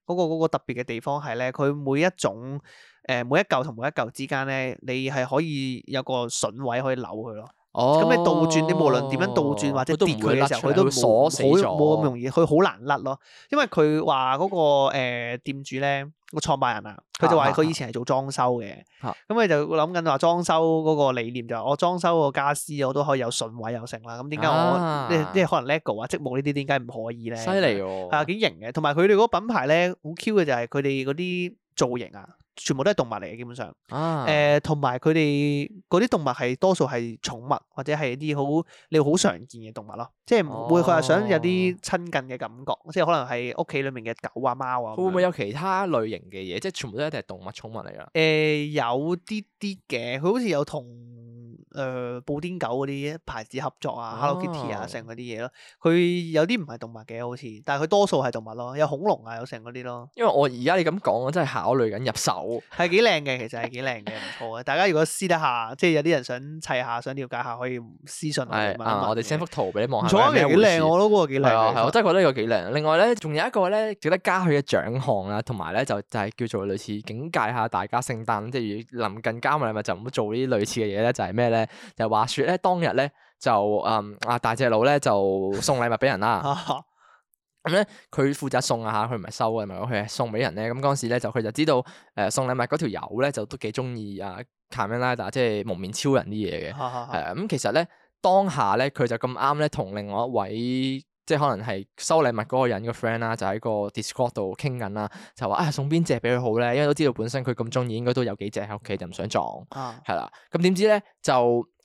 [SPEAKER 1] 嗰、個嗰、個特別嘅地方係咧，佢每一種誒、呃每一嚿同每一嚿之間咧，你係可以有個筍位可以扭佢咯。
[SPEAKER 2] 哦。
[SPEAKER 1] 咁你倒轉，你無論點樣倒轉或者
[SPEAKER 2] 都
[SPEAKER 1] 跌
[SPEAKER 2] 唔會
[SPEAKER 1] 佢嘅時候，
[SPEAKER 2] 甩出
[SPEAKER 1] 佢
[SPEAKER 2] 嚟
[SPEAKER 1] 都
[SPEAKER 2] 哦會
[SPEAKER 1] 冇
[SPEAKER 2] 鎖死咗，
[SPEAKER 1] 好冇咁容易，佢好難甩咯。因為佢話嗰個誒店主咧，個創辦人啊，佢就話佢以前係做裝修嘅，
[SPEAKER 2] 啊
[SPEAKER 1] 咁佢就諗緊話裝修嗰個理念就係我裝修個家私我都可以有順位有成啦。咁點解我
[SPEAKER 2] 啊
[SPEAKER 1] 即係即係可能 lego 啊、積木呢啲點解唔可以咧？
[SPEAKER 2] 犀利
[SPEAKER 1] 係啊，
[SPEAKER 2] 喎！
[SPEAKER 1] 幾型嘅。同埋佢哋嗰個品牌咧，好 Q 嘅就係佢哋嗰啲造型啊，全部都係動物嚟嘅，基本上。
[SPEAKER 2] 啊
[SPEAKER 1] 誒，同埋佢哋嗰啲動物係多數係寵物或者係啲好你好常見嘅動物咯，即係唔會佢係想有
[SPEAKER 2] 哦
[SPEAKER 1] 啲親近嘅感覺，即係可能係屋企裡面嘅狗啊、貓啊咁樣。
[SPEAKER 2] 會唔會有其他類型嘅嘢？即係全部都一定係動物寵物嚟㗎。
[SPEAKER 1] 誒有啲啲嘅？佢好似有同誒布丁狗嗰啲牌子合作啊，Hello Kitty 啊，
[SPEAKER 2] 哦
[SPEAKER 1] 成嗰啲嘢咯。佢有啲唔係動物嘅，好似，但係佢多數係動物咯，有恐龍啊，有成嗰啲咯，
[SPEAKER 2] 因為我而家你咁講，我真係考慮緊入手。
[SPEAKER 1] 係幾靚嘅，其實係幾靚嘅，唔錯嘅。大家如果私底下，即係有啲人想砌下，想了解下，可以私信我哋問一
[SPEAKER 2] 係
[SPEAKER 1] 問
[SPEAKER 2] 啊，我哋
[SPEAKER 1] 嘅
[SPEAKER 2] send 幅圖俾你
[SPEAKER 1] 唔
[SPEAKER 2] 望
[SPEAKER 1] 錯
[SPEAKER 2] 下
[SPEAKER 1] 啊，
[SPEAKER 2] 係
[SPEAKER 1] 其
[SPEAKER 2] 咩
[SPEAKER 1] 實
[SPEAKER 2] 回
[SPEAKER 1] 幾
[SPEAKER 2] 事。
[SPEAKER 1] 靚，我都覺得幾靚
[SPEAKER 2] 係啊，係啊，
[SPEAKER 1] 嘅。
[SPEAKER 2] 我真係覺得呢個幾靚。另外咧，仲有一個咧值得加佢嘅獎項啦，同埋咧就就係叫做類似警戒下大家聖誕，即係臨近交換禮物就唔好做呢啲類似嘅嘢咧。就係咩咧？就話説咧，當日咧就嗯啊大隻佬咧就送禮物俾人啦。
[SPEAKER 1] 啊
[SPEAKER 2] 咁咧佢負責送啊嚇，佢唔係收嘅，咪佢係送俾人咧。咁嗰陣時咧就佢就知道誒、送禮物嗰條友咧就都幾中意啊 Kamen Rider，即係蒙面超人啲嘢嘅。係
[SPEAKER 1] 啊
[SPEAKER 2] 啊，咁其實咧當下咧佢就咁啱咧同另外一位即係可能係收禮物嗰個人嘅 friend 啦，就喺個 Discord 度傾緊啦，就話啊送邊只俾佢好咧，因為都知道本身佢咁中意，應該都有幾隻喺屋企，就唔想撞。
[SPEAKER 1] 啊！
[SPEAKER 2] 係啦，咁點知咧就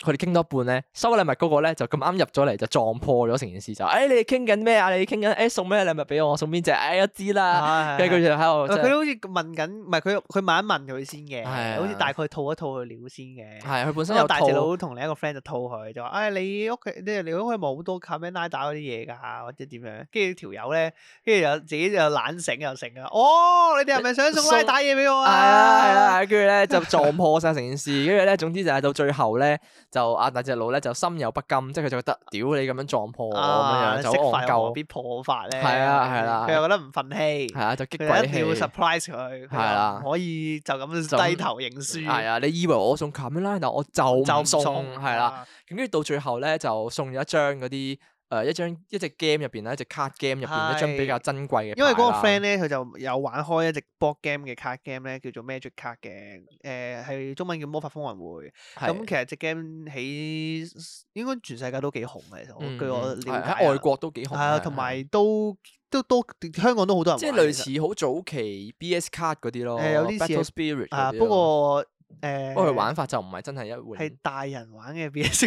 [SPEAKER 2] 佢哋傾到一半咧，收禮物嗰個咧就咁啱入咗嚟就撞破咗成件事就，誒、你哋傾緊咩啊？你哋傾緊誒送咩禮物俾我？我送邊只？誒、我知
[SPEAKER 1] 啊
[SPEAKER 2] 啦，
[SPEAKER 1] 係
[SPEAKER 2] 跟住佢就喺度
[SPEAKER 1] 啊佢
[SPEAKER 2] 真係，
[SPEAKER 1] 都好似問緊，唔係佢佢問一問佢先嘅，
[SPEAKER 2] 係
[SPEAKER 1] 好似大概套一套佢料先嘅。
[SPEAKER 2] 係佢本
[SPEAKER 1] 咁
[SPEAKER 2] 身有
[SPEAKER 1] 有大隻
[SPEAKER 2] 套。
[SPEAKER 1] 佬同另一個 friend 就套佢，就話：，唉，你屋企你你屋企冇好多 c a m e n a 嗰啲嘢㗎，或者點樣？跟住條友咧，跟住又自己又懶醒又成啊！哦，你哋係咪想送拉打嘢俾我
[SPEAKER 2] 係啊係
[SPEAKER 1] 啊？
[SPEAKER 2] 啊，跟住咧就撞破晒成件事，跟住咧總之就係到最後後咧就阿大隻佬咧就心有不甘，即係佢就覺得屌你咁樣撞破我咁樣樣就好
[SPEAKER 1] 啊識法
[SPEAKER 2] 戇
[SPEAKER 1] 何
[SPEAKER 2] 鳩，
[SPEAKER 1] 必破法咧？
[SPEAKER 2] 係啊係啦
[SPEAKER 1] 佢又覺得唔忿氣，
[SPEAKER 2] 係啊就激
[SPEAKER 1] 佢就一定要
[SPEAKER 2] 鬼氣。
[SPEAKER 1] surprise 佢，
[SPEAKER 2] 係啦
[SPEAKER 1] 佢又唔可以就
[SPEAKER 2] 就
[SPEAKER 1] 咁
[SPEAKER 2] 咁
[SPEAKER 1] 低頭認輸，
[SPEAKER 2] 係啊，你以為我送 c a m 啦，但我就
[SPEAKER 1] 就
[SPEAKER 2] 唔
[SPEAKER 1] 唔
[SPEAKER 2] 送，
[SPEAKER 1] 送啊
[SPEAKER 2] 係啦。，咁跟住到最後咧，就送咗一張嗰啲誒一張一隻 game 入邊咧，一隻 card game 入邊一張
[SPEAKER 1] 係
[SPEAKER 2] 比較珍貴嘅。
[SPEAKER 1] 因為嗰個 friend 咧，佢就有玩開一隻 board game 嘅 card game 咧，叫做 Magic Card 嘅，誒、係中文叫魔法風雲會。
[SPEAKER 2] 係
[SPEAKER 1] 咁其實只 game 喺應該全世界都幾紅嘅，其實我
[SPEAKER 2] 嗯
[SPEAKER 1] 據我了
[SPEAKER 2] 嗯
[SPEAKER 1] 解
[SPEAKER 2] 係
[SPEAKER 1] 啊
[SPEAKER 2] 喺外國都幾紅
[SPEAKER 1] 係啊，
[SPEAKER 2] 嘅
[SPEAKER 1] 同埋都都都香港都好多人玩。
[SPEAKER 2] 即係類似好早期 B.S. 卡嗰啲咯
[SPEAKER 1] 誒有啲似
[SPEAKER 2] ，Battle Spirit
[SPEAKER 1] 其實啊，
[SPEAKER 2] 嗰啲咯
[SPEAKER 1] 不過呃誒，
[SPEAKER 2] 不哦過佢玩法就唔係真係一回
[SPEAKER 1] 係大人玩嘅 BS，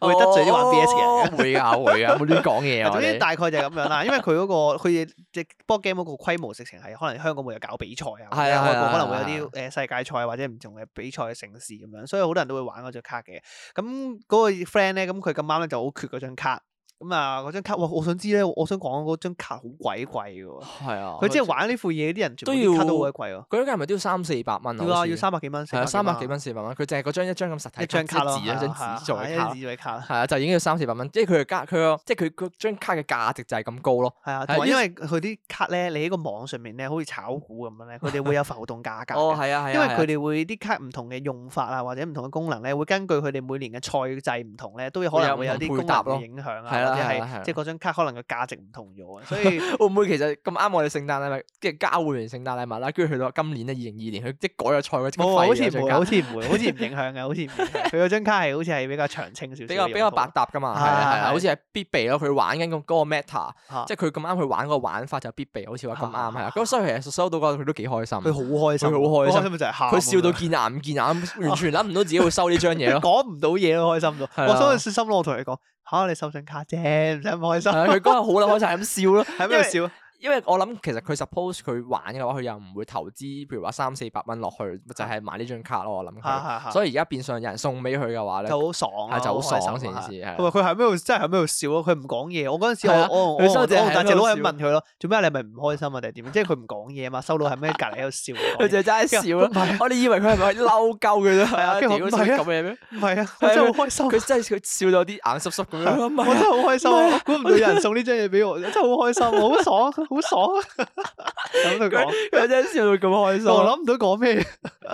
[SPEAKER 1] 會
[SPEAKER 2] 哦
[SPEAKER 1] 得罪啲玩 BS 嘅人嘅。
[SPEAKER 2] 人，哦 會㗎會㗎，冇亂講嘢啊！
[SPEAKER 1] 總
[SPEAKER 2] 我
[SPEAKER 1] 之
[SPEAKER 2] 哋
[SPEAKER 1] 大概就係咁樣啦，因為佢嗰、個佢只 board game 嗰個規模直情係可能香港會有搞比賽啊，或
[SPEAKER 2] 係
[SPEAKER 1] 者
[SPEAKER 2] 啊
[SPEAKER 1] 外
[SPEAKER 2] 係
[SPEAKER 1] 國
[SPEAKER 2] 啊
[SPEAKER 1] 可能會
[SPEAKER 2] 係
[SPEAKER 1] 有
[SPEAKER 2] 啊
[SPEAKER 1] 啲誒世界賽或者唔同嘅比賽嘅城市咁樣，所以好多人都會玩嗰張卡嘅。啊咁嗰個 friend 咧，咁佢咁啱咧就好缺嗰張卡，咁啊嗰張卡，哇！我想知咧，我想講嗰張卡好鬼貴嘅喎，
[SPEAKER 2] 係啊，
[SPEAKER 1] 佢即係玩呢副嘢啲人全部
[SPEAKER 2] 都
[SPEAKER 1] 啲卡
[SPEAKER 2] 要
[SPEAKER 1] 都好鬼貴喎，
[SPEAKER 2] 佢嗰間係咪都要三四百蚊啊？
[SPEAKER 1] 要
[SPEAKER 2] 好
[SPEAKER 1] 啊
[SPEAKER 2] 似
[SPEAKER 1] 要三百幾蚊，
[SPEAKER 2] 係啊，三百幾
[SPEAKER 1] 蚊
[SPEAKER 2] 蚊四百蚊，佢淨係嗰張一張咁實體
[SPEAKER 1] 一張卡咯，啊
[SPEAKER 2] 即係紙一啊張紙做嘅
[SPEAKER 1] 一張
[SPEAKER 2] 卡。
[SPEAKER 1] 紙做嘅卡啦。
[SPEAKER 2] 係啊，就已經要三四百蚊，即係佢嘅價，佢個即係佢佢張卡嘅價值就係咁高咯。
[SPEAKER 1] 係啊，
[SPEAKER 2] 係
[SPEAKER 1] 同埋
[SPEAKER 2] 因
[SPEAKER 1] 因為佢啲卡咧，你喺個網上面咧，好似炒股咁樣咧，佢哋會有浮動價格嘅。
[SPEAKER 2] 哦，係啊，係啊，
[SPEAKER 1] 因為佢
[SPEAKER 2] 哋
[SPEAKER 1] 哋會啲卡唔同嘅用法啊，或者唔同嘅功能咧，會根據佢哋每年嘅賽制唔同咧，都有可能會有啲
[SPEAKER 2] 會有
[SPEAKER 1] 功能
[SPEAKER 2] 唔同配搭咯
[SPEAKER 1] 嘅影響啊，
[SPEAKER 2] 係啦
[SPEAKER 1] 或者
[SPEAKER 2] 係啦
[SPEAKER 1] 係
[SPEAKER 2] 係啦
[SPEAKER 1] 即係嗰張卡可能個價值唔同咗啊，所 以
[SPEAKER 2] 會唔會其實咁啱我哋聖誕禮物，跟住交換完聖誕禮物啦，跟住去到今年咧二零二年，佢即係改咗賽嗰張
[SPEAKER 1] 冇啊好似
[SPEAKER 2] 廢咗
[SPEAKER 1] 唔
[SPEAKER 2] 張
[SPEAKER 1] 會，好
[SPEAKER 2] 卡，
[SPEAKER 1] 似唔會，好似唔影響嘅，好似唔影響。佢嗰張卡係好似係比較長青少少嘅用途，
[SPEAKER 2] 比較比較百搭噶嘛，係
[SPEAKER 1] 係
[SPEAKER 2] 啊
[SPEAKER 1] 係
[SPEAKER 2] 係啊，
[SPEAKER 1] 係
[SPEAKER 2] 好似係必備咯。佢玩緊咁嗰個 meta，
[SPEAKER 1] 嚇，
[SPEAKER 2] 即係佢咁啱佢玩嗰個玩法就必備，好似話咁啱係
[SPEAKER 1] 啊
[SPEAKER 2] 啊。咁所以其實收到嗰個佢都幾開心，
[SPEAKER 1] 佢好開心，
[SPEAKER 2] 佢好開心
[SPEAKER 1] 咪就係喊啊，
[SPEAKER 2] 佢笑到見眼唔 見眼，完全諗唔到自己會收呢張嘢咯。
[SPEAKER 1] 講唔到嘢咯，開心到。
[SPEAKER 2] 係啊
[SPEAKER 1] 我所以小心咯，我同你講嚇，你收張卡啫，唔使咁開心
[SPEAKER 2] 係。啊佢嗰日好啦，開晒咁笑咯。
[SPEAKER 1] 喺邊度笑啊？
[SPEAKER 2] 因為我諗其實佢 suppose 佢玩嘅話，佢又唔會投資，譬如話三四百蚊落去，就係、買呢張卡咯。我諗佢，
[SPEAKER 1] 嚇嚇
[SPEAKER 2] 所以而家變相有人送俾佢嘅話咧，
[SPEAKER 1] 就好爽啊，
[SPEAKER 2] 係就好爽
[SPEAKER 1] 開心
[SPEAKER 2] 成
[SPEAKER 1] 啊
[SPEAKER 2] 件事係
[SPEAKER 1] 佢話佢喺邊度，真係喺邊度笑咯，佢唔講嘢。我嗰陣時
[SPEAKER 2] 係啊
[SPEAKER 1] 我我我
[SPEAKER 2] 佢收
[SPEAKER 1] 我
[SPEAKER 2] 隻係
[SPEAKER 1] 大
[SPEAKER 2] 喺
[SPEAKER 1] 隻
[SPEAKER 2] 度
[SPEAKER 1] 佬係
[SPEAKER 2] 笑
[SPEAKER 1] 問佢咯，做咩你係咪唔開心啊定係點？即係佢唔講嘢嘛，收到係咩隔離喺度 笑唔講
[SPEAKER 2] 佢
[SPEAKER 1] 嘢。
[SPEAKER 2] 就齋笑咯。 我哋以為佢係咪嬲鳩佢咯？係
[SPEAKER 1] 啊
[SPEAKER 2] 啊，
[SPEAKER 1] 跟
[SPEAKER 2] 屌
[SPEAKER 1] 住
[SPEAKER 2] 識
[SPEAKER 1] 我唔係啊
[SPEAKER 2] 咁嘅咩？
[SPEAKER 1] 唔係啊，我真係好開心，
[SPEAKER 2] 佢真係佢笑到啲眼濕濕咁樣。唔
[SPEAKER 1] 我真
[SPEAKER 2] 係啊
[SPEAKER 1] 係好開心啊，我估唔到有人送呢張嘢俾我，真係好開心啊，好爽，好爽。啊 咁佢講，
[SPEAKER 2] 佢真係笑到咁開心。
[SPEAKER 1] 我諗唔到講咩，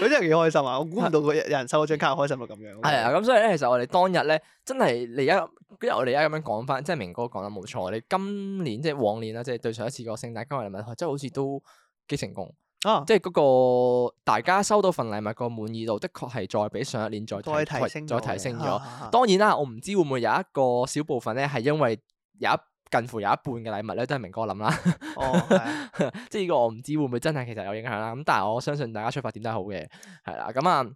[SPEAKER 1] 佢真係幾開心啊！我估唔到佢有人收咗張卡開心到咁樣。
[SPEAKER 2] 係啊，咁所以咧，其實我哋當日咧，真係你而家，因為我哋而家咁樣講翻，即係明哥講得冇錯，我哋今年即係往年啦，即係對上一次個聖誕交換禮物，即係好似都幾成功，
[SPEAKER 1] 啊，
[SPEAKER 2] 即係嗰個大家收到份禮物個滿意度，的確係再比上一年再
[SPEAKER 1] 再提升
[SPEAKER 2] 再
[SPEAKER 1] 咗嘅，
[SPEAKER 2] 提升
[SPEAKER 1] 啊
[SPEAKER 2] 咗。
[SPEAKER 1] 啊啊
[SPEAKER 2] 當然啦，我唔知會唔會有一個小部分咧，係因為有一近乎有一半嘅禮物咧，都係明哥諗啦，
[SPEAKER 1] 哦，係啊
[SPEAKER 2] 即係呢個我唔知會唔會真係其實有影響啦。咁但係我相信大家出發點都係好嘅，係啦。咁啊，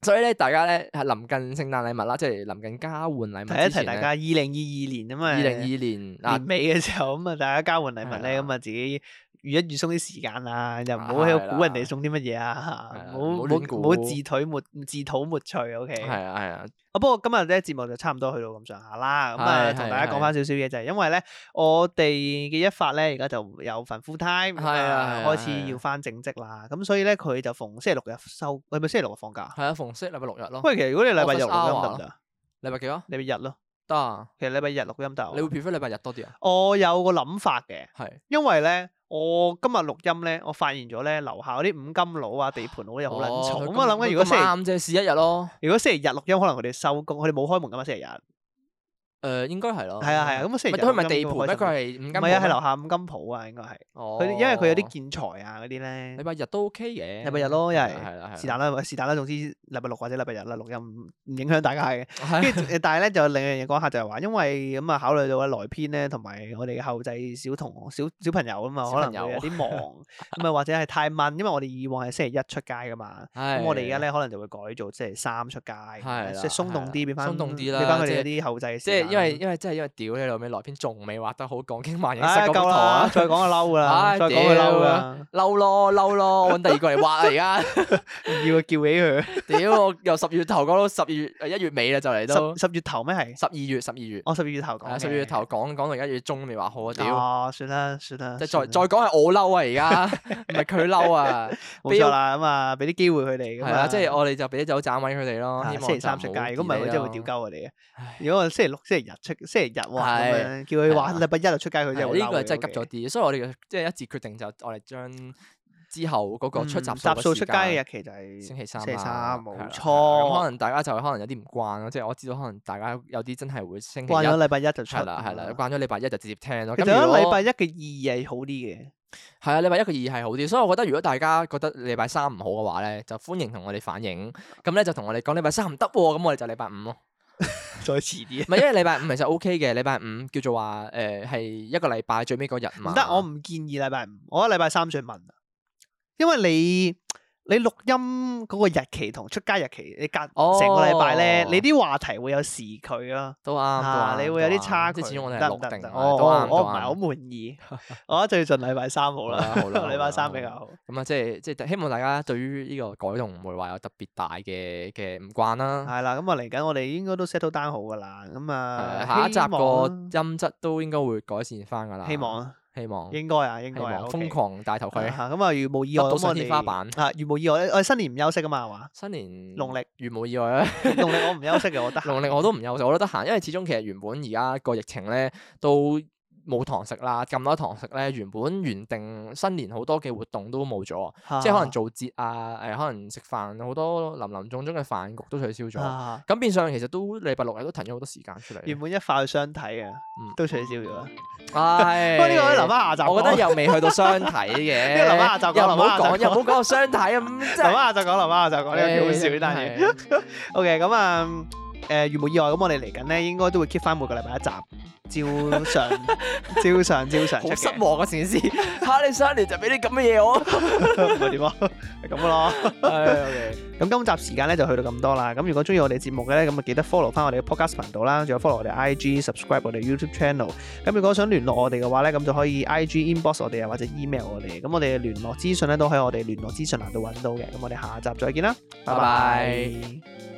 [SPEAKER 2] 所以咧，大家咧係臨近聖誕禮物啦，即係臨近交換禮
[SPEAKER 1] 提一
[SPEAKER 2] 物之
[SPEAKER 1] 提
[SPEAKER 2] 前
[SPEAKER 1] 大家，
[SPEAKER 2] 咧，
[SPEAKER 1] 二零二二年啊嘛，
[SPEAKER 2] 二零二年啊
[SPEAKER 1] 年尾嘅時候咁啊，大家交換禮物
[SPEAKER 2] 係
[SPEAKER 1] 咧，
[SPEAKER 2] 啦
[SPEAKER 1] 咁啊自己預一預鬆啲時間啊，又唔好
[SPEAKER 2] 啊
[SPEAKER 1] 喺
[SPEAKER 2] 係
[SPEAKER 1] 度
[SPEAKER 2] 啦
[SPEAKER 1] 估人哋送啲乜嘢啊
[SPEAKER 2] 係，
[SPEAKER 1] 唔
[SPEAKER 2] 啦
[SPEAKER 1] 好
[SPEAKER 2] 唔好
[SPEAKER 1] 唔
[SPEAKER 2] 亂
[SPEAKER 1] 好唔好自
[SPEAKER 2] 估
[SPEAKER 1] 討沒自討沒趣，OK。
[SPEAKER 2] 係啊係啊，
[SPEAKER 1] 啊，不過今日咧節目就差唔多去到咁上下啦，咁啊
[SPEAKER 2] 係
[SPEAKER 1] 同
[SPEAKER 2] 係
[SPEAKER 1] 大家講翻少少嘢就係因為咧，我哋嘅一發咧而家就有份 full time，咁
[SPEAKER 2] 係啊係
[SPEAKER 1] 啊
[SPEAKER 2] 啊
[SPEAKER 1] 開
[SPEAKER 2] 係
[SPEAKER 1] 始
[SPEAKER 2] 啊
[SPEAKER 1] 要翻正職啦，咁所以咧佢就逢星期六日收，係咪星期六日放假？
[SPEAKER 2] 係啊，逢星期禮拜六日咯，
[SPEAKER 1] 喂，其實如果你禮拜日錄
[SPEAKER 2] Office
[SPEAKER 1] 音
[SPEAKER 2] hour
[SPEAKER 1] 得唔得啊？
[SPEAKER 2] 禮拜幾啊？
[SPEAKER 1] 禮拜日咯，
[SPEAKER 2] 得啊，
[SPEAKER 1] 其實禮拜日錄音得啊。
[SPEAKER 2] 你會 prefer 禮拜日多啲啊？
[SPEAKER 1] 我有個諗法嘅。
[SPEAKER 2] 係，
[SPEAKER 1] 因為咧，我今日錄音咧，我發現咗咧，樓下嗰啲五金佬啊、地盤佬又好
[SPEAKER 2] 哦
[SPEAKER 1] 撚嘈。咁我啊諗緊，如果星期
[SPEAKER 2] 啊啱啫，試一日咯，
[SPEAKER 1] 如果星期日錄音，可能佢哋收工，佢哋冇開門噶嘛，星期日。係
[SPEAKER 2] 誒應該係咯，
[SPEAKER 1] 啊係啊，咁啊星期日
[SPEAKER 2] 佢唔哦係
[SPEAKER 1] 錄
[SPEAKER 2] 地
[SPEAKER 1] 音
[SPEAKER 2] 盤
[SPEAKER 1] 都好
[SPEAKER 2] 咩？
[SPEAKER 1] 開心
[SPEAKER 2] 佢係五
[SPEAKER 1] 唔
[SPEAKER 2] 間
[SPEAKER 1] 係啊，係樓下五金鋪啊，應該係。
[SPEAKER 2] 樓
[SPEAKER 1] 佢因為佢有啲建材啊嗰啲咧
[SPEAKER 2] 禮，拜日都 OK 嘅，
[SPEAKER 1] 禮拜日咯又係
[SPEAKER 2] 係啦
[SPEAKER 1] 是
[SPEAKER 2] 係啦
[SPEAKER 1] 但啦，是但啦，總之禮拜六或者禮拜日啦錄音唔唔影響大家嘅。
[SPEAKER 2] 係
[SPEAKER 1] 跟住誒，但係咧就另一樣嘢講下就係話，因為咁啊考慮到咧來編咧同埋我哋嘅後製小同小小朋友啊嘛，
[SPEAKER 2] 小
[SPEAKER 1] 可
[SPEAKER 2] 朋
[SPEAKER 1] 能會
[SPEAKER 2] 友
[SPEAKER 1] 有啲忙，咁啊或者係太悶，因為我哋以往係星期一出街噶嘛，咁
[SPEAKER 2] 係
[SPEAKER 1] 我哋而家咧可能就會改做星期三出街咁樣，
[SPEAKER 2] 係
[SPEAKER 1] 即係
[SPEAKER 2] 啦
[SPEAKER 1] 鬆動
[SPEAKER 2] 係啦
[SPEAKER 1] 啲，變翻
[SPEAKER 2] 鬆動啲
[SPEAKER 1] 俾
[SPEAKER 2] 啦
[SPEAKER 1] 翻佢
[SPEAKER 2] 即
[SPEAKER 1] 哋
[SPEAKER 2] 係
[SPEAKER 1] 一啲後製嘅時
[SPEAKER 2] 即係
[SPEAKER 1] 間
[SPEAKER 2] 因為因為真係因為屌你老味，萊編仲未畫得好講經萬影室
[SPEAKER 1] 唉，
[SPEAKER 2] 嗰幅
[SPEAKER 1] 夠
[SPEAKER 2] 圖
[SPEAKER 1] 啦，
[SPEAKER 2] 啊！
[SPEAKER 1] 再講就嬲噶啦，
[SPEAKER 2] 唉
[SPEAKER 1] 再講佢嬲
[SPEAKER 2] 屌
[SPEAKER 1] 噶
[SPEAKER 2] 啊，嬲咯嬲咯，我揾第二個嚟畫啊！而家
[SPEAKER 1] 唔要啊叫起佢。
[SPEAKER 2] 屌我由十月頭講到十二月呃誒一月尾啦，就嚟都
[SPEAKER 1] 十十月頭咩係？
[SPEAKER 2] 十二月十二月，
[SPEAKER 1] 我十二月頭講
[SPEAKER 2] 啊
[SPEAKER 1] 嘅。
[SPEAKER 2] 十二月頭講講到而家月中都未畫好啊！屌，
[SPEAKER 1] 哦，算啦算啦，
[SPEAKER 2] 即係
[SPEAKER 1] 算
[SPEAKER 2] 再
[SPEAKER 1] 啦
[SPEAKER 2] 再講係我 嬲啊！而家唔係佢嬲啊！
[SPEAKER 1] 冇錯啦，咁啊，俾啲機會佢哋咁
[SPEAKER 2] 係
[SPEAKER 1] 啊，
[SPEAKER 2] 啦，即係我哋就俾咗盞位佢哋咯。
[SPEAKER 1] 啊
[SPEAKER 2] 希望
[SPEAKER 1] 星期三出
[SPEAKER 2] 就
[SPEAKER 1] 街，
[SPEAKER 2] 唔好
[SPEAKER 1] 如果唔係佢真係會屌
[SPEAKER 2] delay 咯
[SPEAKER 1] 鳩我哋嘅。
[SPEAKER 2] 唉
[SPEAKER 1] 如果我星期六、星期日出，星期日喎咁
[SPEAKER 2] 係
[SPEAKER 1] 樣，叫佢話
[SPEAKER 2] 係啊
[SPEAKER 1] 禮拜一就出街，佢真係會
[SPEAKER 2] 係呢個
[SPEAKER 1] 嬲
[SPEAKER 2] 係真係
[SPEAKER 1] 嘅
[SPEAKER 2] 急咗
[SPEAKER 1] ，OK。
[SPEAKER 2] 啲，所以我哋嘅即係一致決定就我哋將之後嗰個出集
[SPEAKER 1] 嗯集數
[SPEAKER 2] 數
[SPEAKER 1] 出街嘅日期就係
[SPEAKER 2] 星期三啦，啊
[SPEAKER 1] 星期三
[SPEAKER 2] 係啦
[SPEAKER 1] 冇
[SPEAKER 2] 係啦
[SPEAKER 1] 錯
[SPEAKER 2] 咁可能大家就可能有啲唔慣咯，即係我知道可能大家有啲真係會星期一
[SPEAKER 1] 慣咗禮拜一就出。啊
[SPEAKER 2] 係啦係啦，慣咗禮拜一就直接聽咯。
[SPEAKER 1] 其
[SPEAKER 2] 咁
[SPEAKER 1] 實
[SPEAKER 2] 如
[SPEAKER 1] 禮
[SPEAKER 2] 果
[SPEAKER 1] 拜一嘅意義係好啲嘅，
[SPEAKER 2] 係啊，禮拜一個意義係好啲，所以我覺得如果大家覺得禮拜三唔好嘅話咧，就歡迎同我哋反映。咁咧就同我哋講禮拜三唔得喎，咁我哋就禮拜五咯。
[SPEAKER 1] 再遲啲。
[SPEAKER 2] 唔係因為禮拜五其實 O K 嘅，禮拜五叫做話誒係一個禮拜最尾嗰日嘛。
[SPEAKER 1] 唔得，我唔建議禮拜五，我覺得禮拜三最問，啊因為你你錄音嗰個日期同出街日期，你隔成
[SPEAKER 2] 哦
[SPEAKER 1] 個禮拜咧，你啲話題會有時距咯，
[SPEAKER 2] 都啱，都
[SPEAKER 1] 啊
[SPEAKER 2] 啱
[SPEAKER 1] 你
[SPEAKER 2] 都
[SPEAKER 1] 會有啲
[SPEAKER 2] 啱
[SPEAKER 1] 差距，
[SPEAKER 2] 即係始終我哋係
[SPEAKER 1] 得唔得
[SPEAKER 2] 錄
[SPEAKER 1] 唔
[SPEAKER 2] 定
[SPEAKER 1] 得
[SPEAKER 2] 嘅，
[SPEAKER 1] 我
[SPEAKER 2] 都
[SPEAKER 1] 我
[SPEAKER 2] 啱，
[SPEAKER 1] 我唔係好
[SPEAKER 2] 都啱。
[SPEAKER 1] 滿意，我覺得最盡禮拜三好啦，
[SPEAKER 2] 好啦好啦好啦
[SPEAKER 1] 禮拜三比較好。
[SPEAKER 2] 咁啊，即係即係希望大家對於呢個改動唔會話有特別大嘅嘅唔慣啦。
[SPEAKER 1] 係啦，咁啊嚟緊我哋應該都 set 到單好噶啦，咁
[SPEAKER 2] 係
[SPEAKER 1] 啊
[SPEAKER 2] 下一集
[SPEAKER 1] 希望啦
[SPEAKER 2] 個音質都應該會改善翻㗎啦。
[SPEAKER 1] 希望啊
[SPEAKER 2] 希望
[SPEAKER 1] 應該啊應
[SPEAKER 2] 希
[SPEAKER 1] 該啊
[SPEAKER 2] 望
[SPEAKER 1] OK
[SPEAKER 2] 瘋狂戴頭盔。
[SPEAKER 1] 啊咁啊，如無意外
[SPEAKER 2] 得到
[SPEAKER 1] 咁我
[SPEAKER 2] 上天花
[SPEAKER 1] 哋
[SPEAKER 2] 板嗯
[SPEAKER 1] 啊，如無意外，我哋新年唔休息噶嘛係嘛？
[SPEAKER 2] 新年
[SPEAKER 1] 農曆
[SPEAKER 2] 如無意外啊，
[SPEAKER 1] 農曆我唔休息嘅，我 得閒
[SPEAKER 2] 農曆我都唔休息，我都得閒，因為始終其實原本而家個疫情咧都冇堂食啦，咁多堂食咧，原本原定新年好多嘅活動都冇咗。即係可能做節啊，誒、可能食飯好多林林種種嘅飯局都取消咗，咁、
[SPEAKER 1] 啊
[SPEAKER 2] 變相其實都禮拜六日都騰咗好多時間出
[SPEAKER 1] 原
[SPEAKER 2] 嚟。
[SPEAKER 1] 本一塊相睇啊，
[SPEAKER 2] 嗯
[SPEAKER 1] 都取消咗啦。
[SPEAKER 2] 唉，
[SPEAKER 1] 不過呢個可以留翻下集講，
[SPEAKER 2] 我覺得 又未去到相睇嘅，
[SPEAKER 1] 呢個留返下集講
[SPEAKER 2] 又唔
[SPEAKER 1] 留返下
[SPEAKER 2] 好講，
[SPEAKER 1] 集講
[SPEAKER 2] 又唔好講到相睇咁，即
[SPEAKER 1] 留翻
[SPEAKER 2] 係
[SPEAKER 1] 下集講，留翻下集講，呢個幾好笑呢單嘢。
[SPEAKER 2] 嘢。
[SPEAKER 1] OK，咁啊，誒，如無意外，咁我哋嚟緊咧，應該都會 keep 翻每個禮拜一集，照常、 照常、照常出
[SPEAKER 2] 好失
[SPEAKER 1] 嘅。
[SPEAKER 2] 望啊！成件事嚇你新年就俾啲咁嘅嘢 我，
[SPEAKER 1] 唔係點啊？係咁咯。咁今集時間咧就去到咁多啦。咁如果中意我哋節目嘅咧，咁啊記得 follow 翻我哋嘅 podcast 頻道啦，仲有 follow 我哋 IG、subscribe 我哋 YouTube channel。咁如果想聯絡我哋嘅話咧，咁就可以 IG inbox 我哋啊，或者 email 我哋。咁我哋嘅聯絡資訊咧都喺我哋聯絡資訊欄度揾到嘅。咁我哋下集再見啦，拜
[SPEAKER 2] 拜
[SPEAKER 1] 拜
[SPEAKER 2] 拜